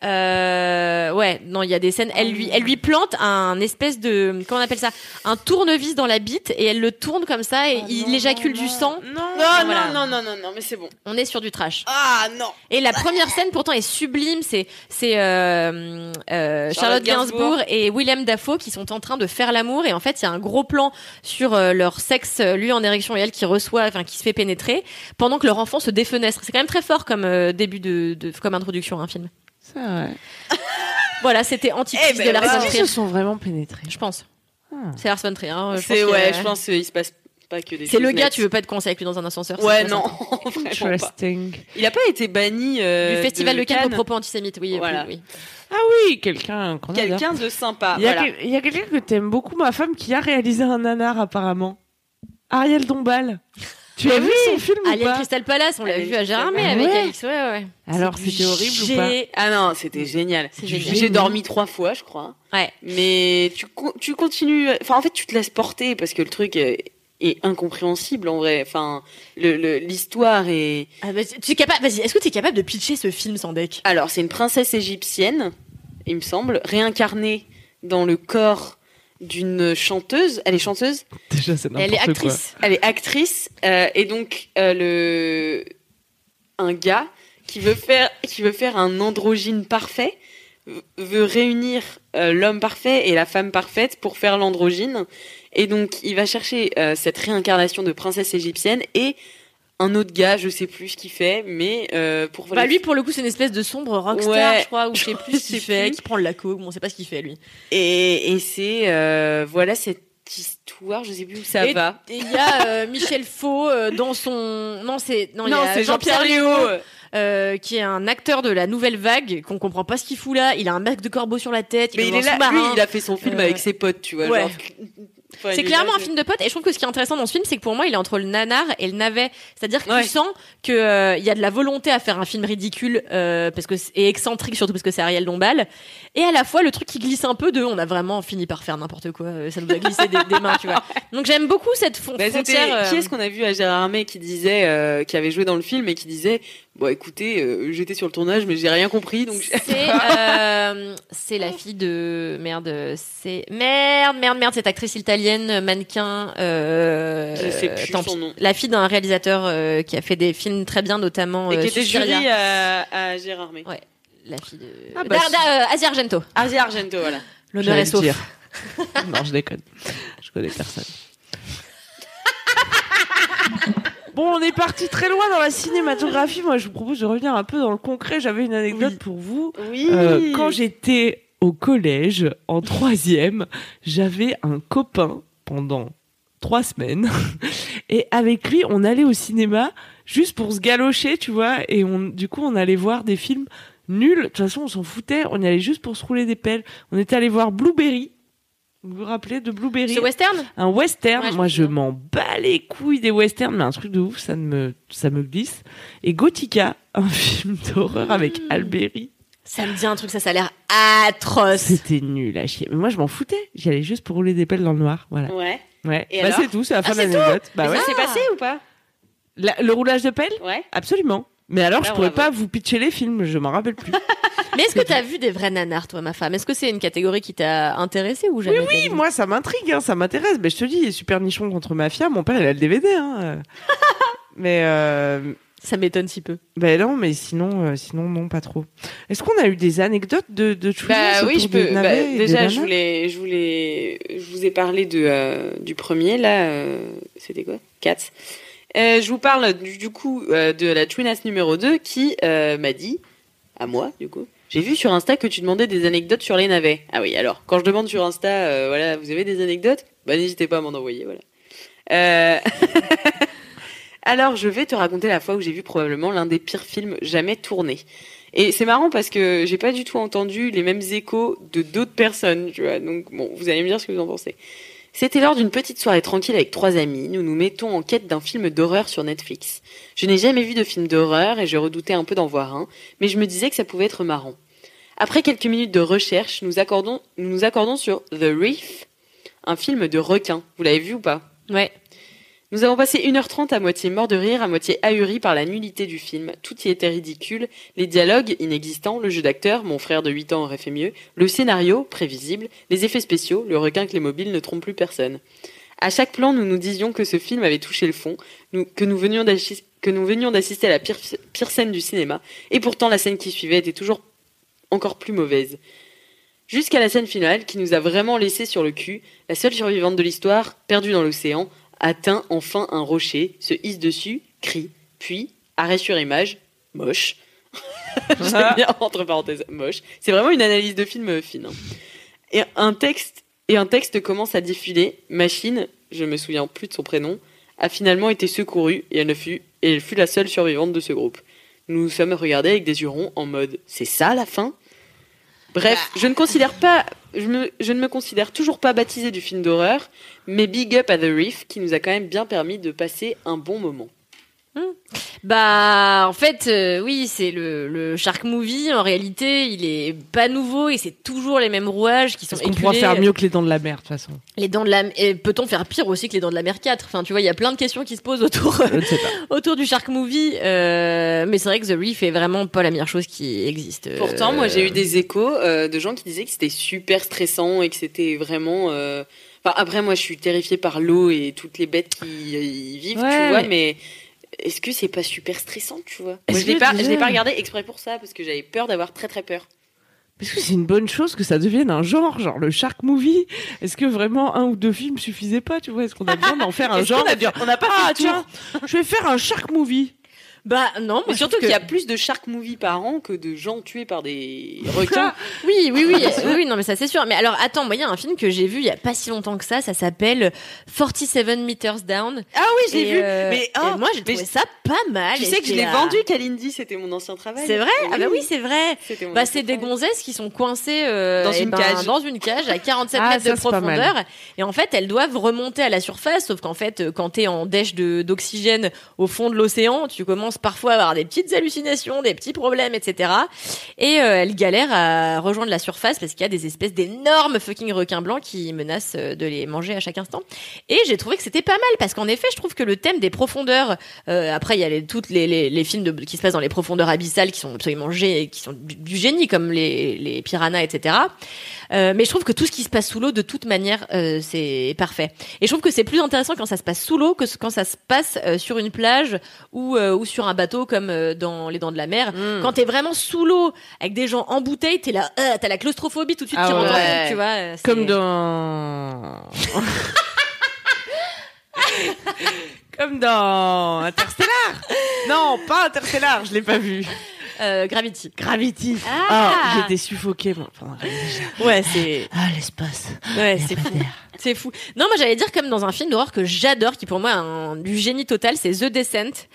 [SPEAKER 2] Euh, ouais, non, il y a des scènes. Elle lui, elle lui plante un espèce de, comment on appelle ça, un tournevis dans la bite et elle le tourne comme ça et il éjacule du sang.
[SPEAKER 1] Ah Non, non,
[SPEAKER 2] Ah, Voilà.
[SPEAKER 1] non, non, non, non, mais c'est bon.
[SPEAKER 2] On est sur du trash.
[SPEAKER 1] Ah non.
[SPEAKER 2] Et la première scène pourtant est sublime, c'est c'est euh, euh, Charlotte
[SPEAKER 1] Charlotte Gainsbourg.
[SPEAKER 2] Gainsbourg et Willem Dafoe qui sont en train de faire l'amour et en fait il y a un gros plan sur euh, leur sexe, euh, lui en érection et elle qui reçoit, enfin qui se fait pénétrer pendant que leur enfant se défenestre. C'est quand même très fort comme euh, début de, de- comme introduction à un film.
[SPEAKER 3] C'est vrai.
[SPEAKER 2] Voilà, c'était anti
[SPEAKER 1] Eh ben,
[SPEAKER 2] de Lars
[SPEAKER 1] voilà.
[SPEAKER 2] von
[SPEAKER 3] Est-ce
[SPEAKER 2] Trier,
[SPEAKER 3] qu'ils se sont vraiment pénétrés
[SPEAKER 2] je pense.
[SPEAKER 3] Ah.
[SPEAKER 2] C'est Lars von Trier. hein, je
[SPEAKER 1] C'est
[SPEAKER 2] pense qu'il y a-
[SPEAKER 1] ouais, je pense qu'il se passe pas que des.
[SPEAKER 2] C'est le
[SPEAKER 1] choses
[SPEAKER 2] gars,
[SPEAKER 1] nettes.
[SPEAKER 2] tu veux pas être coincé avec lui dans un ascenseur.
[SPEAKER 1] Ouais,
[SPEAKER 2] c'est
[SPEAKER 1] non,
[SPEAKER 2] pas
[SPEAKER 1] <laughs> vraiment pas.
[SPEAKER 3] Interesting.
[SPEAKER 1] Il a pas été banni euh,
[SPEAKER 2] Du festival
[SPEAKER 1] de
[SPEAKER 2] de Cannes aux
[SPEAKER 1] Cannes.
[SPEAKER 2] propos antisémites, oui.
[SPEAKER 1] Voilà.
[SPEAKER 2] oui, oui.
[SPEAKER 3] Ah oui, quelqu'un qu'on adore.
[SPEAKER 1] Quelqu'un de
[SPEAKER 2] Ah,
[SPEAKER 1] sympa.
[SPEAKER 3] Il y a,
[SPEAKER 1] voilà.
[SPEAKER 3] quel- il y a quelqu'un que t'aimes beaucoup, ma femme, qui a réalisé un nanar apparemment. Ariel Dombal. Tu as vu son film ou
[SPEAKER 2] Alien
[SPEAKER 3] pas
[SPEAKER 2] Crystal Palace, on l'a
[SPEAKER 1] Alien
[SPEAKER 2] vu à Gérardmer
[SPEAKER 3] Crystal
[SPEAKER 2] avec
[SPEAKER 3] Palace.
[SPEAKER 2] Alix, ouais, ouais.
[SPEAKER 3] Alors
[SPEAKER 2] C'est du
[SPEAKER 3] c'était horrible ou pas
[SPEAKER 2] gé-
[SPEAKER 1] Ah non, c'était génial.
[SPEAKER 2] C'est génial.
[SPEAKER 1] J'ai dormi trois fois, je crois.
[SPEAKER 2] Ouais.
[SPEAKER 1] Mais tu, co- tu continues. Enfin, en fait, tu te laisses porter parce que le truc est, est incompréhensible en vrai. Enfin, le- le- l'histoire est.
[SPEAKER 2] Ah, bah, tu- tu es capable, vas-y, est-ce que tu es capable de pitcher ce film sans deck
[SPEAKER 1] Alors, c'est une princesse égyptienne, il me semble, réincarnée dans le corps d'une chanteuse. Elle est chanteuse.
[SPEAKER 3] Déjà c'est
[SPEAKER 2] Elle est
[SPEAKER 3] n'importe quoi.
[SPEAKER 2] actrice.
[SPEAKER 1] Elle est actrice euh, et donc euh, le un gars qui veut faire qui veut faire un androgyne parfait v- veut réunir euh, l'homme parfait et la femme parfaite pour faire l'androgyne et donc il va chercher euh, cette réincarnation de princesse égyptienne et un autre gars je sais plus ce qu'il fait mais euh, pour
[SPEAKER 2] Bah, lui, pour le coup, c'est une espèce de sombre rockstar,
[SPEAKER 1] Ouais.
[SPEAKER 2] je crois, ou je sais <laughs> plus ce qu'il
[SPEAKER 1] Je sais
[SPEAKER 2] fait,
[SPEAKER 1] plus.
[SPEAKER 2] qui prend le laco, ou on sait pas ce qu'il fait, lui.
[SPEAKER 1] et, et c'est euh, voilà cette histoire je sais plus où ça
[SPEAKER 2] Et-
[SPEAKER 1] va
[SPEAKER 2] Et il y a euh, Michel Faux euh, dans son. Non, c'est. Non, il y a Léaud, euh, qui est un acteur de la nouvelle vague, qu'on comprend pas ce qu'il fout là. Il a un masque de corbeau sur la tête.
[SPEAKER 1] mais
[SPEAKER 2] est
[SPEAKER 1] il
[SPEAKER 2] dans
[SPEAKER 1] est
[SPEAKER 2] un
[SPEAKER 1] là lui
[SPEAKER 2] sous-marin.
[SPEAKER 1] il a fait son film
[SPEAKER 2] Euh,
[SPEAKER 1] avec ses potes tu vois
[SPEAKER 2] ouais.
[SPEAKER 1] genre- Enfin, il
[SPEAKER 2] C'est
[SPEAKER 1] est là,
[SPEAKER 2] clairement un
[SPEAKER 1] je-
[SPEAKER 2] film de potes et je trouve que ce qui est intéressant dans ce film, c'est que pour moi, il est entre le nanar et le navet. C'est-à-dire que
[SPEAKER 1] Ouais.
[SPEAKER 2] tu sens que euh, il y a de la volonté à faire un film ridicule euh, parce que c'est- et excentrique surtout parce que c'est Ariel Dombal et à la fois le truc qui glisse un peu de on a vraiment fini par faire n'importe quoi, euh, ça nous a glissé des, des mains,
[SPEAKER 1] <laughs>
[SPEAKER 2] tu vois. Donc j'aime beaucoup cette fon-
[SPEAKER 1] Bah, c'était-
[SPEAKER 2] frontière. euh,
[SPEAKER 1] Qui est-ce qu'on a vu à Gérard Armé qui disait, euh, qui avait joué dans le film et qui disait, bon écoutez, euh, j'étais sur le tournage mais j'ai rien compris <laughs> donc. je-
[SPEAKER 2] c'est euh, c'est la fille de merde c'est merde merde merde cette actrice italienne mannequin euh,
[SPEAKER 1] Je sais plus
[SPEAKER 2] tant
[SPEAKER 1] son
[SPEAKER 2] pis.
[SPEAKER 1] nom.
[SPEAKER 2] la fille d'un réalisateur euh, qui a fait des films très bien notamment
[SPEAKER 1] Et
[SPEAKER 2] euh,
[SPEAKER 1] qui était
[SPEAKER 2] Suspiria.
[SPEAKER 1] jury à, à Gérard Armé.
[SPEAKER 2] Ouais. La fille de.
[SPEAKER 3] Ah bah,
[SPEAKER 2] Darda, euh, Asia Argento.
[SPEAKER 1] Asia Argento, voilà.
[SPEAKER 2] L'honneur
[SPEAKER 3] J'allais
[SPEAKER 2] est sauf.
[SPEAKER 3] le dire. <laughs> non, je déconne. Je connais personne. <laughs> Bon, on est parti très loin dans la cinématographie. Moi, je vous propose de revenir un peu dans le concret. J'avais une anecdote pour vous.
[SPEAKER 1] Oui.
[SPEAKER 3] Euh, quand j'étais au collège, en troisième, j'avais un copain pendant trois semaines. <laughs> Et avec lui, on allait au cinéma juste pour se galocher, tu vois. Et on, du coup, on allait voir des films nuls. De toute façon, on s'en foutait. On y allait juste pour se rouler des pelles. On était allé voir Blueberry. Vous vous rappelez de Blueberry
[SPEAKER 2] C'est western
[SPEAKER 3] un western.
[SPEAKER 2] Ouais, je
[SPEAKER 3] Moi,
[SPEAKER 2] me
[SPEAKER 3] je
[SPEAKER 2] souviens.
[SPEAKER 3] m'en bats les couilles des westerns, mais un truc de ouf, ça me, ça me glisse. Et Gothica, un <laughs> film d'horreur avec
[SPEAKER 2] Mm.
[SPEAKER 3] Alberi.
[SPEAKER 2] Ça me dit un truc, ça, ça a l'air atroce.
[SPEAKER 3] Ah, C'était nul à chier. Mais moi, je m'en foutais. J'y allais juste pour rouler des pelles dans le noir. Voilà.
[SPEAKER 1] Ouais.
[SPEAKER 3] Ouais.
[SPEAKER 1] Et
[SPEAKER 3] Bah,
[SPEAKER 1] alors Ah,
[SPEAKER 3] c'est tout, c'est la fin de
[SPEAKER 1] c'est
[SPEAKER 3] l'anecdote. Bah
[SPEAKER 1] Mais
[SPEAKER 3] ouais.
[SPEAKER 1] ça s'est
[SPEAKER 2] Ah.
[SPEAKER 1] passé ou pas
[SPEAKER 3] La- le roulage de pelles
[SPEAKER 1] Ouais.
[SPEAKER 3] Absolument. Mais alors,
[SPEAKER 1] Là,
[SPEAKER 3] je
[SPEAKER 1] on
[SPEAKER 3] pourrais
[SPEAKER 1] la
[SPEAKER 3] pas vous pitcher les films, je m'en
[SPEAKER 1] <laughs>
[SPEAKER 3] rappelle plus.
[SPEAKER 2] <laughs> Mais est-ce que t'as vu des vrais nanars, toi, ma femme Est-ce que c'est une catégorie qui t'a intéressée ou jamais
[SPEAKER 3] Oui, moi, ça m'intrigue, hein, ça m'intéresse. Mais je te dis, Super Nichon contre Mafia, mon père, il a le DVD.
[SPEAKER 1] <laughs>
[SPEAKER 3] Hein. mais, euh,
[SPEAKER 2] Ça m'étonne si peu.
[SPEAKER 3] Ben non, mais sinon, euh, sinon non, pas trop. Est-ce qu'on a eu des anecdotes de, de choses
[SPEAKER 1] Bah oui, je peux. bah, déjà, je
[SPEAKER 3] voulais...
[SPEAKER 1] voulais, je voulais, je vous ai parlé de euh, du premier là. euh, C'était quoi Cats. Euh, je vous parle du, du coup euh, de la Twinas numéro 2 qui euh, m'a dit à moi du coup. J'ai vu sur Insta que tu demandais des anecdotes sur les navets. Ah oui, alors quand je demande sur Insta, euh, voilà, vous avez des anecdotes Bah n'hésitez pas à m'en envoyer, voilà. Euh, <laughs> alors je vais te raconter la fois où j'ai vu probablement l'un des pires films jamais tournés. Et c'est marrant parce que j'ai pas du tout entendu les mêmes échos de d'autres personnes, tu vois. Donc bon, vous allez me dire ce que vous en pensez. C'était lors d'une petite soirée tranquille avec trois amis. Nous nous mettons en quête d'un film d'horreur sur Netflix. Je n'ai jamais vu de film d'horreur et je redoutais un peu d'en voir un, mais je me disais que ça pouvait être marrant. Après quelques minutes de recherche, nous accordons, nous nous accordons sur The Reef, un film de requin. Vous l'avez vu ou pas
[SPEAKER 2] Ouais.
[SPEAKER 1] Nous avons passé 1h30 à moitié mort de rire, à moitié ahuri par la nullité du film. Tout y était ridicule, les dialogues inexistants, le jeu d'acteur, mon frère de 8 ans aurait fait mieux, le scénario, prévisible, les effets spéciaux, le requin que les mobiles ne trompent plus personne. À chaque plan, nous nous disions que ce film avait touché le fond, nous- que nous venions d'assis- que nous venions d'assister à la pire, pire scène du cinéma, et pourtant la scène qui suivait était toujours encore plus mauvaise. Jusqu'à la scène finale, qui nous a vraiment laissé sur le cul, la seule survivante de l'histoire, perdue dans l'océan, atteint enfin un rocher, se hisse dessus, crie, puis, arrêt sur image, moche. <laughs> J'aime bien, entre parenthèses, moche. C'est vraiment une analyse de film euh, fine. hein. Et un texte, et un texte commence à défiler. Machine, je me souviens plus de son prénom, a finalement été secourue et elle ne fut, et elle fut la seule survivante de ce groupe. Nous nous sommes regardés avec des hurons en mode c'est ça la fin Bref, je ne considère pas, je, me- je ne me considère toujours pas baptisé du film d'horreur, mais big up à The Reef qui nous a quand même bien permis de passer un bon moment.
[SPEAKER 2] Bah, en fait, euh, oui, c'est le, le Shark Movie. En réalité, il est pas nouveau et c'est toujours les mêmes rouages qui sont
[SPEAKER 3] Parce qu'on pourra
[SPEAKER 2] éculés.
[SPEAKER 1] euh,
[SPEAKER 3] faire mieux que les dents de la mer, de toute façon.
[SPEAKER 2] Les dents de la et peut-on faire pire aussi que les dents de la mer 4 Enfin, tu vois, il y a plein de questions qui se posent autour
[SPEAKER 3] Je ne sais pas.
[SPEAKER 2] <laughs> autour du Shark Movie. euh, mais c'est vrai que The Reef est vraiment pas la meilleure chose qui existe. Euh,
[SPEAKER 1] Pourtant, moi j'ai eu des échos euh, de gens qui disaient que c'était super stressant et que c'était vraiment. euh, Enfin, après, moi je suis terrifiée par l'eau et toutes les bêtes qui y vivent,
[SPEAKER 3] Ouais.
[SPEAKER 1] tu vois, mais est-ce que c'est pas super stressant, tu vois
[SPEAKER 3] Est-ce
[SPEAKER 1] Moi, Je l'ai
[SPEAKER 3] que
[SPEAKER 1] pas, je
[SPEAKER 3] déjà-
[SPEAKER 1] l'ai pas regardé exprès pour ça parce que j'avais peur d'avoir très très peur.
[SPEAKER 3] Est-ce que c'est une bonne chose que ça devienne un genre, genre le shark movie Est-ce que vraiment un ou deux films suffisaient pas, tu vois Est-ce qu'on a besoin d'en faire un genre et de dire,
[SPEAKER 1] On n'a pas
[SPEAKER 3] Ah tiens, je vais faire un shark movie
[SPEAKER 2] Bah non,
[SPEAKER 1] Mais
[SPEAKER 2] mais
[SPEAKER 1] surtout qu'il y a plus de shark movie par an que de gens tués par <laughs> des requins.
[SPEAKER 2] Oui, oui,
[SPEAKER 1] <laughs>
[SPEAKER 2] oui, oui, oui, non, mais ça c'est sûr. Mais alors, attends, moi, il y a un film que j'ai vu il y a pas si longtemps que ça. Ça s'appelle 47 Meters Down.
[SPEAKER 1] Ah oui,
[SPEAKER 2] Et, euh, et
[SPEAKER 1] oh,
[SPEAKER 2] moi, j'ai trouvé ça pas mal.
[SPEAKER 1] Tu
[SPEAKER 2] Et
[SPEAKER 1] sais que je
[SPEAKER 2] j'étais
[SPEAKER 1] l'ai
[SPEAKER 2] là-
[SPEAKER 1] vendu, Kalindi, c'était mon ancien travail.
[SPEAKER 2] C'est vrai Ah bah oui, c'est vrai.
[SPEAKER 1] C'était mon
[SPEAKER 2] Bah,
[SPEAKER 1] ancien
[SPEAKER 2] c'est des
[SPEAKER 1] travail.
[SPEAKER 2] gonzesses qui sont coincées euh,
[SPEAKER 1] Dans
[SPEAKER 2] eh
[SPEAKER 1] une
[SPEAKER 2] ben,
[SPEAKER 1] cage.
[SPEAKER 2] dans une cage
[SPEAKER 1] <laughs>
[SPEAKER 2] à 47
[SPEAKER 3] Ah,
[SPEAKER 2] mètres
[SPEAKER 3] ça,
[SPEAKER 2] de
[SPEAKER 3] c'est pas mal.
[SPEAKER 2] profondeur. Et en fait, elles doivent remonter à la surface, sauf qu'en fait, euh, quand t'es en dèche de- d'oxygène au fond de l'océan, tu commences parfois à avoir des petites hallucinations, des petits problèmes, etc. Et euh, elles galèrent à rejoindre la surface parce qu'il y a des espèces d'énormes fucking requins blancs qui menacent euh, de les manger à chaque instant. Et j'ai trouvé que c'était pas mal parce qu'en effet, je trouve que le thème des profondeurs euh, après, il y a les, toutes les, les, les films de, qui se passent dans les profondeurs abyssales qui sont absolument gé- qui sont du, du génie comme les, les piranhas, etc. Euh, mais je trouve que tout ce qui se passe sous l'eau, de toute manière, euh, c'est parfait. Et je trouve que c'est plus intéressant quand ça se passe sous l'eau que ce- quand ça se passe euh, sur une plage ou, euh, ou sur un bateau comme euh, dans Les Dents de la Mer.
[SPEAKER 3] Mm.
[SPEAKER 2] Quand t'es vraiment sous l'eau avec des gens en bouteille, t'es là, euh, t'as la claustrophobie tout de suite
[SPEAKER 3] Ah
[SPEAKER 2] qui rentre en
[SPEAKER 3] ouais.
[SPEAKER 2] compte, tu vois. euh, c'est-
[SPEAKER 3] Comme dans... Comme dans Interstellar Non, pas Interstellar, je l'ai pas vu.
[SPEAKER 2] euh, Gravity.
[SPEAKER 3] Gravity
[SPEAKER 2] Ah.
[SPEAKER 3] j'étais suffoquée. moi. Enfin,
[SPEAKER 2] Ouais, c'est.
[SPEAKER 3] ah, l'espace
[SPEAKER 2] Ouais, c'est fou. C'est fou. Non, moi j'allais dire comme dans un film d'horreur que j'adore, qui pour moi est un- du génie total, c'est The Descent.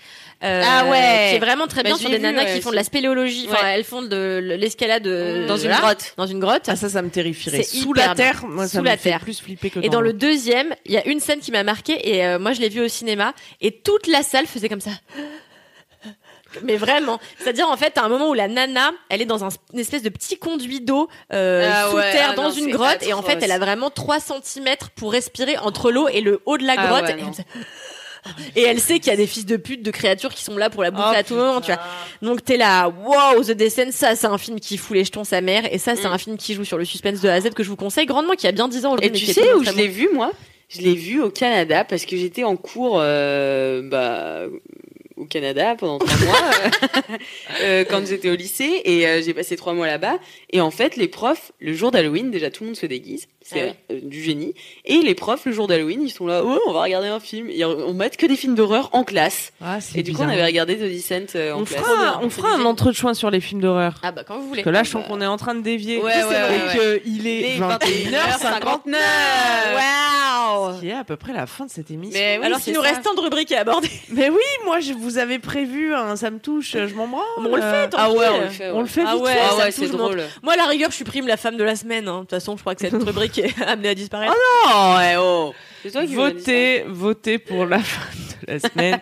[SPEAKER 2] Euh,
[SPEAKER 1] Ah ouais.
[SPEAKER 2] Qui est vraiment très
[SPEAKER 1] Bah,
[SPEAKER 2] bien
[SPEAKER 1] je
[SPEAKER 2] sur
[SPEAKER 1] l'ai
[SPEAKER 2] des
[SPEAKER 1] vu,
[SPEAKER 2] nanas
[SPEAKER 1] ouais,
[SPEAKER 2] qui font de
[SPEAKER 1] c'est-
[SPEAKER 2] la spéléologie. Enfin,
[SPEAKER 1] Ouais.
[SPEAKER 2] elles font de l- l'escalade euh,
[SPEAKER 1] Dans une
[SPEAKER 2] voilà,
[SPEAKER 1] grotte.
[SPEAKER 2] Dans une grotte.
[SPEAKER 3] Ah ça, ça me terrifierait.
[SPEAKER 2] C'est
[SPEAKER 3] Sous
[SPEAKER 2] hyper
[SPEAKER 3] la
[SPEAKER 2] bien.
[SPEAKER 3] terre, moi, ça
[SPEAKER 2] Sous
[SPEAKER 3] me
[SPEAKER 2] la
[SPEAKER 3] fait
[SPEAKER 2] terre.
[SPEAKER 3] plus flipper que
[SPEAKER 2] Et dans le deuxième, il y a une scène qui m'a marquée et euh, moi je l'ai vue au cinéma et toute la salle faisait comme ça. <gasps> Mais vraiment, c'est-à-dire en fait, t'as un moment où la nana, elle est dans un, une espèce de petit conduit d'eau euh,
[SPEAKER 1] Ah
[SPEAKER 2] sous
[SPEAKER 1] ouais,
[SPEAKER 2] terre
[SPEAKER 1] ah
[SPEAKER 2] dans
[SPEAKER 1] non,
[SPEAKER 2] une
[SPEAKER 1] c'est
[SPEAKER 2] grotte et en fait,
[SPEAKER 1] atroce.
[SPEAKER 2] elle a vraiment 3 cm pour respirer entre l'eau et le haut de la
[SPEAKER 1] Ah
[SPEAKER 2] grotte.
[SPEAKER 1] ouais,
[SPEAKER 2] Et
[SPEAKER 1] non.
[SPEAKER 2] elle fait- et elle sait qu'il y a des fils de pute, de créatures qui sont là pour la bouffer
[SPEAKER 1] Oh,
[SPEAKER 2] à tout moment, tu vois. Donc t'es là, wow, The Descent, ça c'est un film qui fout les jetons sa mère, et ça c'est
[SPEAKER 1] Mm.
[SPEAKER 2] un film qui joue sur le suspense de A à Z que je vous conseille grandement, qui a bien 10 ans aujourd'hui.
[SPEAKER 1] Et
[SPEAKER 2] mais
[SPEAKER 1] tu
[SPEAKER 2] qui est
[SPEAKER 1] sais où je
[SPEAKER 2] extrêmement-
[SPEAKER 1] l'ai vu, moi Je l'ai vu au Canada parce que j'étais en cours euh, bah, au Canada pendant trois mois euh, quand j'étais au lycée et euh, j'ai passé trois mois là-bas. Et en fait, les profs, le jour d'Halloween, déjà tout le monde se déguise, c'est
[SPEAKER 2] Ah
[SPEAKER 1] euh, du génie. Et les profs, le jour d'Halloween, ils sont là, ouais, on va regarder un film. Et on on mate que des films d'horreur en classe.
[SPEAKER 3] Ah, c'est
[SPEAKER 1] Et du coup, on
[SPEAKER 3] bizarre.
[SPEAKER 1] avait regardé The Descent euh, en
[SPEAKER 3] On
[SPEAKER 1] classe.
[SPEAKER 3] fera, on fera un entre-choin sur les films d'horreur.
[SPEAKER 2] Ah bah quand vous voulez.
[SPEAKER 3] Parce que là, je sens qu'on est en train de dévier.
[SPEAKER 1] Ouais, ouais, ouais,
[SPEAKER 3] Et qu'il est 21h59.
[SPEAKER 1] 21h59
[SPEAKER 2] Waouh Eh
[SPEAKER 3] Qui est à peu près la fin de cette émission.
[SPEAKER 1] Mais oui,
[SPEAKER 2] Alors
[SPEAKER 1] c'est
[SPEAKER 2] s'il nous
[SPEAKER 1] ça.
[SPEAKER 2] reste tant de rubriques à aborder, <laughs>
[SPEAKER 3] Mais oui, moi, je vous avais prévu, hein, ça me touche, je m'en branle.
[SPEAKER 2] Mais on le fait, tant
[SPEAKER 3] Ah
[SPEAKER 2] pis.
[SPEAKER 3] ouais, on
[SPEAKER 1] on
[SPEAKER 3] le
[SPEAKER 1] le
[SPEAKER 3] fait.
[SPEAKER 1] fait,
[SPEAKER 3] On le
[SPEAKER 1] ouais.
[SPEAKER 3] fait
[SPEAKER 2] Ah
[SPEAKER 3] vite
[SPEAKER 2] ouais,
[SPEAKER 3] fait,
[SPEAKER 1] Ah
[SPEAKER 3] ça
[SPEAKER 1] ouais,
[SPEAKER 3] me
[SPEAKER 1] c'est
[SPEAKER 3] touche, je m'en-
[SPEAKER 1] drôle.
[SPEAKER 2] moi à la rigueur je supprime la femme de la semaine. hein. De toute façon je crois
[SPEAKER 3] <laughs>
[SPEAKER 2] que cette rubrique est amenée à disparaître.
[SPEAKER 1] Oh, Non, eh oh. C'est toi qui me l'as dit, ça.
[SPEAKER 3] Votez, votez pour la <laughs> fin de la semaine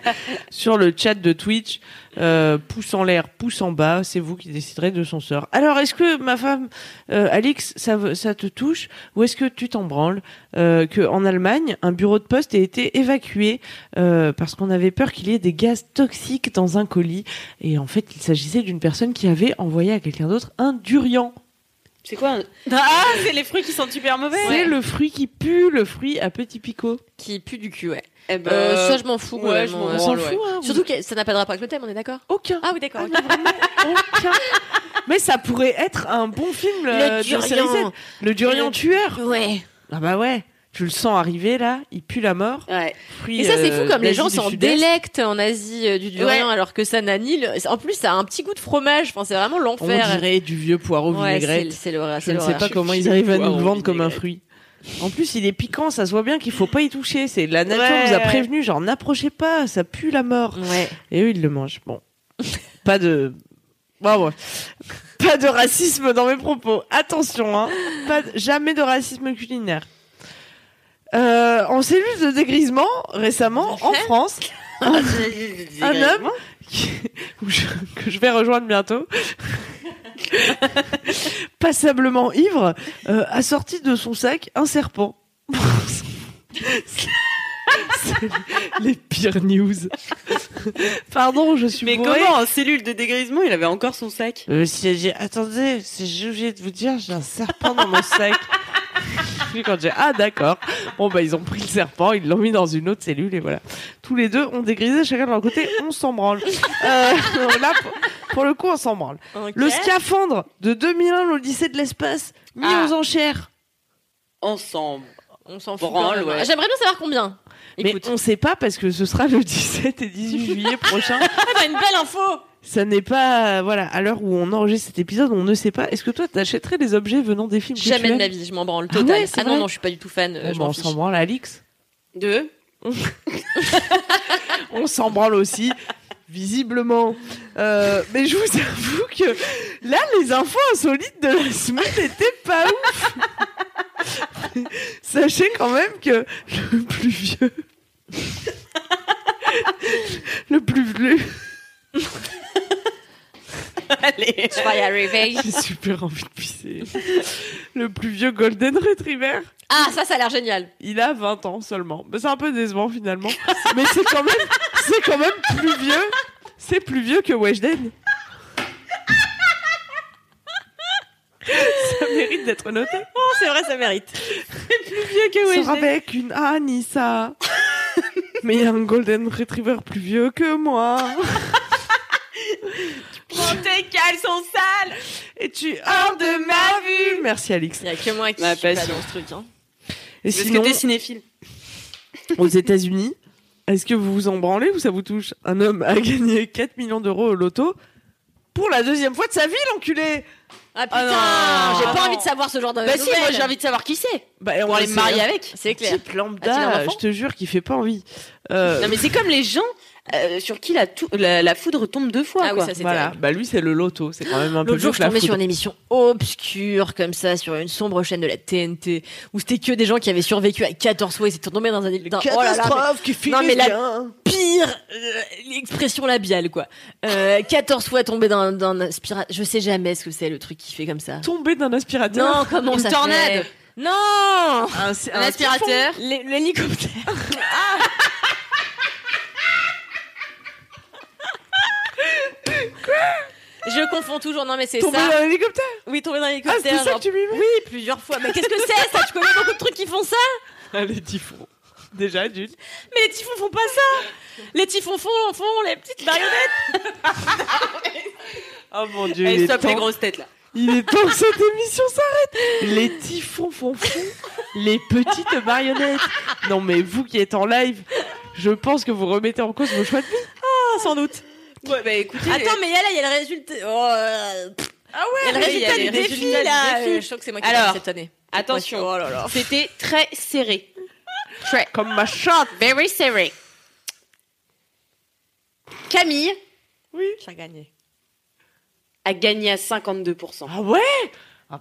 [SPEAKER 3] sur le chat de Twitch. Euh, pouce en l'air, pouce en bas, c'est vous qui déciderez de son sort. Alors, est-ce que ma femme, euh, Alix, ça, veut- ça te touche ou est-ce que tu t'en branles euh, que en Allemagne, un bureau de poste ait été évacué euh, parce qu'on avait peur qu'il y ait des gaz toxiques dans un colis et en fait, il s'agissait d'une personne qui avait envoyé à quelqu'un d'autre un durian.
[SPEAKER 1] C'est quoi un- <laughs> Ah, c'est les fruits qui sont super mauvais.
[SPEAKER 3] C'est le fruit qui pue, le fruit à petits picots.
[SPEAKER 2] Qui pue du cul, ouais.
[SPEAKER 1] Eh ben,
[SPEAKER 2] Euh, ça, je m'en fous.
[SPEAKER 1] ouais,
[SPEAKER 2] moi,
[SPEAKER 1] je
[SPEAKER 2] mon-
[SPEAKER 1] m'en
[SPEAKER 2] euh,
[SPEAKER 3] On
[SPEAKER 1] branle,
[SPEAKER 3] s'en
[SPEAKER 1] ouais.
[SPEAKER 3] fout, hein.
[SPEAKER 2] Surtout que ça n'a pas de rapport avec le thème, on est d'accord
[SPEAKER 3] Aucun.
[SPEAKER 2] Ah oui, d'accord. ok.
[SPEAKER 3] Aucun. Mais ça pourrait être un bon film euh, de série Z.
[SPEAKER 4] durian.
[SPEAKER 3] Le Durian tueur.
[SPEAKER 4] Ouais.
[SPEAKER 3] Ah bah ouais. Tu le sens arriver là, il pue la mort.
[SPEAKER 1] Ouais.
[SPEAKER 3] Fruit,
[SPEAKER 2] Et ça, c'est fou
[SPEAKER 3] euh,
[SPEAKER 2] comme les
[SPEAKER 3] d'Asie
[SPEAKER 2] gens
[SPEAKER 3] du
[SPEAKER 2] s'en
[SPEAKER 3] Sud-Est.
[SPEAKER 2] délectent en Asie euh, du durian,
[SPEAKER 3] Ouais.
[SPEAKER 2] alors que ça n'a ni le- En plus, ça a un petit goût de fromage. Enfin, c'est vraiment
[SPEAKER 3] On
[SPEAKER 2] l'enfer.
[SPEAKER 3] dirait du vieux poireau
[SPEAKER 2] Ouais, c'est
[SPEAKER 3] vinaigrette.
[SPEAKER 2] c'est l'horreur.
[SPEAKER 3] Je
[SPEAKER 2] c'est
[SPEAKER 3] ne sais
[SPEAKER 2] l'horreur.
[SPEAKER 3] pas comment ils arrivent à nous le vendre comme un fruit. En plus, il est piquant, ça se voit bien qu'il faut pas y toucher. C'est la nature
[SPEAKER 1] Ouais,
[SPEAKER 3] nous a
[SPEAKER 1] ouais.
[SPEAKER 3] prévenu, genre n'approchez pas, ça pue la mort.
[SPEAKER 2] Ouais.
[SPEAKER 3] Et eux, ils le mangent. Bon, pas de, bon, bon. pas de racisme dans mes propos. Attention, hein. Pas de- jamais de racisme culinaire. Euh, en cellule de dégrisement, récemment, en France, <laughs>
[SPEAKER 1] Ah, <laughs>
[SPEAKER 3] un homme qui- où je- que je vais rejoindre bientôt, <laughs> passablement ivre, euh, a sorti de son sac un serpent. <laughs> C'est- c'est les pires news. Pardon, je suis
[SPEAKER 1] Mais
[SPEAKER 3] bourrée.
[SPEAKER 1] comment en cellule de dégrisement, il avait encore son sac
[SPEAKER 3] Euh, si j'ai attendez, si j'ai oublié de vous dire, j'ai un serpent dans mon sac. <laughs> Puis quand j'ai ah d'accord, bon bah ils ont pris le serpent, ils l'ont mis dans une autre cellule et voilà. Tous les deux ont dégrisé chacun de leur côté, on s'en branle. Euh, <laughs> là pour, pour le coup on s'en branle. Le scaphandre de 2001 l'Odyssée de l'espace mis
[SPEAKER 2] Ah.
[SPEAKER 3] aux enchères.
[SPEAKER 1] Ensemble.
[SPEAKER 2] On s'en fout.
[SPEAKER 1] fout
[SPEAKER 2] quand
[SPEAKER 1] quand
[SPEAKER 2] même.
[SPEAKER 1] même.
[SPEAKER 2] J'aimerais bien savoir combien. Écoute.
[SPEAKER 3] Mais on sait pas parce que ce sera le 17 et 18 juillet
[SPEAKER 2] <laughs>
[SPEAKER 3] prochain.
[SPEAKER 2] une belle info
[SPEAKER 3] Ça n'est pas voilà, à l'heure où on enregistre cet épisode, on ne sait pas. Est-ce que toi t'achèterais des objets venant des films que
[SPEAKER 2] Jamais
[SPEAKER 3] tu
[SPEAKER 2] de
[SPEAKER 3] aimes
[SPEAKER 2] la vie, je m'en branle
[SPEAKER 3] Ah
[SPEAKER 2] total. Ah,
[SPEAKER 3] ouais, c'est
[SPEAKER 2] non,
[SPEAKER 3] vrai
[SPEAKER 2] non, je suis pas du tout fan. euh,
[SPEAKER 3] Bon, bah,
[SPEAKER 2] je m'en
[SPEAKER 3] on
[SPEAKER 2] fiche.
[SPEAKER 3] s'en branle, Alix.
[SPEAKER 1] Deux.
[SPEAKER 3] on s'en branle aussi, visiblement. Euh, mais je vous avoue que là, les infos insolites de la semaine n'étaient pas ouf. <laughs> Sachez quand même que le plus vieux. le plus vieux. <laughs>
[SPEAKER 1] Allez.
[SPEAKER 2] Je vais y arriver.
[SPEAKER 3] J'ai super envie de pisser. Le plus vieux Golden Retriever.
[SPEAKER 2] <laughs> Ah, ça, ça a l'air génial.
[SPEAKER 3] Il a 20 ans seulement. Mais c'est un peu décevant finalement. <laughs> Mais c'est quand même, c'est quand même plus vieux. C'est plus vieux que Weshden. Ça mérite d'être noté.
[SPEAKER 1] Oh, c'est vrai, ça mérite.
[SPEAKER 3] Vieux que
[SPEAKER 1] Weshden.
[SPEAKER 3] avec une Anissa. Mais il y a un Golden Retriever plus vieux que moi.
[SPEAKER 1] Prends tes caleçons sales
[SPEAKER 3] Et tu es hors de ma vue. Merci Alix.
[SPEAKER 2] Il y a que moi qui
[SPEAKER 1] Ma
[SPEAKER 2] suis pas
[SPEAKER 1] passion.
[SPEAKER 2] dans ce truc. hein.
[SPEAKER 3] Et
[SPEAKER 1] Parce
[SPEAKER 3] sinon,
[SPEAKER 1] que t'es cinéphile.
[SPEAKER 3] aux États-Unis, est-ce que vous vous en branlez ou ça vous touche Un homme a gagné 4 millions d'euros au loto pour la deuxième fois de sa vie, l'enculé.
[SPEAKER 2] Ah putain,
[SPEAKER 3] Ah non.
[SPEAKER 2] j'ai
[SPEAKER 3] Ah
[SPEAKER 2] pas
[SPEAKER 3] non.
[SPEAKER 2] envie de savoir ce genre de.
[SPEAKER 1] Bah si, moi,
[SPEAKER 2] nouvelles.
[SPEAKER 1] j'ai envie de savoir qui c'est.
[SPEAKER 3] Bah, et on
[SPEAKER 1] Pour
[SPEAKER 3] le
[SPEAKER 1] les
[SPEAKER 3] sait,
[SPEAKER 1] marier
[SPEAKER 3] hein.
[SPEAKER 1] avec.
[SPEAKER 2] C'est clair.
[SPEAKER 3] Type
[SPEAKER 2] A-t-il un
[SPEAKER 3] lambda,
[SPEAKER 2] enfant
[SPEAKER 3] je te jure qu'il fait pas envie. Euh,
[SPEAKER 1] Non mais c'est comme les gens euh, sur qui la, tou- la, la foudre tombe deux fois.
[SPEAKER 2] Ah oui,
[SPEAKER 1] quoi.
[SPEAKER 2] ça c'est
[SPEAKER 3] voilà,
[SPEAKER 2] terrible.
[SPEAKER 3] bah lui c'est le loto, c'est quand même un peu
[SPEAKER 2] L'autre jour,
[SPEAKER 3] mieux
[SPEAKER 2] je
[SPEAKER 3] que la
[SPEAKER 2] tombais sur
[SPEAKER 3] foudre.
[SPEAKER 2] une émission obscure comme ça, sur une sombre chaîne de la TNT, où c'était que des gens qui avaient survécu à 14 fois et s'étaient tombés dans un dans- oh là là, mais
[SPEAKER 3] qui finit
[SPEAKER 2] mais la-
[SPEAKER 3] bien.
[SPEAKER 2] pire euh, expression labiale quoi. Euh, 14 fois tombés dans dans un aspirateur, je sais jamais ce que c'est le truc qui fait comme ça.
[SPEAKER 3] Tomber d'un aspirateur.
[SPEAKER 2] Non, comment
[SPEAKER 1] Une
[SPEAKER 2] ça
[SPEAKER 1] tornade.
[SPEAKER 2] fait Non
[SPEAKER 3] Un,
[SPEAKER 1] Un aspirateur.
[SPEAKER 2] L'hé- L'hélicoptère. Ah Je confonds toujours, non mais c'est
[SPEAKER 3] Tomber
[SPEAKER 2] ça.
[SPEAKER 3] d'un hélicoptère.
[SPEAKER 2] Oui, tomber dans
[SPEAKER 3] Ah, c'est
[SPEAKER 2] l'hélicoptère,
[SPEAKER 3] ça
[SPEAKER 2] genre,
[SPEAKER 3] que tu m'y mets
[SPEAKER 2] oui, plusieurs fois. Mais qu'est-ce que c'est ça Tu connais beaucoup de trucs qui font ça
[SPEAKER 3] Ah, les typhons. Déjà adulte.
[SPEAKER 2] Mais les typhons font pas ça Les typhons font, font les petites marionnettes
[SPEAKER 3] Oh mon dieu, il,
[SPEAKER 1] Allez,
[SPEAKER 3] est
[SPEAKER 1] stop les
[SPEAKER 3] temps,
[SPEAKER 1] grosses têtes là.
[SPEAKER 3] il est temps que cette émission s'arrête. Les typhons font fond, les petites marionnettes. Non mais vous qui êtes en live, je pense que vous remettez en cause vos choix de vie.
[SPEAKER 2] Ah, sans doute.
[SPEAKER 1] Ouais bah écoutez.
[SPEAKER 2] Attends, mais là, il y a le résultat. ah ouais Il y a le
[SPEAKER 1] mais
[SPEAKER 2] résultat
[SPEAKER 1] il y a
[SPEAKER 2] du
[SPEAKER 1] les
[SPEAKER 2] défi
[SPEAKER 1] résultats du
[SPEAKER 2] là
[SPEAKER 1] défi.
[SPEAKER 2] Euh, Je crois que c'est moi qui l'ai
[SPEAKER 1] Alors,
[SPEAKER 2] fait cette année.
[SPEAKER 1] Attention.
[SPEAKER 2] Oh là là.
[SPEAKER 1] C'était très serré.
[SPEAKER 3] Comme ma chatte.
[SPEAKER 1] Very serré. Camille
[SPEAKER 2] J'ai gagné.
[SPEAKER 1] a gagné à 52%.
[SPEAKER 3] Ah ouais Ah bah,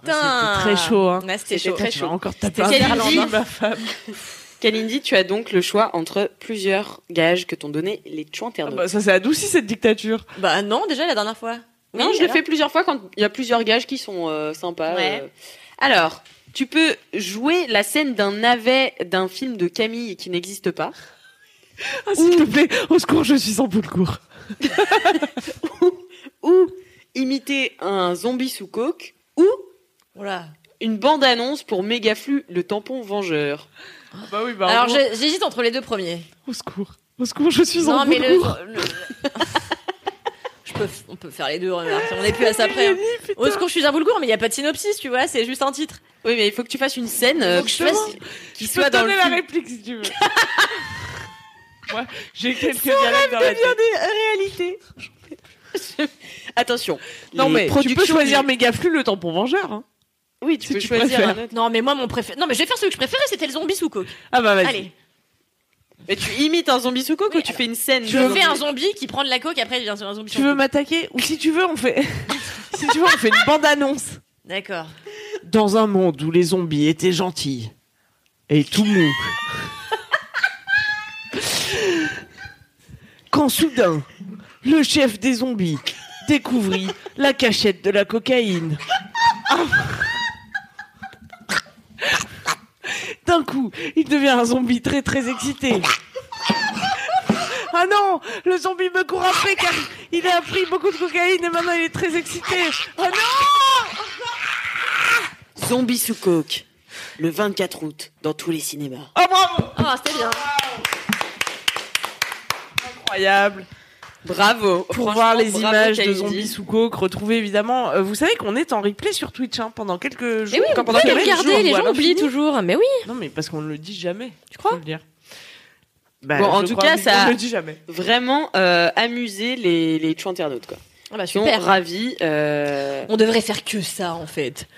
[SPEAKER 3] C'était très chaud, hein.
[SPEAKER 2] Ouais, C'était
[SPEAKER 1] C'était
[SPEAKER 2] chaud.
[SPEAKER 1] très
[SPEAKER 3] Tu
[SPEAKER 1] chaud.
[SPEAKER 3] vas encore taper un
[SPEAKER 1] C'était
[SPEAKER 3] verlan
[SPEAKER 1] Lydie.
[SPEAKER 3] dans ma femme.
[SPEAKER 1] Kalindi, tu as donc le choix entre plusieurs gages que t'ont donné les
[SPEAKER 3] Ah
[SPEAKER 1] chouinternautes.
[SPEAKER 3] bah, ça s'est adouci cette dictature.
[SPEAKER 2] Bah non, déjà la dernière fois.
[SPEAKER 1] non,
[SPEAKER 2] Oui,
[SPEAKER 1] je le
[SPEAKER 2] alors
[SPEAKER 1] fais plusieurs fois quand il y a plusieurs gages qui sont euh, sympas.
[SPEAKER 5] Ouais.
[SPEAKER 1] euh. Alors, tu peux jouer la scène d'un navet d'un film de Camille qui n'existe pas.
[SPEAKER 3] Ah, s'il te plaît, au secours, je suis sans poule court.
[SPEAKER 1] ou imiter un zombie sous coke, ou
[SPEAKER 2] Voilà.
[SPEAKER 1] une bande-annonce pour Megaflu, le tampon vengeur.
[SPEAKER 3] Ah bah oui, bah.
[SPEAKER 2] Alors
[SPEAKER 3] au-
[SPEAKER 2] j'ai- j'hésite entre les deux premiers.
[SPEAKER 3] Au secours. Au secours, je suis en
[SPEAKER 2] Non, mais
[SPEAKER 3] boule
[SPEAKER 2] le.
[SPEAKER 3] court.
[SPEAKER 2] le- <laughs> je peux, on peut faire les deux, remarque. On est plus à ça près. hein. Au secours, je suis un boulgour, mais il n'y a pas de synopsis, tu vois, c'est juste un titre.
[SPEAKER 1] Oui, mais il faut que tu fasses une scène euh,
[SPEAKER 3] Faut que je fasse-
[SPEAKER 1] qui fasse- qui
[SPEAKER 3] Je peux
[SPEAKER 1] soit
[SPEAKER 3] te
[SPEAKER 1] dans le
[SPEAKER 3] donner la
[SPEAKER 1] film.
[SPEAKER 3] réplique si
[SPEAKER 2] <laughs>
[SPEAKER 3] tu veux. Moi, j'ai quelques dialectes dans la tête.
[SPEAKER 2] réalité.
[SPEAKER 1] Attention.
[SPEAKER 3] Non,
[SPEAKER 1] les
[SPEAKER 3] mais tu peux
[SPEAKER 1] productions
[SPEAKER 3] choisir
[SPEAKER 1] du-
[SPEAKER 3] Mégaflu, le tampon vengeur. Hein.
[SPEAKER 1] Oui, tu
[SPEAKER 3] si
[SPEAKER 1] peux
[SPEAKER 3] tu
[SPEAKER 1] choisir
[SPEAKER 3] préfères.
[SPEAKER 1] un autre.
[SPEAKER 2] Non, mais moi, mon préféré. Non, mais je vais faire celui que je préférais, c'était le zombie sous coke.
[SPEAKER 3] Ah bah vas-y.
[SPEAKER 2] Allez,
[SPEAKER 1] Mais tu imites un zombie sous coke
[SPEAKER 2] Oui,
[SPEAKER 1] ou tu fais une scène
[SPEAKER 2] je fais un zombie qui prend de la coke, après il devient un zombie
[SPEAKER 3] Tu
[SPEAKER 2] sous
[SPEAKER 3] veux
[SPEAKER 2] coke.
[SPEAKER 3] m'attaquer Ou si tu veux, on fait. <laughs> si tu veux, on fait une bande-annonce.
[SPEAKER 2] D'accord.
[SPEAKER 3] Dans un monde où les zombies étaient gentils et tout mou. Quand soudain, le chef des zombies découvrit la cachette de la cocaïne. Ah. D'un coup, il devient un zombie très très excité. Ah non, le zombie me court après car il a pris beaucoup de cocaïne et maintenant il est très excité. Ah non
[SPEAKER 1] Zombie sous coke, le 24 août, dans tous les cinémas.
[SPEAKER 3] Oh bravo
[SPEAKER 2] Ah, c'était bien.
[SPEAKER 3] Incroyable.
[SPEAKER 1] Bravo.
[SPEAKER 3] Pour voir les
[SPEAKER 1] Franchement, bravo,
[SPEAKER 3] images de
[SPEAKER 1] Kalindi.
[SPEAKER 3] zombies sous coke, retrouver évidemment. euh, vous savez qu'on est en replay sur Twitch hein, pendant quelques jours.
[SPEAKER 2] Mais Eh oui,
[SPEAKER 3] quand
[SPEAKER 2] on peut
[SPEAKER 3] pendant
[SPEAKER 2] les
[SPEAKER 3] quelques jours,
[SPEAKER 2] regarder, les
[SPEAKER 3] ou
[SPEAKER 2] gens Oh.
[SPEAKER 3] alors
[SPEAKER 2] oublient
[SPEAKER 3] fini.
[SPEAKER 2] toujours. Mais oui.
[SPEAKER 3] Non, mais parce qu'on ne le dit jamais. Tu
[SPEAKER 2] crois
[SPEAKER 3] dire. Bah,
[SPEAKER 1] Bon, en
[SPEAKER 3] je
[SPEAKER 1] tout
[SPEAKER 3] crois,
[SPEAKER 1] cas,
[SPEAKER 3] mais
[SPEAKER 1] ça-
[SPEAKER 3] On ne le dit jamais.
[SPEAKER 1] Vraiment euh, amuser les, les chouinternautes, quoi.
[SPEAKER 2] Ah bah
[SPEAKER 1] Ils sont
[SPEAKER 2] super.
[SPEAKER 1] ravis. euh,
[SPEAKER 2] On devrait faire que ça en fait.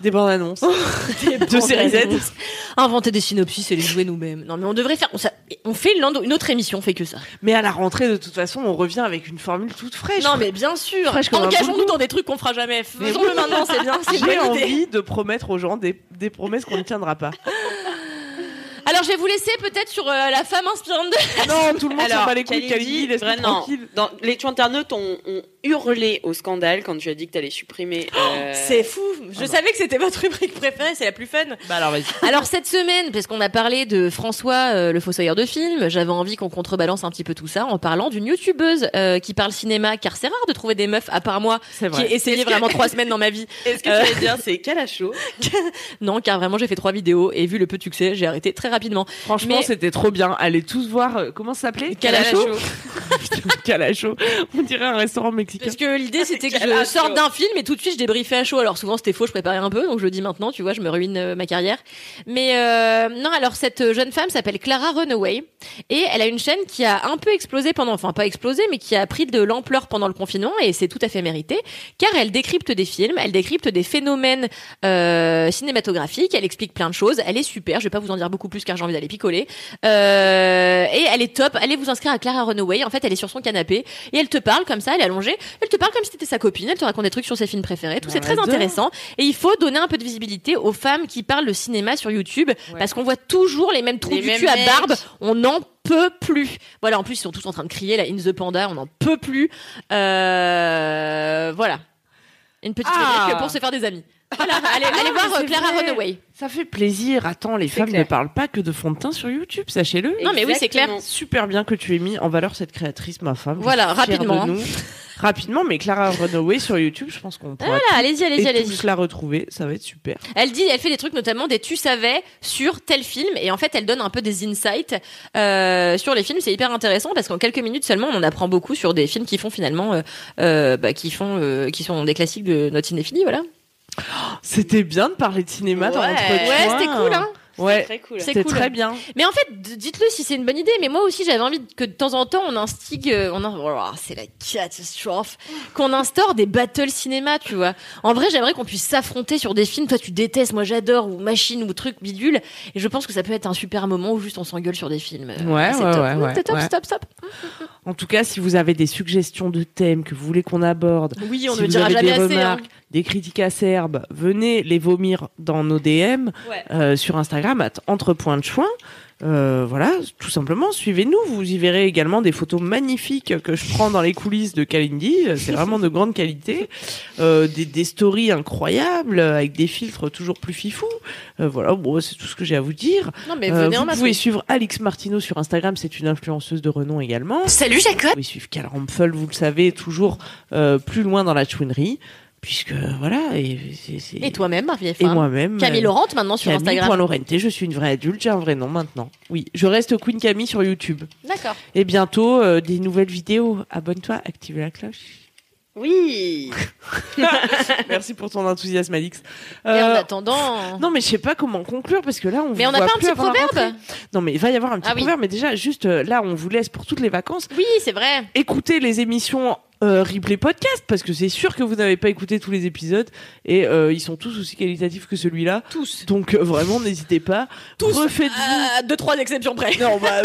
[SPEAKER 3] Des bandes annonces.
[SPEAKER 2] Oh. <laughs> De
[SPEAKER 3] série Z.
[SPEAKER 2] Inventer des synopsis et les jouer nous-mêmes. Non mais on devrait faire. On, ça- on fait une, une autre émission, on fait que ça.
[SPEAKER 3] mais à la rentrée, de toute façon, on revient avec une formule toute fraîche.
[SPEAKER 2] Non mais bien sûr.
[SPEAKER 3] Fraîche comme un
[SPEAKER 2] Engageons-nous
[SPEAKER 3] boulot.
[SPEAKER 2] dans des trucs qu'on fera jamais.
[SPEAKER 3] Mais
[SPEAKER 2] Faisons-le
[SPEAKER 3] oui.
[SPEAKER 2] maintenant, c'est bien, c'est une
[SPEAKER 3] <laughs> J'ai
[SPEAKER 2] bonne idée.
[SPEAKER 3] envie de promettre aux gens des, des promesses qu'on ne tiendra
[SPEAKER 2] <laughs>
[SPEAKER 3] pas.
[SPEAKER 2] Alors je vais vous laisser peut-être sur euh, la femme inspirante. De...
[SPEAKER 3] non, tout le monde s'en
[SPEAKER 1] Alors,
[SPEAKER 3] bat les couilles.
[SPEAKER 1] Kalindi,
[SPEAKER 3] Kalindi, laisse-moi
[SPEAKER 1] vraiment,
[SPEAKER 3] tranquille.
[SPEAKER 1] dans- les internautes ont, ont hurlé au scandale quand tu as dit que t'allais supprimer.
[SPEAKER 3] Oh,
[SPEAKER 1] euh,
[SPEAKER 2] C'est fou. Je savais que c'était votre rubrique préférée, c'est la plus fun.
[SPEAKER 3] ah Bah alors vas-y.
[SPEAKER 2] Alors cette semaine, parce qu'on a parlé de François, euh, le fossoyeur de films, j'avais envie qu'on contrebalance un petit peu tout ça en parlant d'une youtubeuse euh, qui parle cinéma, car c'est rare de trouver des meufs à part moi
[SPEAKER 3] C'est
[SPEAKER 2] qui ai essayé vraiment trois semaines dans ma vie.
[SPEAKER 1] Est-ce que
[SPEAKER 2] Euh.
[SPEAKER 1] tu vas dire c'est Calacho
[SPEAKER 2] Non, car vraiment j'ai fait trois vidéos et vu le peu de succès, j'ai arrêté très rapidement.
[SPEAKER 3] Franchement,
[SPEAKER 2] Mais-
[SPEAKER 3] c'était trop bien. Allez tous voir. euh, Comment ça s'appelait
[SPEAKER 2] Calacho.
[SPEAKER 3] Calacho. On dirait un restaurant mexicain.
[SPEAKER 2] Parce que l'idée c'était que je
[SPEAKER 1] Calacho.
[SPEAKER 2] sorte d'un film et tout de suite je débriefais à chaud. Alors souvent c'était faux, je préparais un peu, donc je le dis maintenant, tu vois, je me ruine euh, ma carrière. Mais euh, non, alors cette jeune femme s'appelle Clara Runaway et elle a une chaîne qui a un peu explosé pendant, enfin pas explosé, mais qui a pris de l'ampleur pendant le confinement et c'est tout à fait mérité car elle décrypte des films, elle décrypte des phénomènes euh, cinématographiques, elle explique plein de choses, elle est super, je vais pas vous en dire beaucoup plus car j'ai envie d'aller picoler. Euh, et elle est top, allez vous inscrire à Clara Runaway, en fait elle est sur son canapé et elle te parle comme ça, elle est allongée, elle te parle comme si t'étais sa copine, elle te raconte des trucs sur ses films préférés, tout c'est très
[SPEAKER 3] j'adore.
[SPEAKER 2] intéressant et il faut donner un peu de visibilité aux femmes qui parlent de cinéma sur YouTube parce qu'on voit toujours les mêmes trous
[SPEAKER 1] Les
[SPEAKER 2] du
[SPEAKER 1] mêmes
[SPEAKER 2] cul à
[SPEAKER 1] mecs.
[SPEAKER 2] barbe, on n'en peut plus. Voilà, en plus ils sont tous en train de crier là, In the Panda, on n'en peut plus. Euh, voilà. Une petite
[SPEAKER 3] Ah.
[SPEAKER 2] rubrique pour se faire des amis. Voilà, allez, allez voir euh,
[SPEAKER 3] c'est
[SPEAKER 2] Clara
[SPEAKER 3] vrai.
[SPEAKER 2] Runaway.
[SPEAKER 3] Ça fait plaisir. Attends, les femmes
[SPEAKER 1] clair.
[SPEAKER 3] ne parlent pas que de fond de tein sur YouTube, sachez-le.
[SPEAKER 2] Non, mais oui, c'est clair.
[SPEAKER 1] Exactement.
[SPEAKER 3] Super bien que tu aies mis en valeur cette créatrice, ma femme. Je suis
[SPEAKER 2] Voilà,
[SPEAKER 3] fière de
[SPEAKER 2] rapidement, hein.
[SPEAKER 3] nous. Rapidement, mais Clara Runaway sur YouTube, je pense qu'on pourra
[SPEAKER 2] Voilà, allez-y,
[SPEAKER 3] tous,
[SPEAKER 2] Ah, allez-y,
[SPEAKER 3] et
[SPEAKER 2] allez-y.
[SPEAKER 3] tous la retrouver. Ça va être super.
[SPEAKER 2] Elle dit, elle fait des trucs notamment des tu savais sur tel film et en fait elle donne un peu des insights euh, sur les films. C'est hyper intéressant parce qu'en quelques minutes seulement on en apprend beaucoup sur des films qui font finalement, euh, euh, bah, qui font, euh, qui sont des classiques de notre cinéphilie, voilà.
[SPEAKER 3] C'était bien de parler de cinéma dans
[SPEAKER 1] Ouais.
[SPEAKER 3] l'entretien.
[SPEAKER 2] Ouais, c'était cool, hein.
[SPEAKER 3] Ouais.
[SPEAKER 1] Très cool.
[SPEAKER 2] C'est
[SPEAKER 3] C'était
[SPEAKER 2] cool.
[SPEAKER 3] très bien.
[SPEAKER 2] Mais en fait, d- dites-le si c'est une bonne idée. Mais moi aussi, j'avais envie que de temps en temps, on instigue, euh, on in- Oh, c'est la catastrophe, qu'on instaure des battles cinéma, tu vois. En vrai, j'aimerais qu'on puisse s'affronter sur des films. Toi, tu détestes, moi, j'adore, ou machine, ou truc bidule. Et je pense que ça peut être un super moment où juste on s'engueule sur des films. Euh,
[SPEAKER 3] Ouais,
[SPEAKER 2] c'est
[SPEAKER 3] ouais,
[SPEAKER 2] top.
[SPEAKER 3] ouais, ouais,
[SPEAKER 2] C'est top,
[SPEAKER 3] ouais.
[SPEAKER 2] stop, stop.
[SPEAKER 3] En tout cas, si vous avez des suggestions de thèmes que vous voulez qu'on aborde,
[SPEAKER 2] Oui, on
[SPEAKER 3] Si
[SPEAKER 2] ne
[SPEAKER 3] vous
[SPEAKER 2] dira
[SPEAKER 3] avez
[SPEAKER 2] jamais
[SPEAKER 3] des
[SPEAKER 2] assez. hein.
[SPEAKER 3] remarques, des critiques acerbes, venez les vomir dans nos DM
[SPEAKER 2] Ouais.
[SPEAKER 3] euh, sur Instagram at entre points de Euh, voilà, tout simplement, suivez-nous. Vous y verrez également des photos magnifiques que je prends dans les coulisses de Kalindi. C'est vraiment de grande qualité. Euh, des, des stories incroyables avec des filtres toujours plus fifous. Euh, voilà, bon, c'est tout ce que j'ai à vous dire.
[SPEAKER 6] Non, mais
[SPEAKER 3] Euh,
[SPEAKER 6] venez en
[SPEAKER 3] vous
[SPEAKER 6] masse.
[SPEAKER 3] pouvez suivre Alix Martineau sur Instagram, c'est une influenceuse de renom également.
[SPEAKER 7] Salut Jacob
[SPEAKER 3] Vous pouvez suivre Karl Rampfel, vous le savez, toujours euh, plus loin dans la chouinerie, puisque voilà. Et, c'est- c'est-
[SPEAKER 6] Et toi-même, Marie
[SPEAKER 3] Et moi-même.
[SPEAKER 6] Camille
[SPEAKER 3] euh,
[SPEAKER 6] Laurent maintenant sur
[SPEAKER 3] Camille
[SPEAKER 6] Instagram.
[SPEAKER 3] point Laurenté, je suis une vraie adulte, j'ai un vrai nom maintenant. Oui, je reste Queen Camille sur YouTube.
[SPEAKER 6] D'accord.
[SPEAKER 3] Et bientôt, euh, des nouvelles vidéos. Abonne-toi, active
[SPEAKER 6] <laughs>
[SPEAKER 3] la cloche.
[SPEAKER 1] Oui.
[SPEAKER 3] Merci pour ton enthousiasme, Alix.
[SPEAKER 6] Et en
[SPEAKER 3] Euh,
[SPEAKER 6] attendant.
[SPEAKER 3] non, mais je sais pas comment conclure parce que là, on
[SPEAKER 6] Mais
[SPEAKER 3] vous
[SPEAKER 6] on n'a
[SPEAKER 3] voit
[SPEAKER 6] pas un
[SPEAKER 3] plus
[SPEAKER 6] petit
[SPEAKER 3] avant la rentrée.
[SPEAKER 6] proverbe
[SPEAKER 3] Non, mais il va y avoir un petit
[SPEAKER 6] Ah oui.
[SPEAKER 3] proverbe, mais déjà, juste euh, là, on vous laisse pour toutes les vacances.
[SPEAKER 6] Oui, c'est vrai.
[SPEAKER 3] écoutez les émissions euh, replay podcast parce que c'est sûr que vous n'avez pas écouté tous les épisodes et euh, ils sont tous aussi qualitatifs que celui-là.
[SPEAKER 6] Tous.
[SPEAKER 3] Donc euh, vraiment n'hésitez pas.
[SPEAKER 6] Tous. Ah.
[SPEAKER 3] Refaites-vous.
[SPEAKER 2] Euh,
[SPEAKER 6] À deux, trois exceptions près.
[SPEAKER 3] Non, bah, euh,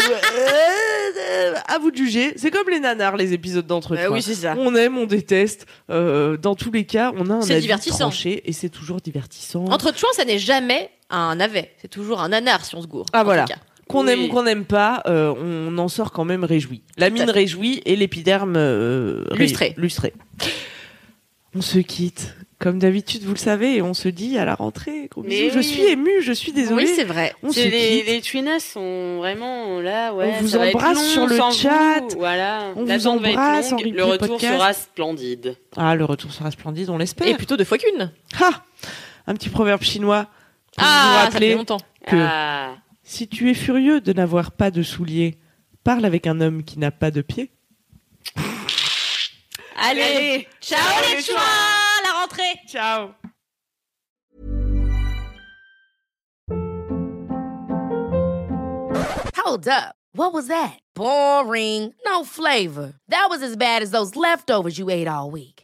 [SPEAKER 3] euh, à vous de juger. C'est comme les nanars, les épisodes d'entretien.
[SPEAKER 6] Bah Euh, oui, c'est ça.
[SPEAKER 3] On aime, on déteste. Euh, dans tous les cas, on a un
[SPEAKER 6] C'est
[SPEAKER 3] avis
[SPEAKER 6] divertissant.
[SPEAKER 3] tranché et c'est toujours divertissant.
[SPEAKER 6] Entre chouans, ça n'est jamais un avet. C'est toujours un nanar si on se gourre.
[SPEAKER 3] Ah,
[SPEAKER 6] en
[SPEAKER 3] voilà.
[SPEAKER 6] tout cas.
[SPEAKER 3] Qu'on
[SPEAKER 1] Oui.
[SPEAKER 3] aime ou qu'on n'aime pas, euh, on en sort quand même réjoui. La mine réjouie et l'épiderme euh, ré-
[SPEAKER 6] Lustré.
[SPEAKER 3] lustré. On se quitte. Comme d'habitude, vous le savez, et on se dit à la rentrée. Gros
[SPEAKER 1] Mais
[SPEAKER 3] bisous. Je
[SPEAKER 1] oui.
[SPEAKER 3] suis émue, je suis désolée.
[SPEAKER 6] Oui, c'est vrai.
[SPEAKER 3] on se
[SPEAKER 1] C'est les,
[SPEAKER 3] quitte.
[SPEAKER 1] les Twinas sont vraiment là, ouais.
[SPEAKER 3] On vous
[SPEAKER 1] ça va être
[SPEAKER 3] embrasse
[SPEAKER 1] long
[SPEAKER 3] sur le
[SPEAKER 1] sans
[SPEAKER 3] chat.
[SPEAKER 1] vous, Voilà.
[SPEAKER 3] On vous
[SPEAKER 1] L'attente va être
[SPEAKER 3] embrasse
[SPEAKER 1] longue,
[SPEAKER 3] en replay
[SPEAKER 1] Le retour
[SPEAKER 3] podcast.
[SPEAKER 1] sera splendide.
[SPEAKER 3] Ah, le retour sera splendide, on
[SPEAKER 6] Et
[SPEAKER 3] l'espère.
[SPEAKER 6] plutôt deux fois qu'une.
[SPEAKER 3] Ah Un petit proverbe chinois pour vous
[SPEAKER 6] Ah, ça fait
[SPEAKER 3] rappeler
[SPEAKER 6] longtemps.
[SPEAKER 3] que
[SPEAKER 1] Ah.
[SPEAKER 3] si tu es furieux de n'avoir pas de souliers, parle avec un homme qui n'a pas de pieds.
[SPEAKER 6] Allez, ciao les chouans, la rentrée.
[SPEAKER 3] Ciao
[SPEAKER 8] Hold up. What was that? Boring. No flavor. That was as bad as those leftovers you ate all week.